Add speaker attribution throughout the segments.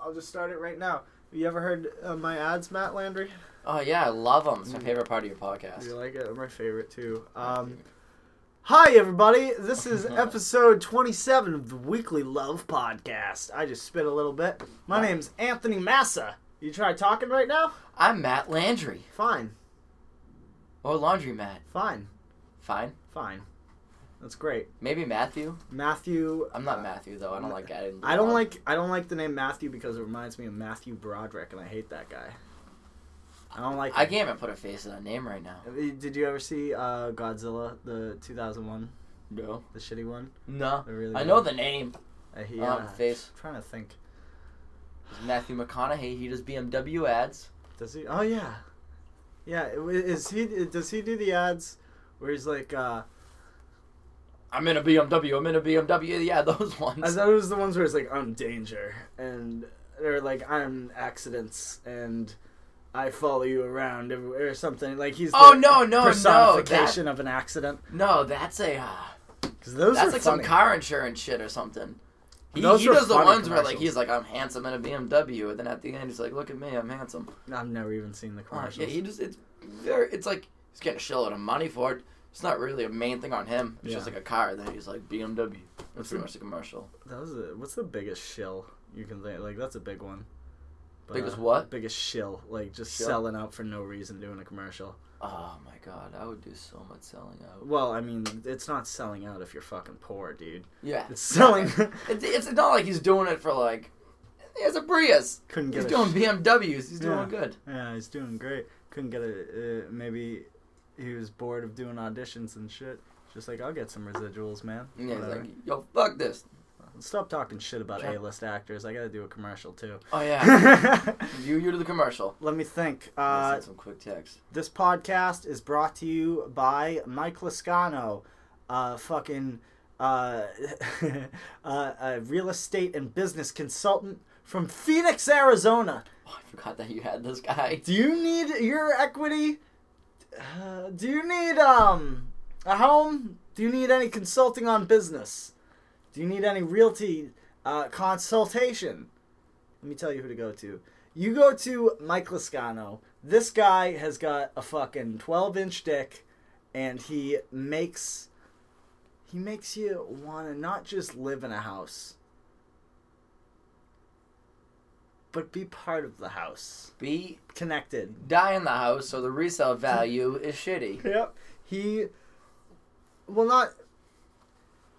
Speaker 1: I'll just start it right now. You ever heard uh, my ads, Matt Landry?
Speaker 2: Oh yeah, I love them.
Speaker 1: Mm.
Speaker 2: It's my favorite part of your podcast.
Speaker 1: You like it? They're my favorite too. Um, hi everybody. This is episode 27 of the Weekly Love Podcast. I just spit a little bit. My name's Anthony Massa. You try talking right now?
Speaker 2: I'm Matt Landry
Speaker 1: Fine,
Speaker 2: or Laundry Matt.
Speaker 1: fine,
Speaker 2: Fine.
Speaker 1: fine. That's great.
Speaker 2: Maybe Matthew.
Speaker 1: Matthew. uh,
Speaker 2: I'm not Matthew though. I don't like. I, didn't
Speaker 1: I don't like I don't like the name Matthew because it reminds me of Matthew Broderick, and I hate that guy. I don't like.
Speaker 2: I
Speaker 1: him.
Speaker 2: can't even put a face to that name right now.
Speaker 1: Did you ever see uh, Godzilla, the 2001,
Speaker 2: No.
Speaker 1: the shitty one?
Speaker 2: No.
Speaker 1: The really
Speaker 2: I
Speaker 1: good
Speaker 2: know
Speaker 1: one?
Speaker 2: the name.
Speaker 1: Uh, he,
Speaker 2: Um,
Speaker 1: uh,
Speaker 2: face.
Speaker 1: trying to think.
Speaker 2: It's Matthew McConaughey. He does BMW ads.
Speaker 1: Does he? Oh yeah, yeah. i- Is he? Does he do the ads where he's like? uh
Speaker 2: I'm in a BMW. I'm in a BMW. Yeah, those
Speaker 1: I
Speaker 2: ones.
Speaker 1: thought it was the ones where it's like I'm danger and they're like I'm accidents and I follow you around everywhere or something. Like he's
Speaker 2: Oh,
Speaker 1: the
Speaker 2: no, no, no,
Speaker 1: personification of an accident.
Speaker 2: No, that's a. Uh,
Speaker 1: Because those
Speaker 2: that's
Speaker 1: are
Speaker 2: like
Speaker 1: funny.
Speaker 2: some car insurance shit or something. He,
Speaker 1: Those
Speaker 2: he
Speaker 1: were
Speaker 2: does the
Speaker 1: funny
Speaker 2: ones where like
Speaker 1: commercials.
Speaker 2: he's like I'm handsome in a BMW, and then at the end he's like, look at me, I'm handsome.
Speaker 1: I've never even seen the
Speaker 2: Uh,
Speaker 1: commercials.
Speaker 2: yeah, he just it's very it's like he's getting a shitload of money for it. It's not really a main thing on him. It's just
Speaker 1: Yeah.
Speaker 2: like a car that he's like BMW. That's
Speaker 1: What's
Speaker 2: pretty
Speaker 1: the-
Speaker 2: much the commercial.
Speaker 1: That was a, what's the biggest shill you can think? Like that's a big one. But, uh,
Speaker 2: Biggest what?
Speaker 1: Biggest shill, like just
Speaker 2: Shill?
Speaker 1: selling out for no reason, doing a commercial.
Speaker 2: Oh my god, I would do so much selling out.
Speaker 1: Well, I mean, it's not selling out if you're fucking poor, dude.
Speaker 2: Yeah,
Speaker 1: It's selling.
Speaker 2: it's, it's not like he's doing it for like he has a Prius.
Speaker 1: Couldn't
Speaker 2: He's
Speaker 1: get.
Speaker 2: doing
Speaker 1: a sh-
Speaker 2: BMWs. He's
Speaker 1: Yeah.
Speaker 2: doing good.
Speaker 1: yeah, he's doing great. Couldn't get a. Uh, maybe he was bored of doing auditions and shit. Just like I'll get some residuals, man.
Speaker 2: And yeah, he's
Speaker 1: Whatever.
Speaker 2: like, yo, fuck this.
Speaker 1: Stop talking shit about
Speaker 2: Yeah.
Speaker 1: A-list actors. I gotta do a commercial too.
Speaker 2: Oh yeah,
Speaker 1: Let
Speaker 2: you you do the commercial.
Speaker 1: me think.
Speaker 2: Let's
Speaker 1: Uh,
Speaker 2: send some quick text.
Speaker 1: This podcast is brought to you by Mike Lascano, uh, fucking uh, uh, a real estate and business consultant from Phoenix, Arizona.
Speaker 2: Oh, I forgot that you had this guy.
Speaker 1: Do you need your equity? Uh, do you need um, a home? Do you need any consulting on business? Do you need any realty uh, consultation? Let me tell you who to go to. You go to Mike Lascano. This guy has got a fucking 12 inch dick and he makes he makes you want to not just live in a house but be part of the house
Speaker 2: Be
Speaker 1: connected
Speaker 2: die in the house, so the resale value is shitty.
Speaker 1: Yep. He well not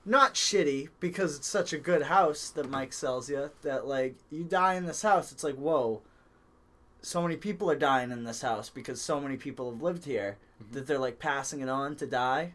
Speaker 1: not shitty because it's such a good house that Mike sells you that like you die in this house it's like whoa so many people are dying in this house because so many people have lived here that they're like passing it on to die.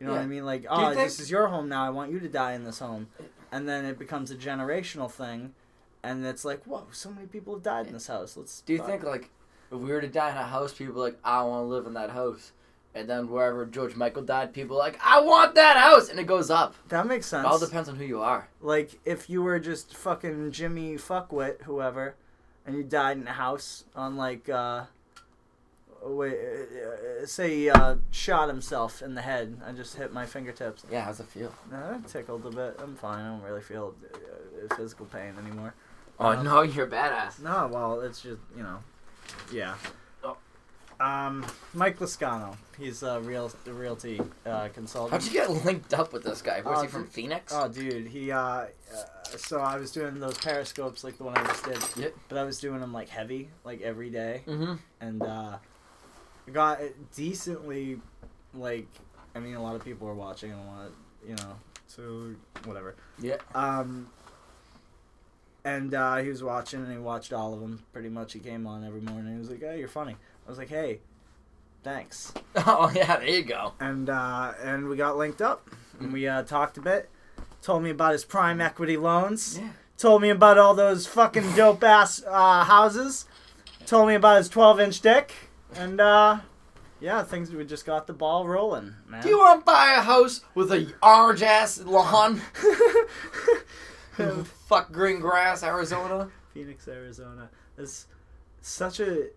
Speaker 1: You know what I
Speaker 2: Mm-hmm. Yeah.
Speaker 1: mean? Like, oh,
Speaker 2: think-
Speaker 1: this is your home now. I want you to die in this home. And then it becomes a generational thing. And it's like, whoa, so many people have died in this house. Let's.
Speaker 2: Do you
Speaker 1: fuck-
Speaker 2: think like if we were to die in a house, people are like I want to live in that house, and then wherever George Michael died, people are like I want that house, and it goes up.
Speaker 1: that makes sense?
Speaker 2: It all depends on who you are.
Speaker 1: Like if you were just fucking Jimmy fuckwit, whoever, and you died in a house on like uh, wait, uh, uh, say he, uh, shot himself in the head. I just hit my fingertips.
Speaker 2: Yeah, how's it feel?
Speaker 1: Uh, that tickled a bit. I'm fine. I don't really feel uh, uh, physical pain anymore.
Speaker 2: Oh
Speaker 1: Um,
Speaker 2: no, you're a badass.
Speaker 1: No, well, it's just you know, yeah.
Speaker 2: Oh.
Speaker 1: Um, Mike Lascano. He's a real a realty uh, consultant.
Speaker 2: How'd you get linked up with this guy? Where's
Speaker 1: Uh,
Speaker 2: he from? Phoenix.
Speaker 1: Oh, dude, he. Uh, uh, so I was doing those periscopes like the one I just did.
Speaker 2: Yep.
Speaker 1: But I was doing them like heavy, like every day,
Speaker 2: mm-hmm.
Speaker 1: and uh, I got it decently, like, I mean, a lot of people were watching and a lot, you know, so whatever.
Speaker 2: Yeah.
Speaker 1: Um. And uh, he was watching, and he watched all of them. Pretty much, he came on every morning. He was like, "Hey, you're funny." I was like, "Hey, thanks."
Speaker 2: Oh yeah, there you go.
Speaker 1: and uh, and we got linked up and we uh, talked a bit. Told me about his prime equity loans.
Speaker 2: Yeah.
Speaker 1: Told me about all those fucking dope ass uh, houses. Told me about his twelve inch dick. And uh, yeah, things we just got the ball rolling, man.
Speaker 2: Do you want to buy a house with a orange ass lawn? Fuck green grass, Arizona.
Speaker 1: Phoenix, Arizona. It's such a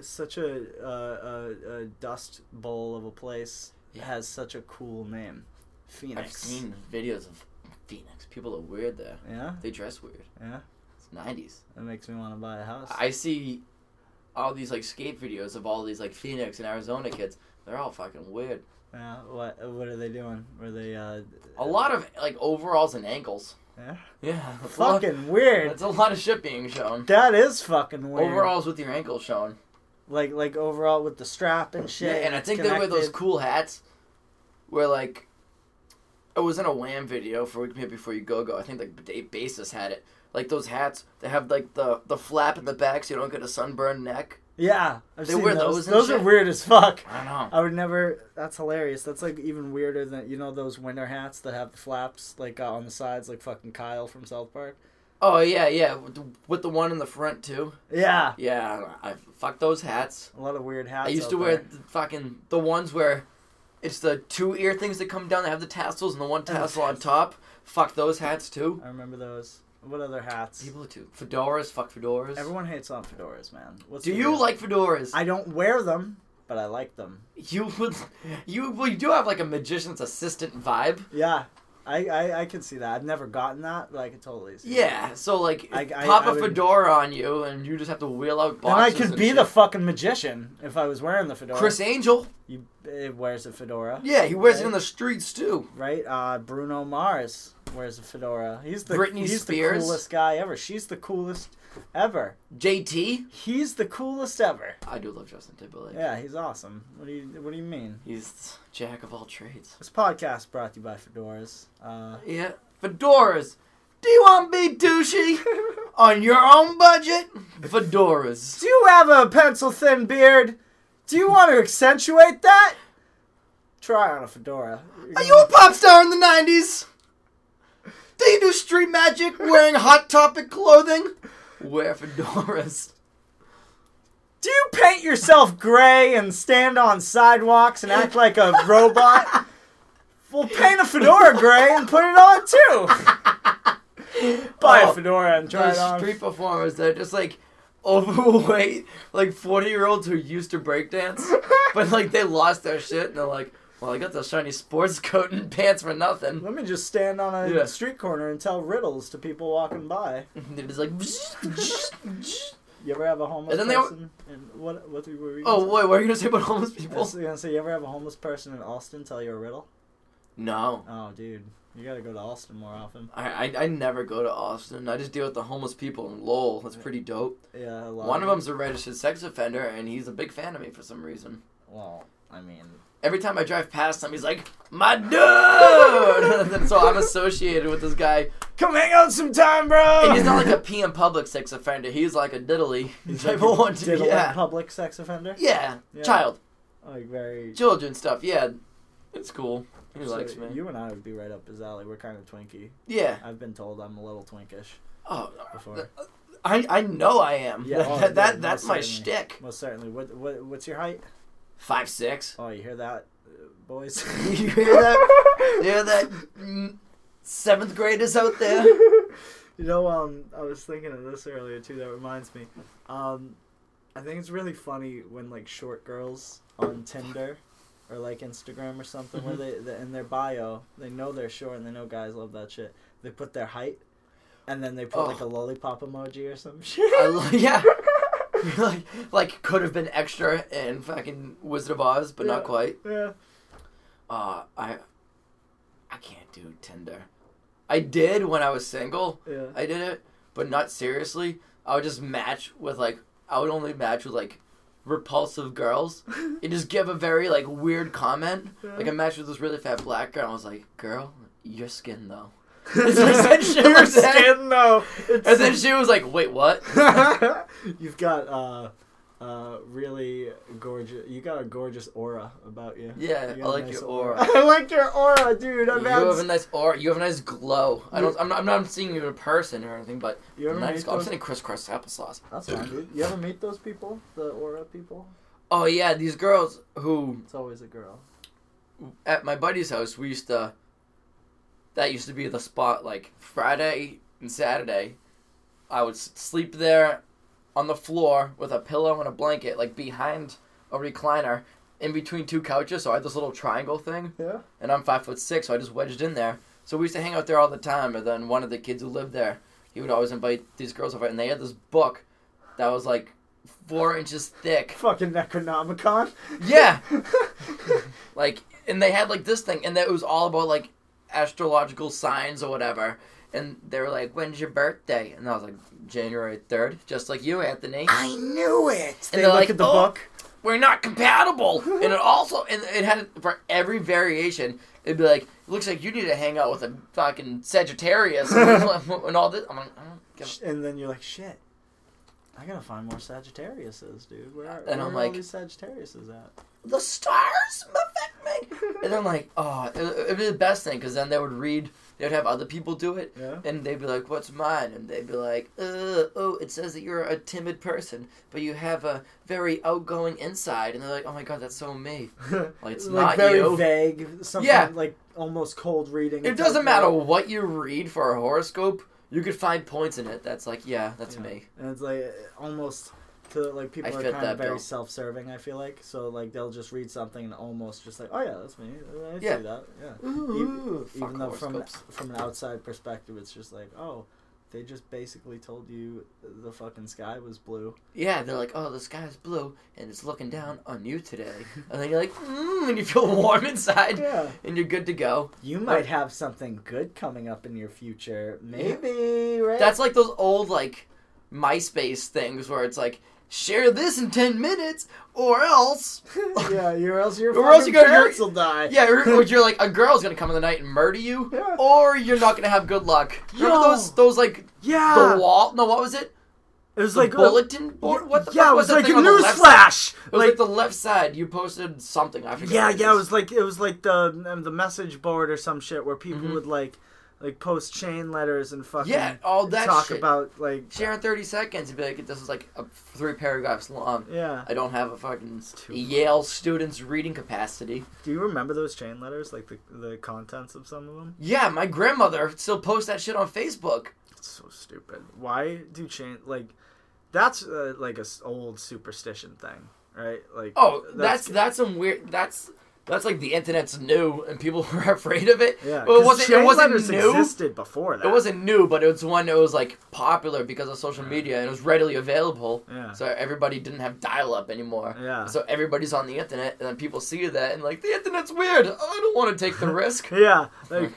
Speaker 1: such a, uh, a, a dust bowl of a place. It
Speaker 2: Yeah.
Speaker 1: has such a cool name, Phoenix.
Speaker 2: I've seen videos of Phoenix. People are weird there.
Speaker 1: Yeah,
Speaker 2: They dress weird.
Speaker 1: yeah.
Speaker 2: nineties.
Speaker 1: That makes me want to buy a house.
Speaker 2: I see all these like skate videos of all these like Phoenix and Arizona kids. They're all fucking weird.
Speaker 1: yeah, what what are they doing? Were they uh
Speaker 2: A lot of like overalls and ankles.
Speaker 1: Yeah.
Speaker 2: Yeah. a lot-
Speaker 1: fucking weird.
Speaker 2: That's a lot of shit being shown.
Speaker 1: That is fucking weird.
Speaker 2: Overalls with your ankles shown.
Speaker 1: like like overall with the strap and shit.
Speaker 2: Yeah, and I think they wear those
Speaker 1: connected.
Speaker 2: cool hats where like it was in a Wham video for Week Me Up Before You Go Go. I think like Dave Basis had it. Like those hats that have like the the flap in the back so you don't get a sunburned neck.
Speaker 1: Yeah, I've
Speaker 2: They
Speaker 1: seen
Speaker 2: wear
Speaker 1: those.
Speaker 2: those and
Speaker 1: Those are
Speaker 2: shit?
Speaker 1: weird as fuck.
Speaker 2: I don't know.
Speaker 1: I would never. That's hilarious. That's like even weirder than you know those winter hats that have the flaps like uh, on the sides, like fucking Kyle from South Park.
Speaker 2: Oh yeah, yeah, with the, with the one in the front too.
Speaker 1: Yeah,
Speaker 2: Yeah, I don't know. I fuck those hats.
Speaker 1: a lot of weird hats.
Speaker 2: I used
Speaker 1: out
Speaker 2: to wear
Speaker 1: there.
Speaker 2: the fucking the ones where it's the two ear things that come down that have the tassels and the one tassel on top. Fuck those hats too.
Speaker 1: I remember those. What other hats?
Speaker 2: People are too fedoras. Fuck fedoras.
Speaker 1: Everyone hates on fedoras, man. What's
Speaker 2: Do
Speaker 1: the
Speaker 2: you
Speaker 1: deal?
Speaker 2: like fedoras?
Speaker 1: I don't wear them, but I like them.
Speaker 2: You would, you well, you do have like a magician's assistant vibe.
Speaker 1: Yeah, I I, I can see that. I've never gotten that, but I could totally see. it.
Speaker 2: Yeah, so like
Speaker 1: I- I-
Speaker 2: pop a
Speaker 1: I would-
Speaker 2: fedora on you, and you just have to wheel out
Speaker 1: Then
Speaker 2: boxes.
Speaker 1: I could
Speaker 2: and
Speaker 1: be
Speaker 2: shit.
Speaker 1: the fucking magician if I was wearing the fedora.
Speaker 2: Chris Angel.
Speaker 1: You, it wears a fedora.
Speaker 2: Yeah, he wears it in the streets too.
Speaker 1: right? Uh, Bruno Mars wears a fedora. He's the
Speaker 2: Britney
Speaker 1: he's the
Speaker 2: Spears.
Speaker 1: coolest guy ever. She's the coolest ever.
Speaker 2: JT.
Speaker 1: He's the coolest ever.
Speaker 2: I do love Justin Timberlake.
Speaker 1: Yeah, he's awesome. What do you What do you mean?
Speaker 2: He's jack of all trades.
Speaker 1: This podcast brought to you by fedoras. Uh,
Speaker 2: Yeah, fedoras. Do you want to be douchey on your own budget? Fedoras.
Speaker 1: do you have a pencil thin beard? Do you want to accentuate that? Try on a fedora.
Speaker 2: Are you a pop star in the '90s? Do you do street magic wearing hot topic clothing? Wear fedoras.
Speaker 1: Do you paint yourself gray and stand on sidewalks and act like a robot? Well, paint a fedora gray and put it on too. Buy
Speaker 2: Oh,
Speaker 1: a fedora and try it
Speaker 2: those
Speaker 1: on.
Speaker 2: street performers that are just like overweight, like 40 year olds who used to breakdance, but like they lost their shit and they're like, well, I got the shiny sports coat and pants for nothing.
Speaker 1: Let me just stand on a
Speaker 2: Yeah.
Speaker 1: street corner and tell riddles to people walking by.
Speaker 2: They're just like,
Speaker 1: You ever have a homeless
Speaker 2: And then they were-
Speaker 1: person? And what? What were you?
Speaker 2: oh, wait, what are you gonna say about homeless
Speaker 1: I
Speaker 2: people?
Speaker 1: was gonna say you ever have a homeless person in Austin tell you a riddle?
Speaker 2: No.
Speaker 1: Oh, dude, you gotta go to Austin more often.
Speaker 2: I, I, I never go to Austin. I just deal with the homeless people in Lowell. That's pretty dope.
Speaker 1: Yeah, a lot
Speaker 2: One of them's a registered sex offender, and he's a big fan of me for some reason.
Speaker 1: Well, I mean,
Speaker 2: Every time I drive past him, he's like, "My dude!" and so I'm associated with this guy
Speaker 1: come hang out sometime, bro.
Speaker 2: And he's not like a pee in public sex offender. He's like a diddly.
Speaker 1: He's
Speaker 2: type
Speaker 1: like
Speaker 2: of
Speaker 1: a
Speaker 2: one. to-
Speaker 1: diddling
Speaker 2: Yeah.
Speaker 1: public sex offender.
Speaker 2: yeah.
Speaker 1: Yeah.
Speaker 2: Child.
Speaker 1: Like very.
Speaker 2: Children stuff. Yeah. It's cool. He
Speaker 1: so
Speaker 2: likes me.
Speaker 1: You and I would be right up his alley. We're kind of twinky.
Speaker 2: Yeah.
Speaker 1: I've been told I'm a little twinkish
Speaker 2: Oh,
Speaker 1: before.
Speaker 2: I, I know I am.
Speaker 1: Yeah, oh,
Speaker 2: that, that
Speaker 1: dude,
Speaker 2: that's
Speaker 1: most
Speaker 2: my
Speaker 1: certainly.
Speaker 2: shtick.
Speaker 1: Most certainly. What, what what's your height?
Speaker 2: Five six.
Speaker 1: Oh, you hear that, uh, boys?
Speaker 2: You hear that? You hear that? mm, Seventh graders out there.
Speaker 1: You know, um, I was thinking of this earlier too. That reminds me. Um, I think it's really funny when like short girls on Tinder or like Instagram or something, where
Speaker 2: Mm-hmm.
Speaker 1: they, they in their bio they know they're short and they know guys love that shit. They put their height, and then they put like a
Speaker 2: Oh.
Speaker 1: lollipop emoji or some shit.
Speaker 2: I lo- yeah. like like could have been extra in fucking Wizard of Oz, but not
Speaker 1: Yeah.
Speaker 2: quite.
Speaker 1: yeah.
Speaker 2: Uh, I I can't do Tinder. I did when I was single.
Speaker 1: Yeah.
Speaker 2: I did it, but not seriously. I would just match with like I would only match with like repulsive girls and just give a very like weird comment. Like I matched with this really fat black girl. And I was like, "Girl, your skin though." It's like said shit
Speaker 1: Your
Speaker 2: like that.
Speaker 1: skin though.
Speaker 2: And then she was like, "Wait, what?"
Speaker 1: You've got uh, uh, really gorgeous. You got a gorgeous aura about you.
Speaker 2: Yeah,
Speaker 1: You
Speaker 2: I
Speaker 1: got a
Speaker 2: like
Speaker 1: nice
Speaker 2: your aura.
Speaker 1: I like your aura, dude.
Speaker 2: You
Speaker 1: I've
Speaker 2: have a
Speaker 1: had,
Speaker 2: nice aura. You have a nice glow. I don't. I'm not. I'm not seeing you in person or anything, but
Speaker 1: you ever
Speaker 2: nice
Speaker 1: meet
Speaker 2: glow. I'm
Speaker 1: those?
Speaker 2: sending crisscross applesauce.
Speaker 1: That's fine, dude. You ever meet those people, the aura people?
Speaker 2: Oh yeah, these girls who
Speaker 1: It's always a girl.
Speaker 2: at my buddy's house, we used to. That used to be the spot. Like Friday and Saturday, I would s- sleep there, on the floor with a pillow and a blanket, like behind a recliner, in between two couches. So I had this little triangle thing,
Speaker 1: Yeah.
Speaker 2: and I'm five foot six, so I just wedged in there. So we used to hang out there all the time. And then one of the kids who lived there he would always invite these girls over, and they had this book that was like four inches thick.
Speaker 1: Fucking Necronomicon.
Speaker 2: Yeah, like, and they had like this thing, and that it was all about like astrological signs or whatever. And they were like, "When's your birthday?" And I was like, "January 3rd, just like you, Anthony."
Speaker 1: I knew it. They
Speaker 2: they're
Speaker 1: look
Speaker 2: like,
Speaker 1: at the
Speaker 2: "Oh."
Speaker 1: book.
Speaker 2: we're not compatible. and it also, and it had for every variation, it'd be like, looks like you need to hang out with a fucking Sagittarius and all this. I'm like, I don't give
Speaker 1: Sh- And then you're like, shit. I gotta find more Sagittariuses, dude. Where,
Speaker 2: And
Speaker 1: where
Speaker 2: I'm
Speaker 1: are all
Speaker 2: like-
Speaker 1: these Sagittariuses at?
Speaker 2: a, the stars, my fuck, man. And then like, oh, it, it'd be the best thing because then they would read, they'd have other people do it,
Speaker 1: Yeah.
Speaker 2: and they'd be like, what's mine? And they'd be like, uh, oh, it says that you're a timid person, but you have a very outgoing inside. And they're like, oh my god, that's so me. Like, it's not
Speaker 1: very
Speaker 2: you.
Speaker 1: vague. Something
Speaker 2: Yeah.
Speaker 1: like almost cold reading.
Speaker 2: It doesn't matter what you read for a horoscope, you could find points in it that's like, yeah, that's
Speaker 1: Yeah.
Speaker 2: me.
Speaker 1: And it's like uh, almost to like people
Speaker 2: I
Speaker 1: are
Speaker 2: fit
Speaker 1: kind of
Speaker 2: that
Speaker 1: very
Speaker 2: bill.
Speaker 1: self-serving. I feel like so like they'll just read something and almost just like, oh yeah, that's me. I see
Speaker 2: Yeah.
Speaker 1: that. Yeah. E-,
Speaker 2: Ooh, fuck
Speaker 1: Even though from an-
Speaker 2: horoscopes.
Speaker 1: from an outside perspective, it's just like, oh, they just basically told you the fucking sky was blue.
Speaker 2: yeah, they're like, oh, the sky's blue and it's looking down on you today, and then you're like, mm, and you feel warm inside,
Speaker 1: Yeah.
Speaker 2: and you're good to go.
Speaker 1: You
Speaker 2: Right.
Speaker 1: might have something good coming up in your future. Maybe, right?
Speaker 2: That's like those old like MySpace things where it's like, share this in ten minutes or else.
Speaker 1: yeah, or else your
Speaker 2: Or else
Speaker 1: fucking
Speaker 2: you gotta-
Speaker 1: parents will die.
Speaker 2: Yeah, or, or you're like a girl's gonna come in the night and murder you,
Speaker 1: Yeah.
Speaker 2: or you're not gonna have good luck. Remember
Speaker 1: Yo. Ah.
Speaker 2: those those like
Speaker 1: Yeah.
Speaker 2: the wall? No, what was it?
Speaker 1: It was
Speaker 2: The
Speaker 1: like
Speaker 2: bulletin board? What the
Speaker 1: yeah,
Speaker 2: fuck
Speaker 1: it was
Speaker 2: that
Speaker 1: like
Speaker 2: thing
Speaker 1: a
Speaker 2: on the
Speaker 1: news
Speaker 2: left side?
Speaker 1: flash.
Speaker 2: It was like,
Speaker 1: Like,
Speaker 2: the left side. You posted something. I forget.
Speaker 1: yeah,
Speaker 2: what
Speaker 1: yeah, it
Speaker 2: is.
Speaker 1: was like it was like the um, the message board or some shit where people
Speaker 2: Mhm.
Speaker 1: would like like post chain letters and fucking
Speaker 2: yeah, all that
Speaker 1: talk
Speaker 2: shit.
Speaker 1: about like
Speaker 2: Share in thirty seconds and be like, "This is like a, three paragraphs long."
Speaker 1: yeah.
Speaker 2: I don't have a fucking
Speaker 1: too
Speaker 2: Yale student's reading capacity.
Speaker 1: Do you remember those chain letters? Like the the contents of some of them?
Speaker 2: Yeah, my grandmother still posts that shit on Facebook.
Speaker 1: It's so stupid. Why do chain like that's uh, like a s- old superstition thing, right? Like
Speaker 2: Oh, that's that's, some weird. That's that's like the internet's new and people were afraid of it.
Speaker 1: yeah.
Speaker 2: well, it
Speaker 1: 'cause
Speaker 2: wasn't.
Speaker 1: chain
Speaker 2: It wasn't
Speaker 1: letters
Speaker 2: new.
Speaker 1: existed before that.
Speaker 2: It wasn't new, but it was one that was like popular because of social media and it was readily available.
Speaker 1: Yeah.
Speaker 2: So everybody didn't have dial up anymore.
Speaker 1: Yeah.
Speaker 2: So everybody's on the internet, and then people see that and like the internet's weird. I don't want to take the risk.
Speaker 1: Yeah, like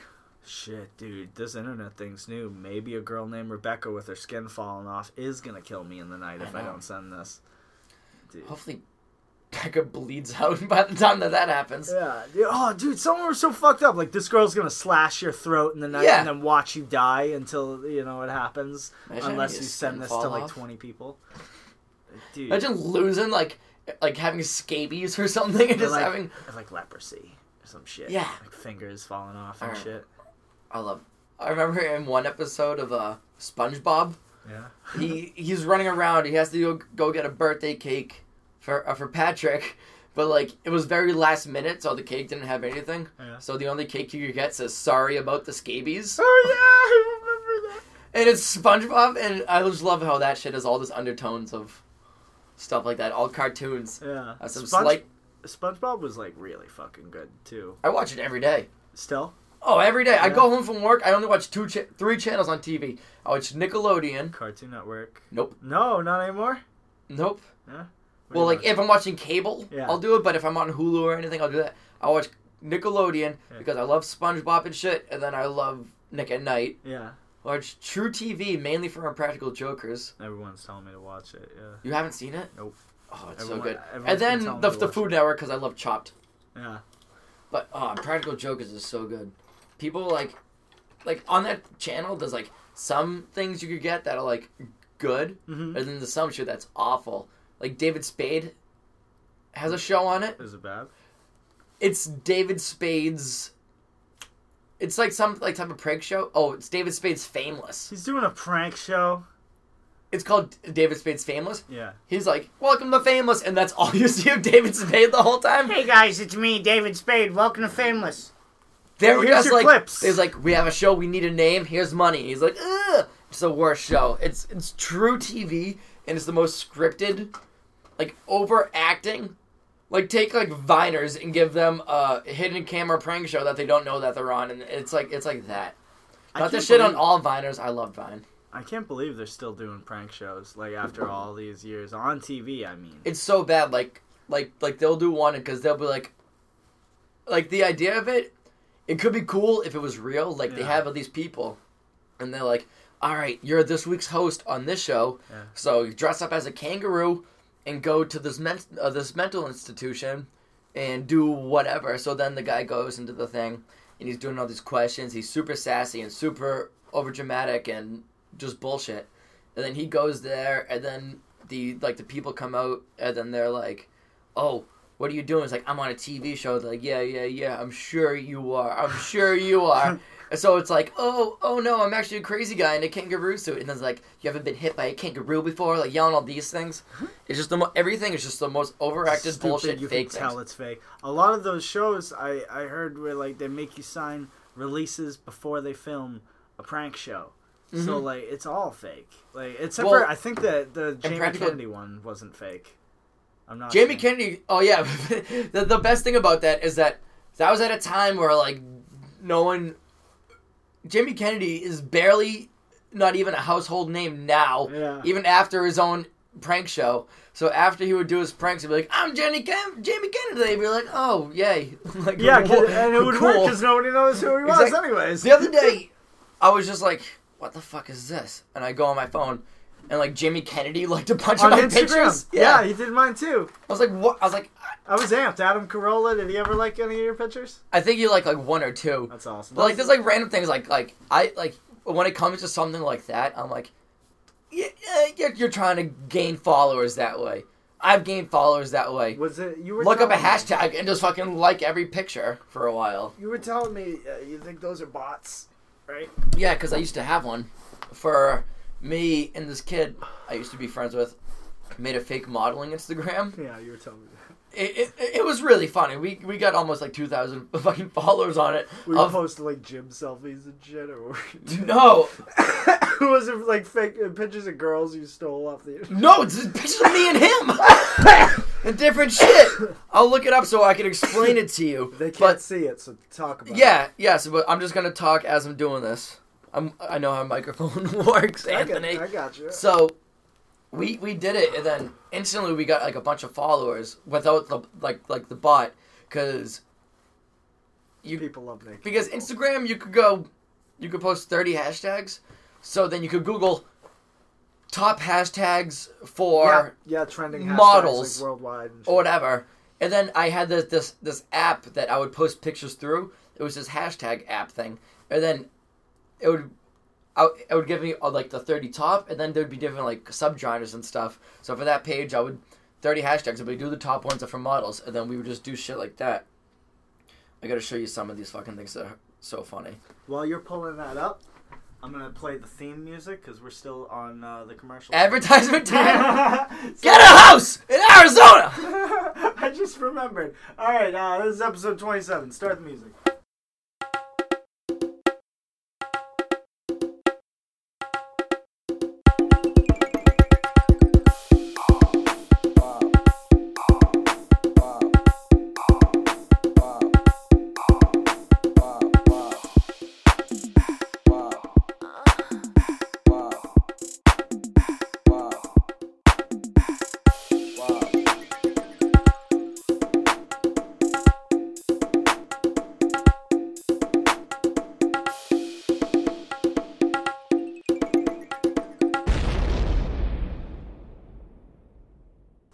Speaker 1: shit, dude. This internet thing's new. Maybe a girl named Rebecca with her skin falling off is gonna kill me in the night if
Speaker 2: I
Speaker 1: I
Speaker 2: know.
Speaker 1: don't send this. Dude.
Speaker 2: Hopefully, Becca bleeds out by the time that that happens.
Speaker 1: Yeah. dude, Oh, dude, someone was so fucked up. Like this girl's gonna slash your throat in the night
Speaker 2: Yeah.
Speaker 1: and then watch you die until you know it happens.
Speaker 2: Imagine having
Speaker 1: unless
Speaker 2: your
Speaker 1: you
Speaker 2: skin
Speaker 1: send this to
Speaker 2: fall
Speaker 1: like
Speaker 2: off.
Speaker 1: twenty people. Dude,
Speaker 2: Imagine losing like like having scabies or something and
Speaker 1: they're
Speaker 2: just
Speaker 1: like,
Speaker 2: having.
Speaker 1: they're like leprosy or some shit.
Speaker 2: Yeah.
Speaker 1: Like fingers falling off and
Speaker 2: Alright.
Speaker 1: shit.
Speaker 2: I love. I remember in one episode of uh, SpongeBob,
Speaker 1: Yeah.
Speaker 2: he he's running around. He has to go, go get a birthday cake for uh, for Patrick, but like it was very last minute, so the cake didn't have anything.
Speaker 1: Yeah.
Speaker 2: So the only cake you could get says "Sorry about the scabies,"
Speaker 1: Oh yeah, I remember that.
Speaker 2: and it's SpongeBob. And I just love how that shit has all this undertones of stuff like that, all cartoons.
Speaker 1: Yeah.
Speaker 2: Uh, some
Speaker 1: Sponge-
Speaker 2: slight.
Speaker 1: SpongeBob was like really fucking good too.
Speaker 2: I watch it every day.
Speaker 1: Still?
Speaker 2: Oh, every day. I
Speaker 1: Yeah.
Speaker 2: go home from work. I only watch two, cha- three channels on TV. I watch Nickelodeon.
Speaker 1: Cartoon Network.
Speaker 2: Nope.
Speaker 1: No, not anymore.
Speaker 2: Nope.
Speaker 1: What
Speaker 2: Well,
Speaker 1: do you
Speaker 2: like if I'm watching cable,
Speaker 1: Yeah.
Speaker 2: I'll do it. But if I'm on Hulu or anything, I'll do that. I watch Nickelodeon
Speaker 1: Yeah.
Speaker 2: because I love SpongeBob and shit, and then I love Nick at Night.
Speaker 1: watch? yeah,
Speaker 2: I watch True TV mainly for Impractical Jokers.
Speaker 1: everyone's telling me to watch it. Yeah,
Speaker 2: You haven't seen it?
Speaker 1: Nope.
Speaker 2: Oh, it's
Speaker 1: Everyone-
Speaker 2: so good.
Speaker 1: everyone's
Speaker 2: And
Speaker 1: been
Speaker 2: then
Speaker 1: telling
Speaker 2: the,
Speaker 1: me to
Speaker 2: the
Speaker 1: watch
Speaker 2: Food Network because I love Chopped.
Speaker 1: yeah.
Speaker 2: But oh, Impractical Jokers is so good. People like, like on that channel, there's like some things you could get that are like good,
Speaker 1: Mm-hmm.
Speaker 2: and then there's some shit that's awful. Like David Spade has a show on it.
Speaker 1: Is it bad?
Speaker 2: it's David Spade's. It's like some like type of prank show. Oh, it's David Spade's Fameless.
Speaker 1: He's doing a prank show.
Speaker 2: It's called David Spade's Fameless.
Speaker 1: Yeah.
Speaker 2: He's like, "Welcome to Fameless," and that's all you see of David Spade the whole time.
Speaker 1: Hey guys, it's me, David Spade. Welcome to Fameless.
Speaker 2: They're
Speaker 1: here's
Speaker 2: just
Speaker 1: your
Speaker 2: like,
Speaker 1: clips.
Speaker 2: there's like, we have a show, we need a name. Here's money. He's like, ugh, it's the worst show. It's it's true TV, and it's the most scripted, like overacting. Like take like Viners and give them a hidden camera prank show that they don't know that they're on, and it's like it's like that.
Speaker 1: I
Speaker 2: Not the
Speaker 1: can't
Speaker 2: shit on
Speaker 1: believe-
Speaker 2: all Viners. I love Vine.
Speaker 1: I can't believe they're still doing prank shows like after all these years on TV. I mean,
Speaker 2: It's so bad. Like, like, like they'll do one because they'll be like, like the idea of it. It could be cool if it was real. Like they
Speaker 1: Yeah.
Speaker 2: have all these people, and they're like, "All right, you're this week's host on this show.
Speaker 1: Yeah.
Speaker 2: So you dress up as a kangaroo and go to this men- uh, this mental institution and do whatever." So then the guy goes into the thing, and he's doing all these questions. He's super sassy and super over dramatic and just bullshit. And then he goes there, and then the like the people come out, and then they're like, "Oh, what are you doing?" It's like I'm on a TV show. They're like, "Yeah, yeah, yeah. I'm sure you are. I'm sure you are." and so it's like, "Oh, oh no, I'm actually a crazy guy in a kangaroo suit." And then it's like, "You haven't been hit by a kangaroo before?" Like yelling all these things. It's just the mo- everything is just the most overacted
Speaker 1: stupid,
Speaker 2: bullshit
Speaker 1: You
Speaker 2: fake
Speaker 1: can tell
Speaker 2: things.
Speaker 1: it's fake. A lot of those shows I I heard where like they make you sign releases before they film a prank show. So like it's all fake. Like except
Speaker 2: Mm-hmm. Well,
Speaker 1: for I think the the Jamie
Speaker 2: Practical-
Speaker 1: Kennedy one wasn't fake. I'm not
Speaker 2: Jamie
Speaker 1: sure.
Speaker 2: Kennedy. Oh yeah, the, the best thing about that is that that was at a time where like no one. Jamie Kennedy is barely not even a household name now.
Speaker 1: Yeah.
Speaker 2: Even after his own prank show. So after he would do his pranks, he'd be like, "I'm Jenny Ken- Jamie Kennedy." He'd be like, "Oh yay!" like,
Speaker 1: Yeah,
Speaker 2: cool,
Speaker 1: 'cause- and it would work 'cause work
Speaker 2: cool.
Speaker 1: because nobody knows who he was,
Speaker 2: Exact-
Speaker 1: anyways.
Speaker 2: The other day, I was just like, "What the fuck is this?" And I go on my phone, and like Jamie Kennedy liked a bunch
Speaker 1: on
Speaker 2: of my
Speaker 1: Instagram,
Speaker 2: pictures.
Speaker 1: yeah. he did mine too.
Speaker 2: I was like, "What?" I was like,
Speaker 1: I was amped. Adam Carolla, did he ever like any of your pictures?
Speaker 2: I think you like like one or two.
Speaker 1: That's awesome.
Speaker 2: But like there's like random things like like I like when it comes to something like that, I'm like, yeah, eh, you're, you're trying to gain followers that way. I've gained followers that way.
Speaker 1: was it you were
Speaker 2: Look up a
Speaker 1: telling me-
Speaker 2: hashtag and just fucking like every picture for a while.
Speaker 1: You were telling me uh, you think those are bots, right?
Speaker 2: Yeah, because I used to have one for me and this kid I used to be friends with. Made a fake modeling Instagram.
Speaker 1: Yeah, you were telling me. That.
Speaker 2: It, it, it was really funny. We we got almost like two thousand fucking followers on it.
Speaker 1: We
Speaker 2: of-
Speaker 1: posted like gym selfies and shit, or what we did.
Speaker 2: no,
Speaker 1: was it like fake uh, pictures of girls you stole off the?
Speaker 2: No, it's just pictures of me and him. and different shit. I'll look it up so I can explain it to you.
Speaker 1: They can't
Speaker 2: But
Speaker 1: see it, so talk about. it.
Speaker 2: yeah, yes, but I'm just gonna talk as I'm doing this. I'm, I know how a microphone works,
Speaker 1: I got,
Speaker 2: Anthony.
Speaker 1: I got you.
Speaker 2: So we we did it, and then instantly we got like a bunch of followers without the like like the bot, because you
Speaker 1: people love naked.
Speaker 2: because
Speaker 1: people.
Speaker 2: Instagram you could go, you could post thirty hashtags, so then you could Google top hashtags for
Speaker 1: yeah, yeah, trending hashtags,
Speaker 2: models
Speaker 1: like, worldwide and shit.
Speaker 2: or whatever. And then I had this this this app that I would post pictures through. It was this hashtag app thing, and then it would. I would- it would give me uh, like the thirty top, and then there'd be different like subgenres and stuff. So for that page, I would thirty hashtags. I would do the top ones for models, and then we would just do shit like that. I gotta show you some of these fucking things that are so funny.
Speaker 1: While you're pulling that up, I'm gonna play the theme music because we're still on uh, the commercial.
Speaker 2: Advertisement time.
Speaker 1: So-
Speaker 2: Get a house in Arizona.
Speaker 1: I just remembered. All right, uh, this is episode 27. Start the music.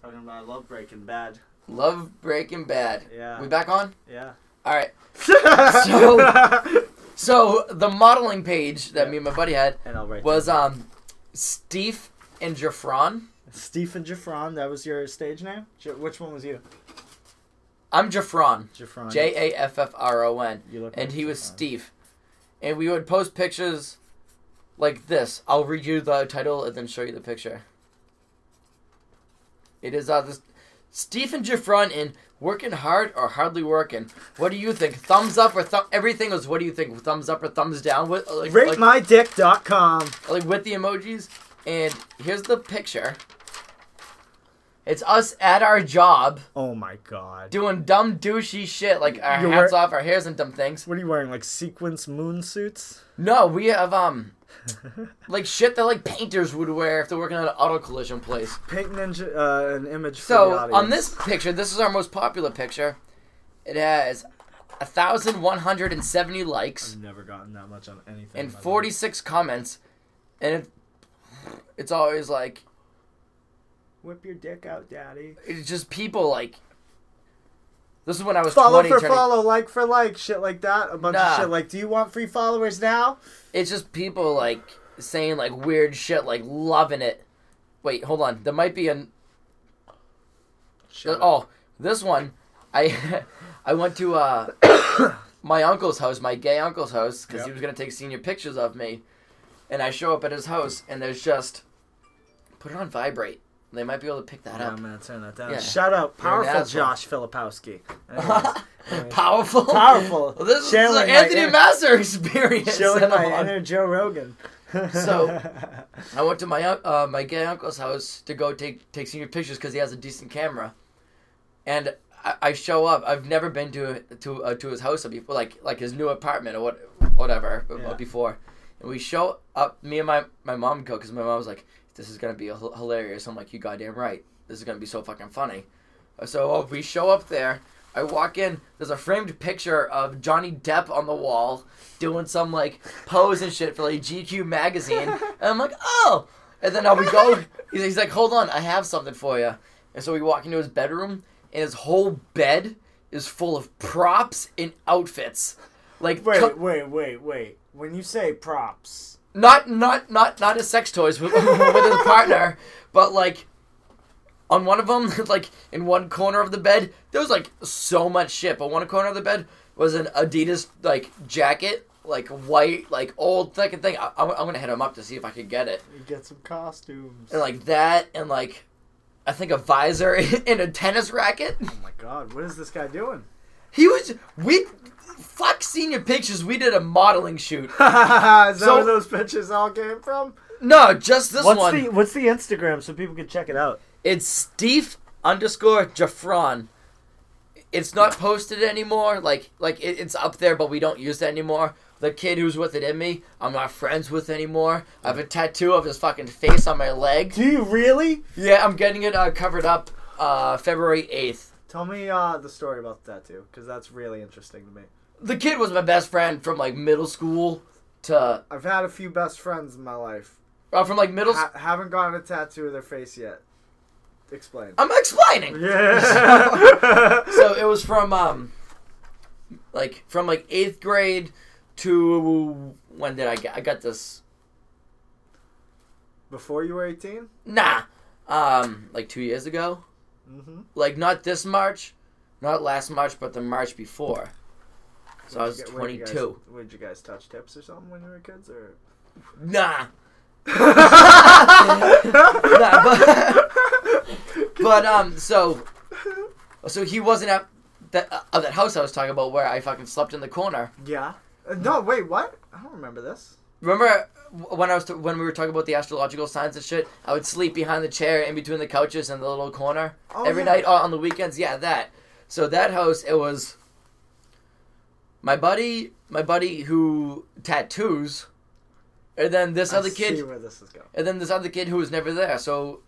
Speaker 1: Talking about I love Breaking Bad.
Speaker 2: Love Breaking Bad.
Speaker 1: Yeah.
Speaker 2: We back on?
Speaker 1: Yeah.
Speaker 2: All right.
Speaker 1: so,
Speaker 2: So the modeling page that me and my buddy had
Speaker 1: and I'll write
Speaker 2: was um Steve and Jafron.
Speaker 1: Stephen Jeffron. That was your stage name. J- which one was you?
Speaker 2: I'm Jafron.
Speaker 1: Jeffron.
Speaker 2: J A F F R O N.
Speaker 1: You look
Speaker 2: And
Speaker 1: like
Speaker 2: he was
Speaker 1: Jafron.
Speaker 2: Steve. And we would post pictures like this. I'll read you the title and then show you the picture. It is uh this Steve and Jafron in Working Hard or Hardly Working. What do you think? Thumbs up or thumb everything was what do you think? Thumbs up or thumbs down? What like, like-
Speaker 1: RateMyDick.com.
Speaker 2: like with the emojis. And here's the picture. It's us at our job
Speaker 1: Oh my god.
Speaker 2: doing dumb douchey shit, like our
Speaker 1: You
Speaker 2: hats
Speaker 1: were-
Speaker 2: off, our hairs and dumb things.
Speaker 1: What are you wearing? Like sequence moon suits?
Speaker 2: No, we have um Like shit that like painters would wear if they're working at an auto collision place.
Speaker 1: Paint ninja, uh, an image. for the
Speaker 2: So
Speaker 1: audience.
Speaker 2: on this picture, this is our most popular picture. It has thousand one hundred and seventy likes
Speaker 1: I've never gotten that much on anything.
Speaker 2: and
Speaker 1: by the
Speaker 2: forty
Speaker 1: way.
Speaker 2: six comments, and it, it's always like
Speaker 1: Whip your dick out, daddy.
Speaker 2: it's just people like. This is when I was
Speaker 1: Follow
Speaker 2: twenty.
Speaker 1: for
Speaker 2: turning-
Speaker 1: follow, like for like, shit like that. A bunch
Speaker 2: Nah.
Speaker 1: of shit like, do you want free followers now?
Speaker 2: It's just people like saying like weird shit, like loving it. Wait, hold on. There might be an
Speaker 1: Shut up.
Speaker 2: oh this one. I I went to uh my uncle's house, my gay uncle's house, because he
Speaker 1: Yep.
Speaker 2: was gonna take senior pictures of me, and I show up at his house, and there's just put it on vibrate. They might be able to pick that
Speaker 1: Yeah,
Speaker 2: up.
Speaker 1: I'm gonna turn that down.
Speaker 2: Yeah.
Speaker 1: Shut up,
Speaker 2: You're an
Speaker 1: powerful
Speaker 2: asshole.
Speaker 1: Josh Filipowski. Anyways,
Speaker 2: Powerful,
Speaker 1: Powerful.
Speaker 2: Well, this is
Speaker 1: Channeling
Speaker 2: an
Speaker 1: my
Speaker 2: Anthony
Speaker 1: inner-
Speaker 2: Masser experience.
Speaker 1: showing
Speaker 2: and
Speaker 1: my
Speaker 2: I'm on-
Speaker 1: inner Joe Rogan.
Speaker 2: So- I went to my un- uh, my gay uncle's house to go take take senior pictures because he has a decent camera, and I, I show up. I've never been to to uh, to his house before, like like his new apartment or what whatever b-
Speaker 1: Yeah.
Speaker 2: before. And we show up. Me and my my mom go because my mom was like, "This is gonna be h- hilarious." I'm like, "You goddamn right. This is gonna be so fucking funny." So uh, we show up there. I walk in. There's a framed picture of Johnny Depp on the wall doing some like pose and shit for like GQ magazine. And I'm like, oh. And then uh, we go. He's, he's like, hold on, I have something for you. And so we walk into his bedroom, and his whole bed is full of props and outfits. Like
Speaker 1: wait,
Speaker 2: co-
Speaker 1: wait, wait, wait. When you say props,
Speaker 2: not not not not as sex toys with, with his partner, but like on one of them, like in one corner of the bed, there was like so much shit. But one corner of the bed was an Adidas like jacket, like white, like old fucking thing. I, I'm, I'm gonna hit him up to see if I could get it.
Speaker 1: you get some costumes.
Speaker 2: And like that, and like I think a visor and a tennis racket.
Speaker 1: oh my god, what is this guy doing?
Speaker 2: He was we fuck senior pictures. We did a modeling shoot.
Speaker 1: is that
Speaker 2: So-
Speaker 1: where those pictures all came from?
Speaker 2: No, just this
Speaker 1: what's
Speaker 2: one.
Speaker 1: the What's the Instagram so people can check it out?
Speaker 2: It's Steve underscore Jafron. It's not posted anymore. Like like it, it's up there, but we don't use it anymore. The kid who's with it in me, I'm not friends with anymore. I have a tattoo of his fucking face on my leg.
Speaker 1: Do you really?
Speaker 2: Yeah, I'm getting it uh, covered up uh, February 8th.
Speaker 1: Tell me uh, the story about the tattoo, because that's really interesting to me.
Speaker 2: The kid was my best friend from like middle school to
Speaker 1: I've had a few best friends in my life.
Speaker 2: uh, from like middle.
Speaker 1: Ha- haven't gotten a tattoo of their face yet. Explain.
Speaker 2: i I'm explaining.
Speaker 1: Yeah.
Speaker 2: so it was from um like from like eighth grade to when did I get I got this
Speaker 1: Before you were 18?
Speaker 2: nah um like two years ago
Speaker 1: Mm-hmm.
Speaker 2: like not this March not last March but the March before so I was twenty two
Speaker 1: Would you guys touch tips or something when you were kids? Or
Speaker 2: nah nah but, but um so so he wasn't at that uh, that house I was talking about where I fucking slept in the corner
Speaker 1: Yeah. Uh, No, wait, what? I don't remember this.
Speaker 2: Remember when I was when we were talking about the astrological signs and shit? I would sleep behind the chair in between the couches in the little corner
Speaker 1: Oh,
Speaker 2: every
Speaker 1: yeah.
Speaker 2: night uh, on on the weekends. Yeah, that. So that house, it was my buddy, my buddy who tattoos, and then this other
Speaker 1: I
Speaker 2: kid,
Speaker 1: see where this is going.
Speaker 2: and then this other kid who was never there. So,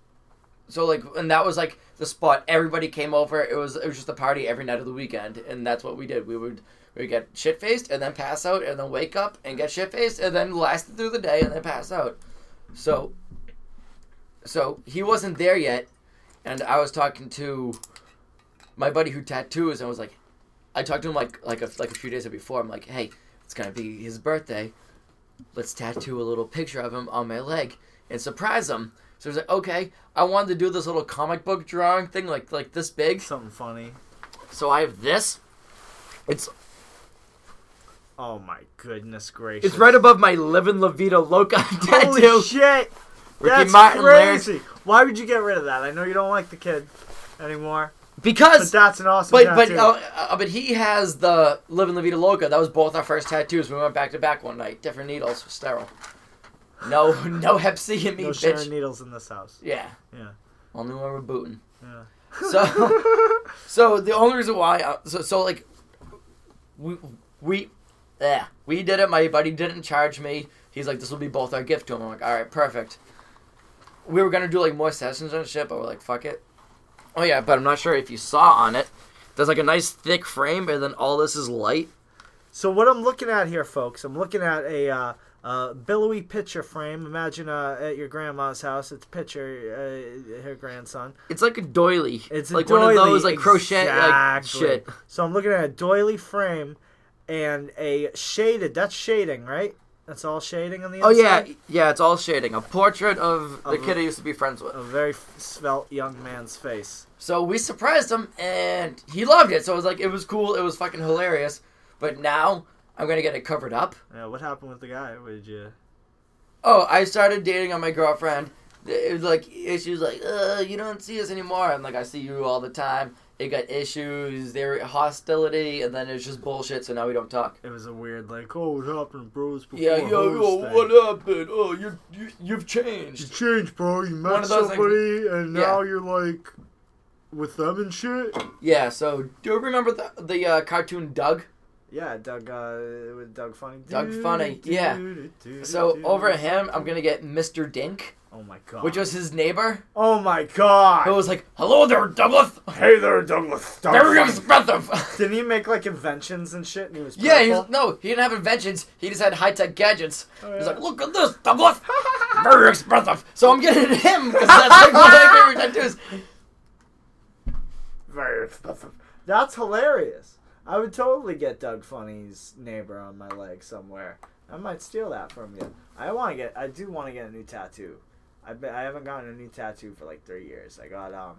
Speaker 2: so like, and that was like the spot everybody came over. It was it was just a party every night of the weekend, and that's what we did. We would we would get shit faced and then pass out, and then wake up and get shit faced, and then last through the day and then pass out. So, so he wasn't there yet, and I was talking to my buddy who tattoos, and I was like, I talked to him like like a, like a few days before. I'm like, hey, it's gonna be his birthday. Let's tattoo a little picture of him on my leg and surprise him. So he's like, okay, I wanted to do this little comic book drawing thing, like like this big.
Speaker 1: Something funny.
Speaker 2: So I have this. It's
Speaker 1: Oh my goodness gracious.
Speaker 2: it's right above my "Livin' La Vida Loca"
Speaker 1: Holy
Speaker 2: tattoo.
Speaker 1: shit!
Speaker 2: Ricky
Speaker 1: That's
Speaker 2: Martin lyrics.
Speaker 1: crazy. Why would you get rid of that? I know you don't like the kid anymore, but
Speaker 2: Because
Speaker 1: that's an awesome
Speaker 2: But but
Speaker 1: tattoo.
Speaker 2: uh, uh, but he has the "Livin' La Vida Loca." That was both our first tattoos. We went back to back one night, different needles, sterile. No no Hep C in me,
Speaker 1: no
Speaker 2: bitch.
Speaker 1: sharing needles in this house.
Speaker 2: Yeah.
Speaker 1: Yeah.
Speaker 2: Only when we're booting.
Speaker 1: Yeah.
Speaker 2: uh, So, so the only reason why, I, so, so like, we, we, Yeah, we did it. My buddy didn't charge me. He's like, this will be both our gift to him. I'm like, all right, perfect. We were gonna do like more sessions on shit, but we're like, fuck it. Oh yeah, but I'm not sure if you saw on it. There's like a nice thick frame, and then all this is light.
Speaker 1: So what I'm looking at here, folks, I'm looking at a uh, uh, billowy picture frame. Imagine uh, at your grandma's house, it's a picture uh, her grandson.
Speaker 2: It's like a doily.
Speaker 1: It's a
Speaker 2: like one of
Speaker 1: doily,
Speaker 2: those like crochet like
Speaker 1: exactly.
Speaker 2: shit.
Speaker 1: So I'm looking at a doily frame and a shaded. That's shading, right? That's all shading on the
Speaker 2: Oh
Speaker 1: inside.
Speaker 2: yeah, yeah. It's all shading. A portrait of the
Speaker 1: Of-
Speaker 2: kid I used to be friends with.
Speaker 1: A very f- svelte young man's face.
Speaker 2: So we surprised him, and he loved it. So it was like it was cool. It was fucking hilarious. But now I'm gonna get it covered up.
Speaker 1: Yeah, what happened with the guy? What did you?
Speaker 2: Oh, I started dating on my girlfriend. It was like issues like, uh, you don't see us anymore. I'm like, I see you all the time. It got issues. There were hostility, and then it's just bullshit. So now we don't talk.
Speaker 1: It was a weird, like, oh, what happened, bros? Before
Speaker 2: Yeah, yo, yo,
Speaker 1: hoes thing.
Speaker 2: what happened? Oh, you, you, you've
Speaker 1: You
Speaker 2: changed.
Speaker 1: changed, bro. You
Speaker 2: One
Speaker 1: met
Speaker 2: of those things-
Speaker 1: somebody, and
Speaker 2: Yeah.
Speaker 1: now you're like with them and shit.
Speaker 2: Yeah. So do you remember the the uh, cartoon Doug?
Speaker 1: Yeah, Doug uh, with Doug Funny.
Speaker 2: Doug Funny, yeah. So over him, I'm gonna get Mr. Dink,
Speaker 1: Oh my god.
Speaker 2: which was his neighbor,
Speaker 1: Oh my god.
Speaker 2: who was like, "Hello there, Douglas.
Speaker 1: hey there, Douglas. Doug
Speaker 2: There
Speaker 1: Funny.
Speaker 2: goes Breath
Speaker 1: Didn't he make like inventions and shit? And he was
Speaker 2: Yeah, he was,
Speaker 1: purple?
Speaker 2: no, he didn't have inventions. He just had high tech gadgets.
Speaker 1: Oh,
Speaker 2: He's
Speaker 1: yeah.
Speaker 2: like, "Look at this, Douglas. Very expressive." So I'm getting him because that's like one of my favorite tattoos.
Speaker 1: very expensive. That's hilarious. I would totally get Doug Funny's neighbor on my leg somewhere. I might steal that from you. I want to get. I do want to get a new tattoo. I've been, I haven't gotten a new tattoo for like three years. I got um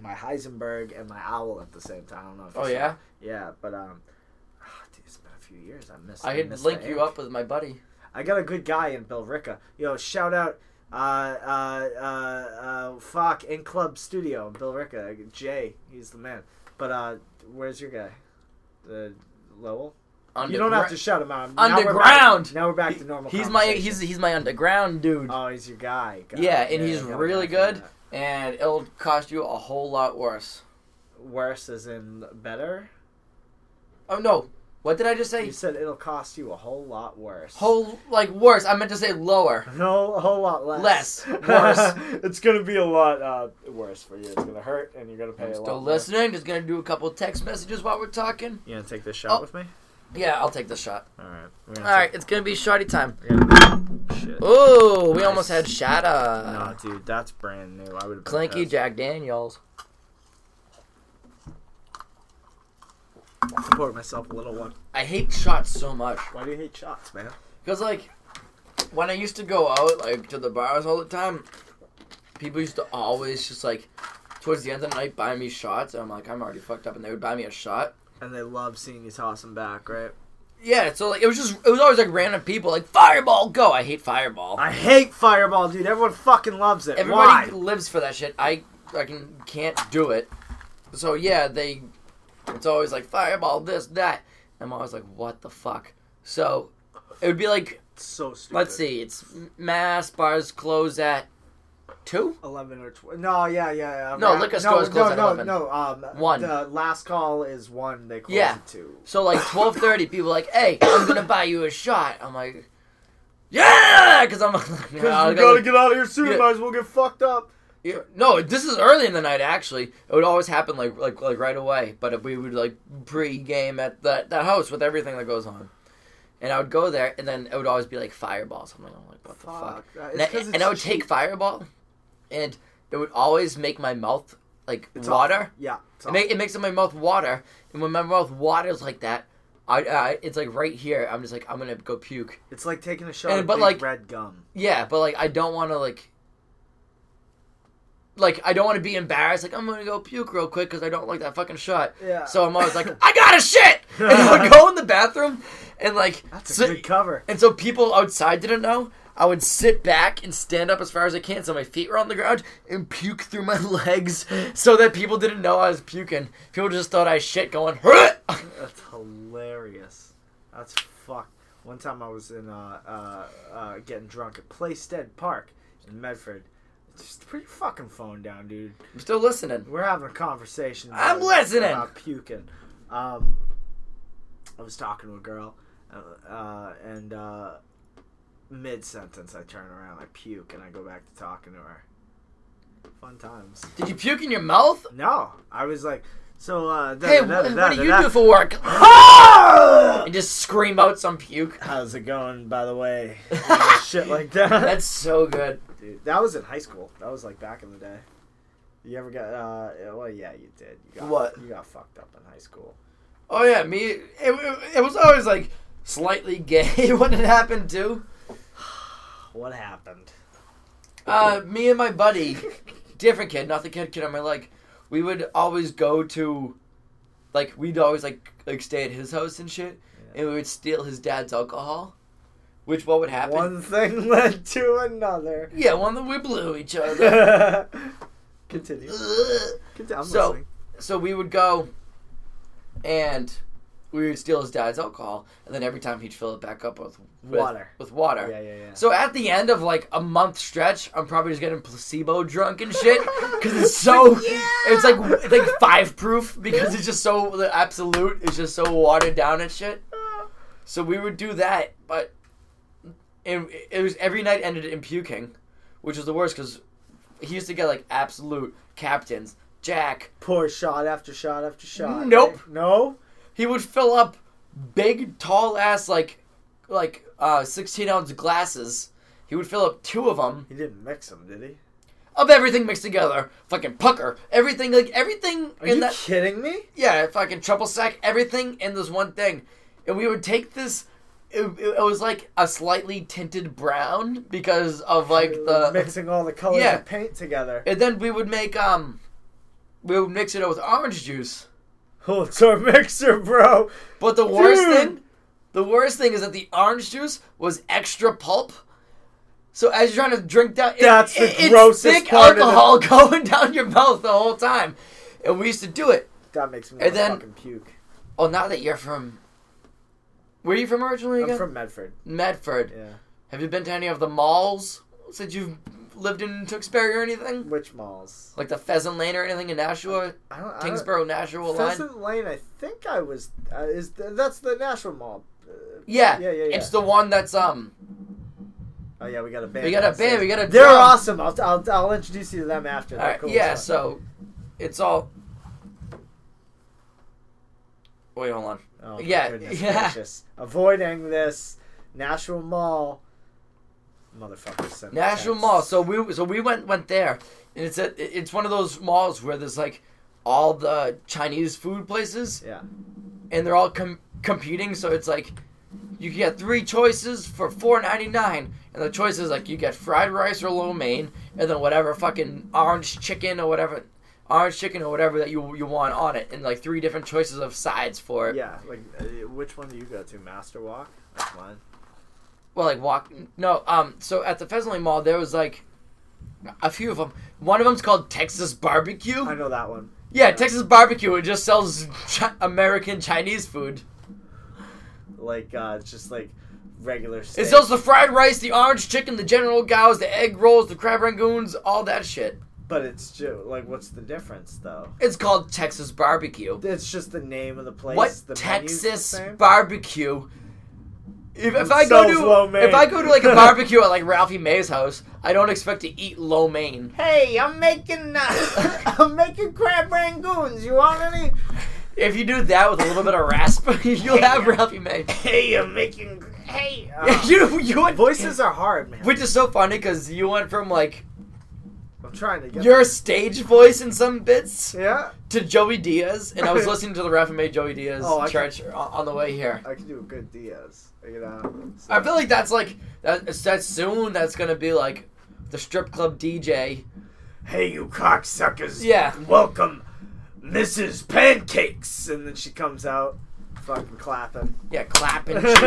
Speaker 1: my Heisenberg and my owl at the same time. I don't know. If you
Speaker 2: Oh
Speaker 1: saw-
Speaker 2: yeah,
Speaker 1: Yeah, but um, ah, dude, it's been a few years. I missed.
Speaker 2: I could
Speaker 1: missed
Speaker 2: link
Speaker 1: the
Speaker 2: you
Speaker 1: ink.
Speaker 2: up with my buddy.
Speaker 1: I got a good guy in Bill Ricca. Yo, shout out, uh, uh, uh, uh, fuck, in Club Studio, Bill Ricca, Jay, he's the man. But uh, where's your guy? The Lowell. You don't have to shout him out. Now we're back-
Speaker 2: Underground.
Speaker 1: Now we're back, to normal.
Speaker 2: He's my
Speaker 1: conversation.
Speaker 2: he's he's my underground dude.
Speaker 1: Oh, he's your guy. Got
Speaker 2: Yeah,
Speaker 1: it.
Speaker 2: and he's
Speaker 1: I got
Speaker 2: really
Speaker 1: a guy for
Speaker 2: good.
Speaker 1: that.
Speaker 2: and it'll cost you a whole lot worse.
Speaker 1: Worse as in better.
Speaker 2: Oh no! What did I just say?
Speaker 1: You said it'll cost you a whole lot worse.
Speaker 2: Whole like worse. I meant to say lower.
Speaker 1: No, a whole lot less.
Speaker 2: Less. Worse.
Speaker 1: it's gonna be a lot uh, worse for you. It's gonna hurt, and you're gonna pay
Speaker 2: I'm
Speaker 1: a lot.
Speaker 2: still
Speaker 1: more.
Speaker 2: listening. Just gonna do a couple text messages while we're talking.
Speaker 1: You gonna take this shot
Speaker 2: Oh.
Speaker 1: with me?
Speaker 2: Yeah, I'll take the shot.
Speaker 1: All right. We're
Speaker 2: All
Speaker 1: gonna
Speaker 2: right, it's gonna be shoddy time.
Speaker 1: take- yeah. Shit.
Speaker 2: Oh, we
Speaker 1: Nice.
Speaker 2: almost had
Speaker 1: Nah,
Speaker 2: shatta.
Speaker 1: dude, that's brand new. I would have
Speaker 2: Clanky Jack Daniels.
Speaker 1: Support myself a little one.
Speaker 2: I hate shots so much
Speaker 1: Why do you hate shots, man?
Speaker 2: because like when I used to go out like to the bars all the time, people used to always just like towards the end of the night buy me shots, and I'm like I'm already fucked up, and they would buy me a shot.
Speaker 1: And they love seeing you toss them back, right?
Speaker 2: Yeah, so like it was just it was always like random people like Fireball go. I hate Fireball.
Speaker 1: I hate Fireball, dude. Everyone fucking loves it.
Speaker 2: Everybody
Speaker 1: Why?
Speaker 2: lives for that shit. I I can, can't do it. So yeah, they it's always like Fireball this that. I'm always like what the fuck. So it would be like
Speaker 1: It's so stupid.
Speaker 2: let's see, it's mass bars close at two.
Speaker 1: Eleven or twelve? No, yeah, yeah. yeah.
Speaker 2: No,
Speaker 1: Yeah.
Speaker 2: liquor
Speaker 1: no,
Speaker 2: stores
Speaker 1: no,
Speaker 2: close at
Speaker 1: no,
Speaker 2: 11.
Speaker 1: No, um,
Speaker 2: One.
Speaker 1: The last call is one. They close
Speaker 2: Yeah.
Speaker 1: at two.
Speaker 2: So like twelve thirty, people are like hey, I'm gonna buy you a shot. I'm like. Yeah, because I'm like,
Speaker 1: Because
Speaker 2: "Nah, I
Speaker 1: we
Speaker 2: gotta
Speaker 1: gotta get out of here soon.
Speaker 2: Yeah.
Speaker 1: Might as well get fucked up.
Speaker 2: Yeah, no, this is early in the night. Actually, it would always happen like like like right away. But we would like pre-game at that that house with everything that goes on, and I would go there, and then it would always be like fireball. Something I'm like, what the fuck?
Speaker 1: that-
Speaker 2: And,
Speaker 1: Uh, it's
Speaker 2: I,
Speaker 1: 'cause
Speaker 2: and I would
Speaker 1: it's
Speaker 2: take
Speaker 1: cheap.
Speaker 2: fireball, and it would always make my mouth like
Speaker 1: It's Oh.
Speaker 2: water.
Speaker 1: awful. Yeah. it's
Speaker 2: It, ma- it makes my mouth water, and when my mouth waters like that, I, I it's like right here. I'm just like I'm gonna go puke.
Speaker 1: It's like taking a shot
Speaker 2: And-
Speaker 1: of
Speaker 2: but,
Speaker 1: big
Speaker 2: like-
Speaker 1: red gum.
Speaker 2: Yeah, but like I don't want to like like I don't want to be embarrassed. Like I'm gonna go puke real quick because I don't like that fucking shot.
Speaker 1: Yeah.
Speaker 2: So I'm always like, I got a shit, and I would go in the bathroom and like
Speaker 1: That's a
Speaker 2: sit-
Speaker 1: good cover.
Speaker 2: and so people outside didn't know. I would sit back and stand up as far as I can, so my feet were on the ground, and puke through my legs, so that people didn't know I was puking. People just thought I shit going.
Speaker 1: That's hilarious. That's fuck. One time I was in uh, uh, uh, getting drunk at Playstead Park in Medford. Just put your fucking phone down, dude.
Speaker 2: I'm still listening.
Speaker 1: We're having a conversation.
Speaker 2: I'm
Speaker 1: about-
Speaker 2: listening.
Speaker 1: About puking. Um, I was talking to a girl, uh, uh, and uh, mid sentence I turn around, I puke, and I go back to talking to her. Fun times.
Speaker 2: Did you puke in your mouth?
Speaker 1: No, I was like, so. Uh, da-
Speaker 2: Hey,
Speaker 1: da- da-
Speaker 2: what,
Speaker 1: da-
Speaker 2: what do
Speaker 1: da-
Speaker 2: you
Speaker 1: da-
Speaker 2: do for work?
Speaker 1: Ah!
Speaker 2: And just scream out some puke.
Speaker 1: How's it going, by the way? Yeah, Shit like that.
Speaker 2: That's so good.
Speaker 1: Dude, that was in high school. That was like back in the day. You ever got? Uh, yeah, well, yeah, you did. You got,
Speaker 2: What?
Speaker 1: You got fucked up in high school.
Speaker 2: Oh yeah, me. It, it, it was always like slightly gay when it happened too.
Speaker 1: What happened?
Speaker 2: Uh, me and my buddy, different kid, not the kid kid on my leg. We would always go to, like, we'd always like like stay at his house and shit,
Speaker 1: Yeah.
Speaker 2: and we would steal his dad's alcohol. Which what would happen?
Speaker 1: One thing led to another.
Speaker 2: Yeah, one that we blew each other.
Speaker 1: Continue. Continue. I'm
Speaker 2: So-
Speaker 1: listening.
Speaker 2: so we would go, and we would steal his dad's alcohol, and then every time he'd fill it back up with with
Speaker 1: Water.
Speaker 2: With water.
Speaker 1: Yeah, yeah, yeah.
Speaker 2: So at the end of like a month stretch, I'm probably just getting placebo drunk and shit because it's so it's like it's like five proof because it's just so the absolute is just so watered down and shit. So we would do that, but it, it was every night ended in puking, which was the worst because he used to get like absolute captains, Jack.
Speaker 1: Pour shot after shot after shot.
Speaker 2: Nope.
Speaker 1: right? No.
Speaker 2: He would fill up big tall ass like like uh, sixteen ounce glasses. He would fill up two of them.
Speaker 1: He didn't mix them, did he?
Speaker 2: of everything mixed together. Fucking pucker, everything like everything
Speaker 1: Are
Speaker 2: in
Speaker 1: you
Speaker 2: that
Speaker 1: kidding me?
Speaker 2: yeah, fucking triple sack, everything in this one thing. And we would take this. It, it- it was like a slightly tinted brown because of like the.
Speaker 1: mixing all the colors
Speaker 2: Yeah.
Speaker 1: of paint together.
Speaker 2: And then we would make um, we would mix it up with orange juice.
Speaker 1: Oh, it's our mixer, bro.
Speaker 2: But the worst
Speaker 1: Dude.
Speaker 2: thing, the worst thing is that the orange juice was extra pulp. So as you're trying to drink down, it-
Speaker 1: That's the
Speaker 2: it- it's
Speaker 1: grossest
Speaker 2: thick
Speaker 1: part of the-
Speaker 2: alcohol going down your mouth the whole time. And we used to do it.
Speaker 1: That makes me
Speaker 2: And
Speaker 1: wanna
Speaker 2: then-
Speaker 1: fucking puke.
Speaker 2: Oh, now that you're from, where are you from originally again?
Speaker 1: I'm from Medford.
Speaker 2: Medford.
Speaker 1: Yeah.
Speaker 2: Have you been to any of the malls since you've lived in Tewksbury or anything?
Speaker 1: Which malls?
Speaker 2: Like the Pheasant Lane or anything in Nashua,
Speaker 1: I don't. I don't-
Speaker 2: Kingsborough, Nashua line?
Speaker 1: Uh, Pheasant Lane. I think I was. Uh, is the, that's the Nashville Mall? Uh,
Speaker 2: Yeah,
Speaker 1: Yeah, yeah, yeah.
Speaker 2: It's the one that's um.
Speaker 1: oh yeah, we got a band.
Speaker 2: We got a band.
Speaker 1: downstairs.
Speaker 2: We got a.
Speaker 1: They're
Speaker 2: drum.
Speaker 1: awesome. I'll, I'll, I'll introduce you to them after.
Speaker 2: All
Speaker 1: They're
Speaker 2: right,
Speaker 1: cool
Speaker 2: yeah.
Speaker 1: as fuck.
Speaker 2: So, it's all. Wait, hold on.
Speaker 1: Oh, my
Speaker 2: yeah,
Speaker 1: goodness
Speaker 2: yeah.
Speaker 1: gracious. Avoiding this Nashville Mall. Motherfucker. sent a
Speaker 2: Nashville
Speaker 1: text.
Speaker 2: Mall. So we so we went went there, and it's a, it's one of those malls where there's like all the Chinese food places,
Speaker 1: Yeah.
Speaker 2: and they're all com- competing. So it's like you get three choices for four ninety nine, and the choice is like you get fried rice or lo mein, and then whatever fucking orange chicken or whatever, orange chicken or whatever that you you want on it, and like three different choices of sides for it.
Speaker 1: Yeah. Like, uh, which one do you go to? Master Walk. That's mine.
Speaker 2: Well, like walk. No, um. So at the Pheasantly Mall, there was like a few of them. One of them's called Texas Barbecue.
Speaker 1: I know that one.
Speaker 2: Yeah, Texas barbecue. It just sells chi- American Chinese food.
Speaker 1: Like, uh, just like regular.
Speaker 2: It
Speaker 1: steak.
Speaker 2: sells the fried rice, the orange chicken, the general gows, the egg rolls, the crab rangoons, all that shit.
Speaker 1: But it's just like, what's the difference though?
Speaker 2: It's called Texas barbecue.
Speaker 1: It's just the name of the place.
Speaker 2: what
Speaker 1: the menu's the
Speaker 2: Texas
Speaker 1: same.
Speaker 2: barbecue? If, if I go
Speaker 1: Sells lo
Speaker 2: to
Speaker 1: mein.
Speaker 2: if I go to like a barbecue at like Ralphie May's house, I don't expect to eat lo mein.
Speaker 1: Hey, I'm making uh, I'm making crab rangoons. You want any?
Speaker 2: If you do that with a little bit of rasp, you'll have Ralphie May.
Speaker 1: Hey, I'm making. Hey.
Speaker 2: you you went,
Speaker 1: voices are hard, man.
Speaker 2: which is so funny because you went from like
Speaker 1: I'm trying to get.
Speaker 2: your stage voice in some bits
Speaker 1: yeah,
Speaker 2: to Joey Diaz, and I was listening to the Ralph and May Joey Diaz
Speaker 1: Oh, I
Speaker 2: church on, on the way here.
Speaker 1: I can do a good Diaz. You know. So-
Speaker 2: I feel like that's like that. That's soon. That's gonna be like the strip club DJ.
Speaker 1: hey, you cocksuckers.
Speaker 2: Yeah.
Speaker 1: Welcome, Mrs. Pancakes. And then she comes out, fucking clapping.
Speaker 2: Yeah, clapping cheeks,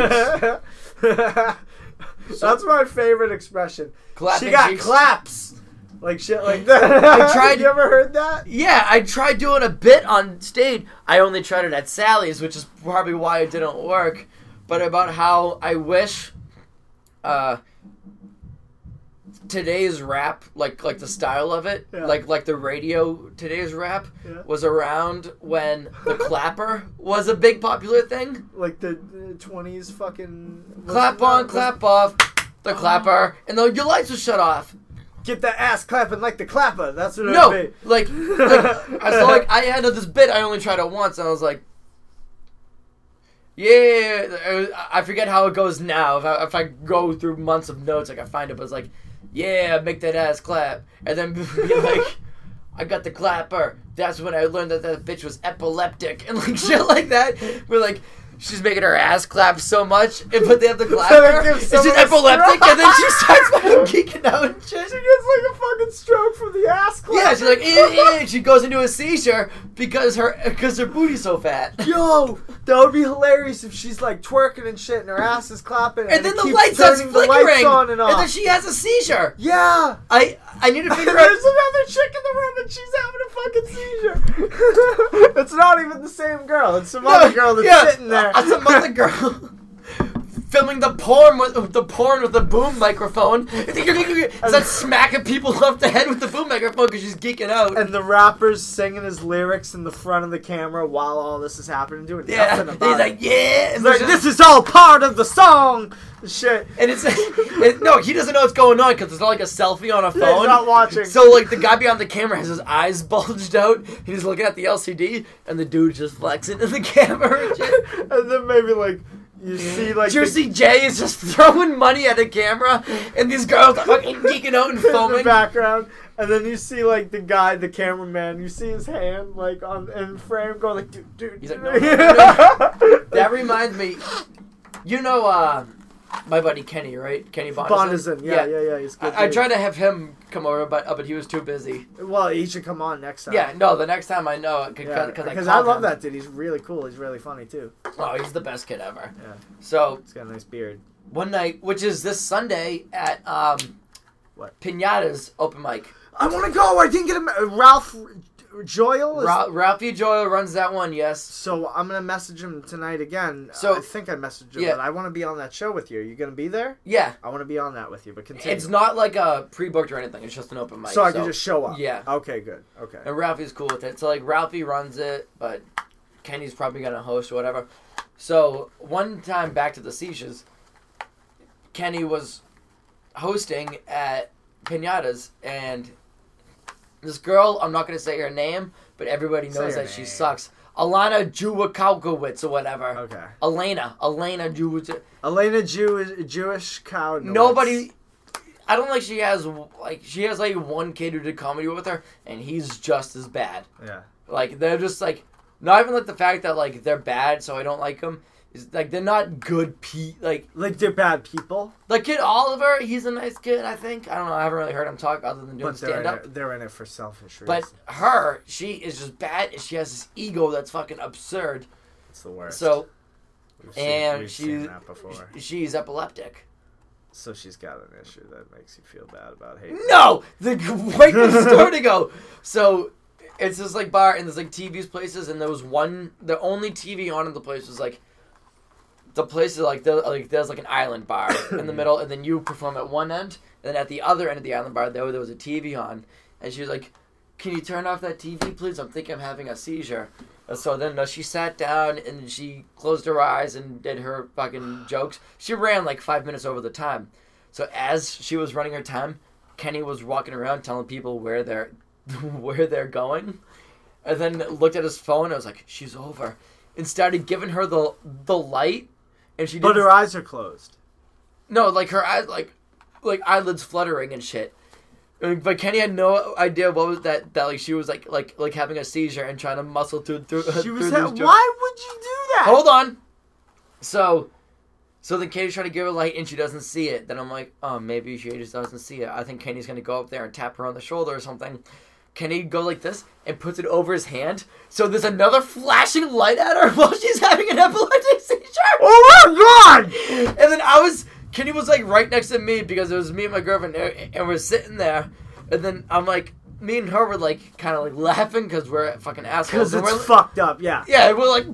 Speaker 1: That's my favorite expression.
Speaker 2: clapping
Speaker 1: she got
Speaker 2: cheeks.
Speaker 1: claps. Like shit like that.
Speaker 2: I tried-
Speaker 1: you ever heard that?
Speaker 2: yeah, I tried doing a bit on stage. I only tried it at Sally's, which is probably why it didn't work. But about how I wish, uh, today's rap, like like the style of it,
Speaker 1: Yeah.
Speaker 2: like like the radio today's rap
Speaker 1: Yeah.
Speaker 2: was around when the clapper was a big popular thing.
Speaker 1: like the twenties fucking
Speaker 2: Clap
Speaker 1: was-
Speaker 2: on,
Speaker 1: was-
Speaker 2: clap off, the
Speaker 1: Uh-huh.
Speaker 2: clapper, and the, your lights will shut off.
Speaker 1: Get that ass clapping like the clapper. That's what it
Speaker 2: No,
Speaker 1: would be.
Speaker 2: like, like I saw like I had this bit I only tried it once, and I was like, yeah, I- I forget how it goes now. If I, if I go through months of notes, like I find it, but it's like, yeah, make that ass clap, and then be like, I got the clapper. That's when I learned that that bitch was epileptic and like shit like that. We're like. She's making her ass clap so much, and but they have the clapper.
Speaker 1: gives
Speaker 2: and she's
Speaker 1: someone a
Speaker 2: epileptic,
Speaker 1: stroke.
Speaker 2: and then she starts fucking geeking out and shit.
Speaker 1: She gets like a fucking stroke from the ass clap.
Speaker 2: Yeah, she's like, "Eh, eh," and she goes into a seizure because her because her booty's so fat.
Speaker 1: Yo, that would be hilarious if she's like twerking and shit, and her ass is clapping, and,
Speaker 2: And then
Speaker 1: it
Speaker 2: the
Speaker 1: keeps
Speaker 2: light starts
Speaker 1: turning
Speaker 2: flickering,
Speaker 1: the lights on and off.
Speaker 2: then she has a seizure.
Speaker 1: yeah.
Speaker 2: I I need to
Speaker 1: There's
Speaker 2: figure out.
Speaker 1: another chick in the room and she's having a fucking seizure. it's not even the same girl. It's some other girl that's
Speaker 2: yeah,
Speaker 1: sitting there.
Speaker 2: uh, some other girl filming the porn with the porn with the boom microphone. Starts smacking people off the head with the boom microphone because she's geeking out.
Speaker 1: and the rapper's singing his lyrics in the front of the camera while all this is happening, doing
Speaker 2: yeah,
Speaker 1: nothing
Speaker 2: he's
Speaker 1: about it.
Speaker 2: like, yeah, and
Speaker 1: He's like,
Speaker 2: there's just-
Speaker 1: this is all part of the song. Shit.
Speaker 2: And it's it, no, he doesn't know what's going on because it's not like a selfie on a phone.
Speaker 1: Yeah, he's not watching.
Speaker 2: So like the guy behind the camera has his eyes bulged out. He's looking at the LCD, and the dude just flexing in the camera. and shit.
Speaker 1: and then maybe like you see like the,
Speaker 2: Jersey J is just throwing money at the camera, and these girls are fucking geeking out and
Speaker 1: in the
Speaker 2: foaming.
Speaker 1: background, and then you see like the guy, the cameraman. You see his hand like on in frame, going like, dude, dude.
Speaker 2: He's like,
Speaker 1: dude."
Speaker 2: "No, no, no." That reminds me, you know, uh, my buddy Kenny, right? Kenny Bonison.
Speaker 1: Bonison. Yeah, yeah, yeah. he's good.
Speaker 2: I, I
Speaker 1: dude.
Speaker 2: tried to have him come over, but uh, but he was too busy.
Speaker 1: Well, he should come on next time.
Speaker 2: Yeah, no. The next time I know,
Speaker 1: Yeah,
Speaker 2: because
Speaker 1: because I love that dude. He's really cool. He's really funny too.
Speaker 2: Oh, he's the best kid ever.
Speaker 1: Yeah.
Speaker 2: So
Speaker 1: He's got a nice beard.
Speaker 2: one night, which is this Sunday at um,
Speaker 1: What?
Speaker 2: Pinata's open mic.
Speaker 1: I want to go. I didn't get
Speaker 2: uh,
Speaker 1: him. Ralph Joyle. Is,
Speaker 2: Ra- Ralphie Joyle runs that one. Yes.
Speaker 1: so I'm gonna message him tonight again.
Speaker 2: So-
Speaker 1: I think I messaged him,
Speaker 2: Yeah.
Speaker 1: but I want to be on that show with you. Are you gonna be there?
Speaker 2: Yeah.
Speaker 1: I want to be on that with you. But continue.
Speaker 2: It's not like a pre-booked or anything. It's just an open mic.
Speaker 1: so I can just show up.
Speaker 2: Yeah.
Speaker 1: Okay. Good. Okay.
Speaker 2: And Ralphie's cool with it. So like Ralphie runs it, but Kenny's probably gonna host or whatever. So one time back to the seizures, Kenny was hosting at Pinatas and this girl, I'm not gonna say her name, but everybody
Speaker 1: Say
Speaker 2: knows
Speaker 1: her
Speaker 2: that she
Speaker 1: name.
Speaker 2: sucks. Alana Jewakaukowitz or whatever.
Speaker 1: Okay.
Speaker 2: Elena. Elena Jewakaukowitz.
Speaker 1: Elena Jew Jewish cow. Norris.
Speaker 2: Nobody. I don't think she has like she has like one kid who did comedy with her, and he's just as bad.
Speaker 1: Yeah.
Speaker 2: Like they're just like not even like the fact that like they're bad, so I don't like them. Is like they're not good. Pe like
Speaker 1: Like they're bad people,
Speaker 2: like kid Oliver, he's a nice kid. I think I don't know. I haven't really heard him talk other than doing
Speaker 1: but they're
Speaker 2: stand
Speaker 1: in,
Speaker 2: up.
Speaker 1: it, they're in it for selfish
Speaker 2: But
Speaker 1: reasons.
Speaker 2: her, she is just bad. and She has this ego that's fucking absurd.
Speaker 1: it's the worst.
Speaker 2: So
Speaker 1: We've
Speaker 2: and
Speaker 1: we've
Speaker 2: she-
Speaker 1: seen that before.
Speaker 2: sh- she's epileptic.
Speaker 1: So she's got an issue that makes you feel bad about hate.
Speaker 2: No, the right from the start to go. So it's this like bar and there's like TVs places and there was one the only TV on in the place was like the place is like there, like there's like an island bar in the middle and then you perform at one end and then at the other end of the island bar there there was a TV on and she was like, "Can you turn off that TV, please? I'm thinking I'm having a seizure." And so then uh, she sat down and she closed her eyes and did her fucking jokes. She ran like five minutes over the time. So as she was running her time, Kenny was walking around telling people where they're where they're going, and then looked at his phone. and was like, "She's over," and started giving her the the light. And she
Speaker 1: But
Speaker 2: didn't-
Speaker 1: her eyes are closed.
Speaker 2: no, like her eyes, like, like eyelids fluttering and shit. And- But Kenny had no idea what was that. That like she was like like like having a seizure and trying to muscle through through. Oh
Speaker 1: She
Speaker 2: through
Speaker 1: was.
Speaker 2: these
Speaker 1: Ha-
Speaker 2: jokes.
Speaker 1: why would you do that?
Speaker 2: Hold on. So, so then Kenny's trying to give her light and she doesn't see it. Then I'm like, oh, maybe she just doesn't see it. I think Kenny's gonna go up there and tap her on the shoulder or something. Kenny go like this and puts it over his hand. So there's another flashing light at her while she's having an epileptic seizure.
Speaker 1: Oh my god!
Speaker 2: And then I was Kenny was like right next to me because it was me and my girlfriend and and we're sitting there. And then I'm like, me and her were like kind of like laughing because we're fucking assholes.
Speaker 1: Because
Speaker 2: And
Speaker 1: it's
Speaker 2: we're,
Speaker 1: fucked up. Yeah,
Speaker 2: yeah, we're like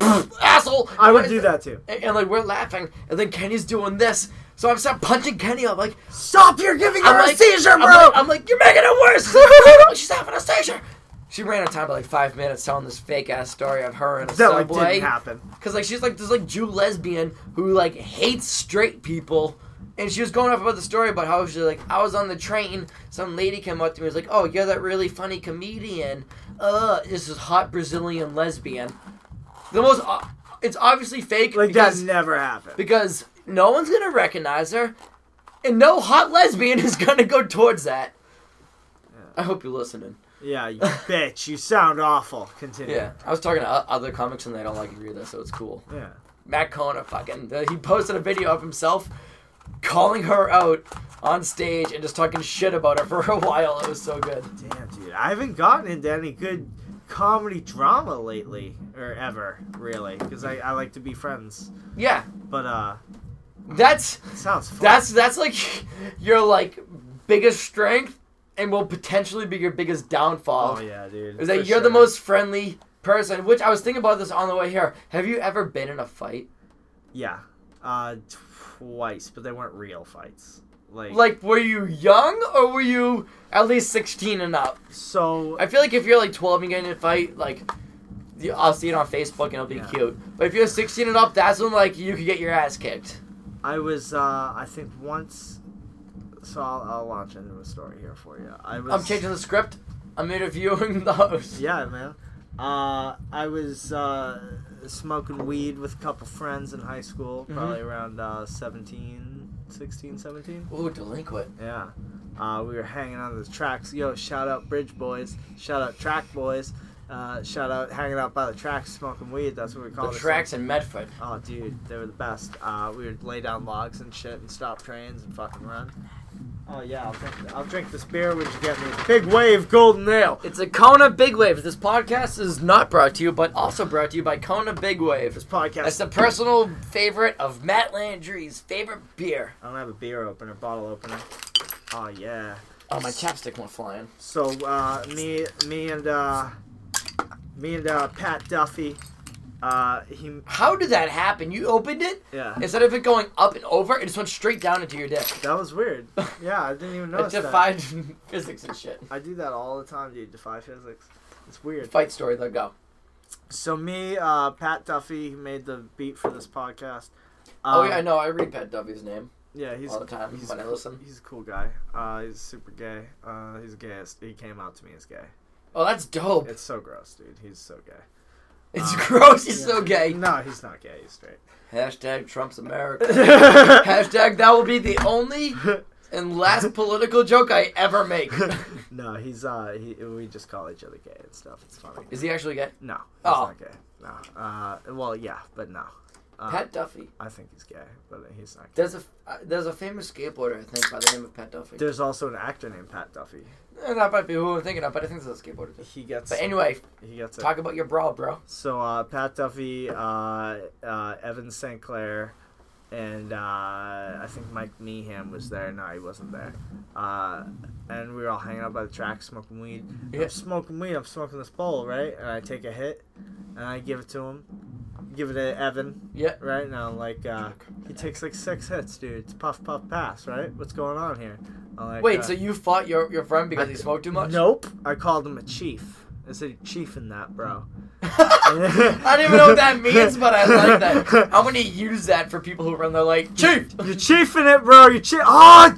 Speaker 2: asshole.
Speaker 1: I would
Speaker 2: And-
Speaker 1: do that too.
Speaker 2: And, and, like we're laughing, and then Kenny's doing this, So I'm start punching Kenny. I'm like,
Speaker 1: Stop! You're giving her
Speaker 2: I'm
Speaker 1: a
Speaker 2: like,
Speaker 1: seizure,
Speaker 2: I'm
Speaker 1: bro.
Speaker 2: like- I'm like, you're making it worse. She's, like, "Oh, She's having a seizure. She ran out of time by like five minutes telling this fake ass story of her in a
Speaker 1: that like
Speaker 2: subway.
Speaker 1: didn't happen.
Speaker 2: Cause like she's like this like Jew lesbian who like hates straight people, and she was going off about the story about how she like I was on the train, some lady came up to me was like, oh you're that really funny comedian, uh this is hot Brazilian lesbian, the most o- it's obviously fake
Speaker 1: Like
Speaker 2: because
Speaker 1: that never happened.
Speaker 2: because no one's gonna recognize her, and no hot lesbian is gonna go towards that. I hope you're listening.
Speaker 1: yeah, you bitch. You sound awful. Continue.
Speaker 2: Yeah, I was talking to o- other comics and they don't like to hear this, so it's cool.
Speaker 1: Yeah.
Speaker 2: Matt Kona fucking he posted a video of himself calling her out on stage and just talking shit about her for a while. It was so good.
Speaker 1: Damn, dude. I haven't gotten into any good comedy drama lately or ever really because I, I like to be friends
Speaker 2: Yeah,
Speaker 1: but uh
Speaker 2: that's
Speaker 1: it sounds fun.
Speaker 2: that's that's like your like biggest strength and will potentially be your biggest downfall.
Speaker 1: oh yeah dude
Speaker 2: Is that
Speaker 1: for
Speaker 2: you're the
Speaker 1: sure.
Speaker 2: most friendly person? Which I was thinking about this on the way here. Have you ever been in a fight?
Speaker 1: yeah uh twice but they weren't real fights like,
Speaker 2: Like, were you young or were you at least 16 and up?
Speaker 1: so
Speaker 2: I feel like if you're like 12 and getting in a fight, like you- I'll see it on Facebook and it'll be
Speaker 1: Yeah.
Speaker 2: cute. But if you're 16 and up, that's when like you could get your ass kicked.
Speaker 1: I was, uh, I think once. So I'll, I'll launch into a story here for you. I was.
Speaker 2: I'm changing the script. I'm interviewing the host.
Speaker 1: Yeah, man. Uh, I was uh, smoking weed with a couple friends in high school,
Speaker 2: Mm-hmm.
Speaker 1: probably around uh, 17, 16, 17.
Speaker 2: Ooh, delinquent.
Speaker 1: Yeah. Uh, we were hanging on the tracks. Yo, shout out Bridge Boys. Shout out Track Boys. Uh, shout out hanging out by the tracks, smoking weed. That's what we call
Speaker 2: the
Speaker 1: it.
Speaker 2: tracks in Medford.
Speaker 1: Oh, dude, they were the best. Uh, we would lay down logs and shit and stop trains and fucking run. Oh yeah, I'll drink, I'll drink this beer. Would you get me? Big wave, golden ale.
Speaker 2: It's a Kona Big Wave. This podcast is not brought to you, but also brought to you by Kona Big Wave.
Speaker 1: This podcast.
Speaker 2: That's the personal favorite of Matt Landry's favorite beer.
Speaker 1: I don't have a beer opener, bottle opener. Oh yeah.
Speaker 2: Oh, my chapstick went flying.
Speaker 1: So uh, me, me and uh, me and uh, Pat Duffy. Uh, he
Speaker 2: How did that happen? You opened it?
Speaker 1: yeah.
Speaker 2: Instead of it going up and over, it just went straight down into your dick.
Speaker 1: That was weird. Yeah, I didn't even
Speaker 2: It
Speaker 1: notice that.
Speaker 2: defied physics and shit.
Speaker 1: I do that all the time, dude. Defy physics. It's weird.
Speaker 2: Fight story, let go.
Speaker 1: So me, uh, Pat Duffy who made the beat for this podcast.
Speaker 2: oh
Speaker 1: Um,
Speaker 2: yeah, I know. I read Pat Duffy's name
Speaker 1: Yeah, he's
Speaker 2: all the time
Speaker 1: he's
Speaker 2: when I listen.
Speaker 1: he's a cool guy. Uh, he's super gay. Uh, he's gay. as- He came out to me as gay.
Speaker 2: Oh, that's dope.
Speaker 1: It's so gross, dude. He's so gay.
Speaker 2: It's
Speaker 1: um,
Speaker 2: gross. He's
Speaker 1: yeah.
Speaker 2: so gay.
Speaker 1: No, he's not gay. He's straight.
Speaker 2: Hashtag Trump's America. Hashtag that will be the only and last political joke I ever make.
Speaker 1: no, he's uh, he, we just call each other gay and stuff. It's funny.
Speaker 2: Is he actually gay?
Speaker 1: No, he's
Speaker 2: Oh.
Speaker 1: not gay. No. Uh, well, yeah, but no. Uh,
Speaker 2: Pat Duffy.
Speaker 1: I think he's gay, but he's not. gay.
Speaker 2: There's a uh, there's a famous skateboarder I think by the name of Pat Duffy.
Speaker 1: There's also an actor named Pat Duffy.
Speaker 2: Eh, That might be who I'm thinking of, but I think there's a skateboarder. too.
Speaker 1: He gets.
Speaker 2: But anyway,
Speaker 1: he gets. A,
Speaker 2: talk about your brawl, bro.
Speaker 1: So uh, Pat Duffy, uh, uh, Evan St. Clair, and uh, I think Mike Meehan was there. No, he wasn't there. Uh, and we were all hanging out by the track smoking weed.
Speaker 2: Yeah.
Speaker 1: I'm smoking weed. I'm smoking this bowl, right? And I take a hit, and I give it to him. Give it to Evan,
Speaker 2: Yeah.
Speaker 1: right? Now, like uh, he takes like six hits, dude. It's puff, puff, pass, right? What's going on here? I'm like,
Speaker 2: Wait,
Speaker 1: uh,
Speaker 2: so you fought your, your friend because he smoked too much?
Speaker 1: Nope. I called him a chief. I said, chief in that, bro.
Speaker 2: I don't even know what that means, but I like that. I'm gonna use that for people who run. They're like, Chief.
Speaker 1: You're chiefing it, bro. You're chief. Oh,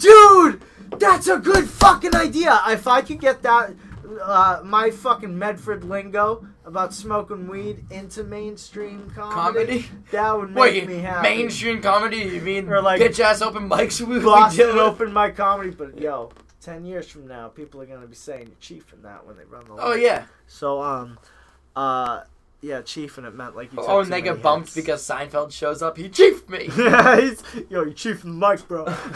Speaker 1: dude, that's a good fucking idea. If I could get that, uh, my fucking Medford lingo about smoking weed into mainstream comedy,
Speaker 2: Comedy?
Speaker 1: that would make
Speaker 2: Wait,
Speaker 1: me happy.
Speaker 2: mainstream comedy? You mean
Speaker 1: Or like-
Speaker 2: bitch ass open mics? We, we
Speaker 1: Boston
Speaker 2: did
Speaker 1: open my comedy, but yo, ten years from now, people are gonna be saying you're chiefing that when they run the.
Speaker 2: Oh
Speaker 1: line.
Speaker 2: yeah.
Speaker 1: So um, uh, yeah, chiefing it meant like you. took
Speaker 2: Oh,
Speaker 1: too
Speaker 2: and they
Speaker 1: many
Speaker 2: get bumped
Speaker 1: hits.
Speaker 2: because Seinfeld shows up. He chiefed me.
Speaker 1: Yeah, he's yo, you chiefing the mic, bro.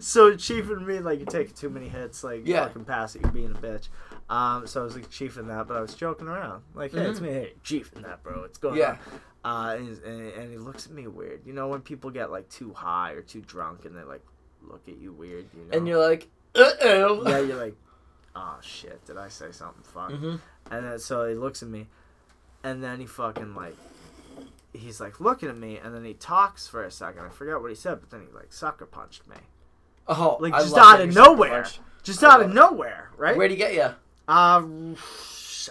Speaker 1: so chiefing me like you take too many hits, like
Speaker 2: Yeah.
Speaker 1: fucking pass it, you being a bitch. Um, so I was like chiefing that, but I was joking around, like, hey, it's me, hey, chiefing that, bro. It's going
Speaker 2: Mm-hmm. Yeah.
Speaker 1: on. Uh, and, he's- and, and he looks at me weird. You know when people get like too high or too drunk and they like look at you weird. You know.
Speaker 2: And you're like, uh oh.
Speaker 1: yeah, you're like, oh shit, did
Speaker 2: Mm-hmm.
Speaker 1: I say something fucked? And then so he looks at me, and then he fucking like he's like looking at me, and then he talks for a second. I forget what he said, but then he like sucker punched me,
Speaker 2: Oh,
Speaker 1: like
Speaker 2: I
Speaker 1: just
Speaker 2: love
Speaker 1: out
Speaker 2: that
Speaker 1: of
Speaker 2: you're sucker
Speaker 1: nowhere,
Speaker 2: punch.
Speaker 1: just
Speaker 2: I
Speaker 1: out of
Speaker 2: love it.
Speaker 1: nowhere, right?
Speaker 2: Where'd he get you?
Speaker 1: Uh,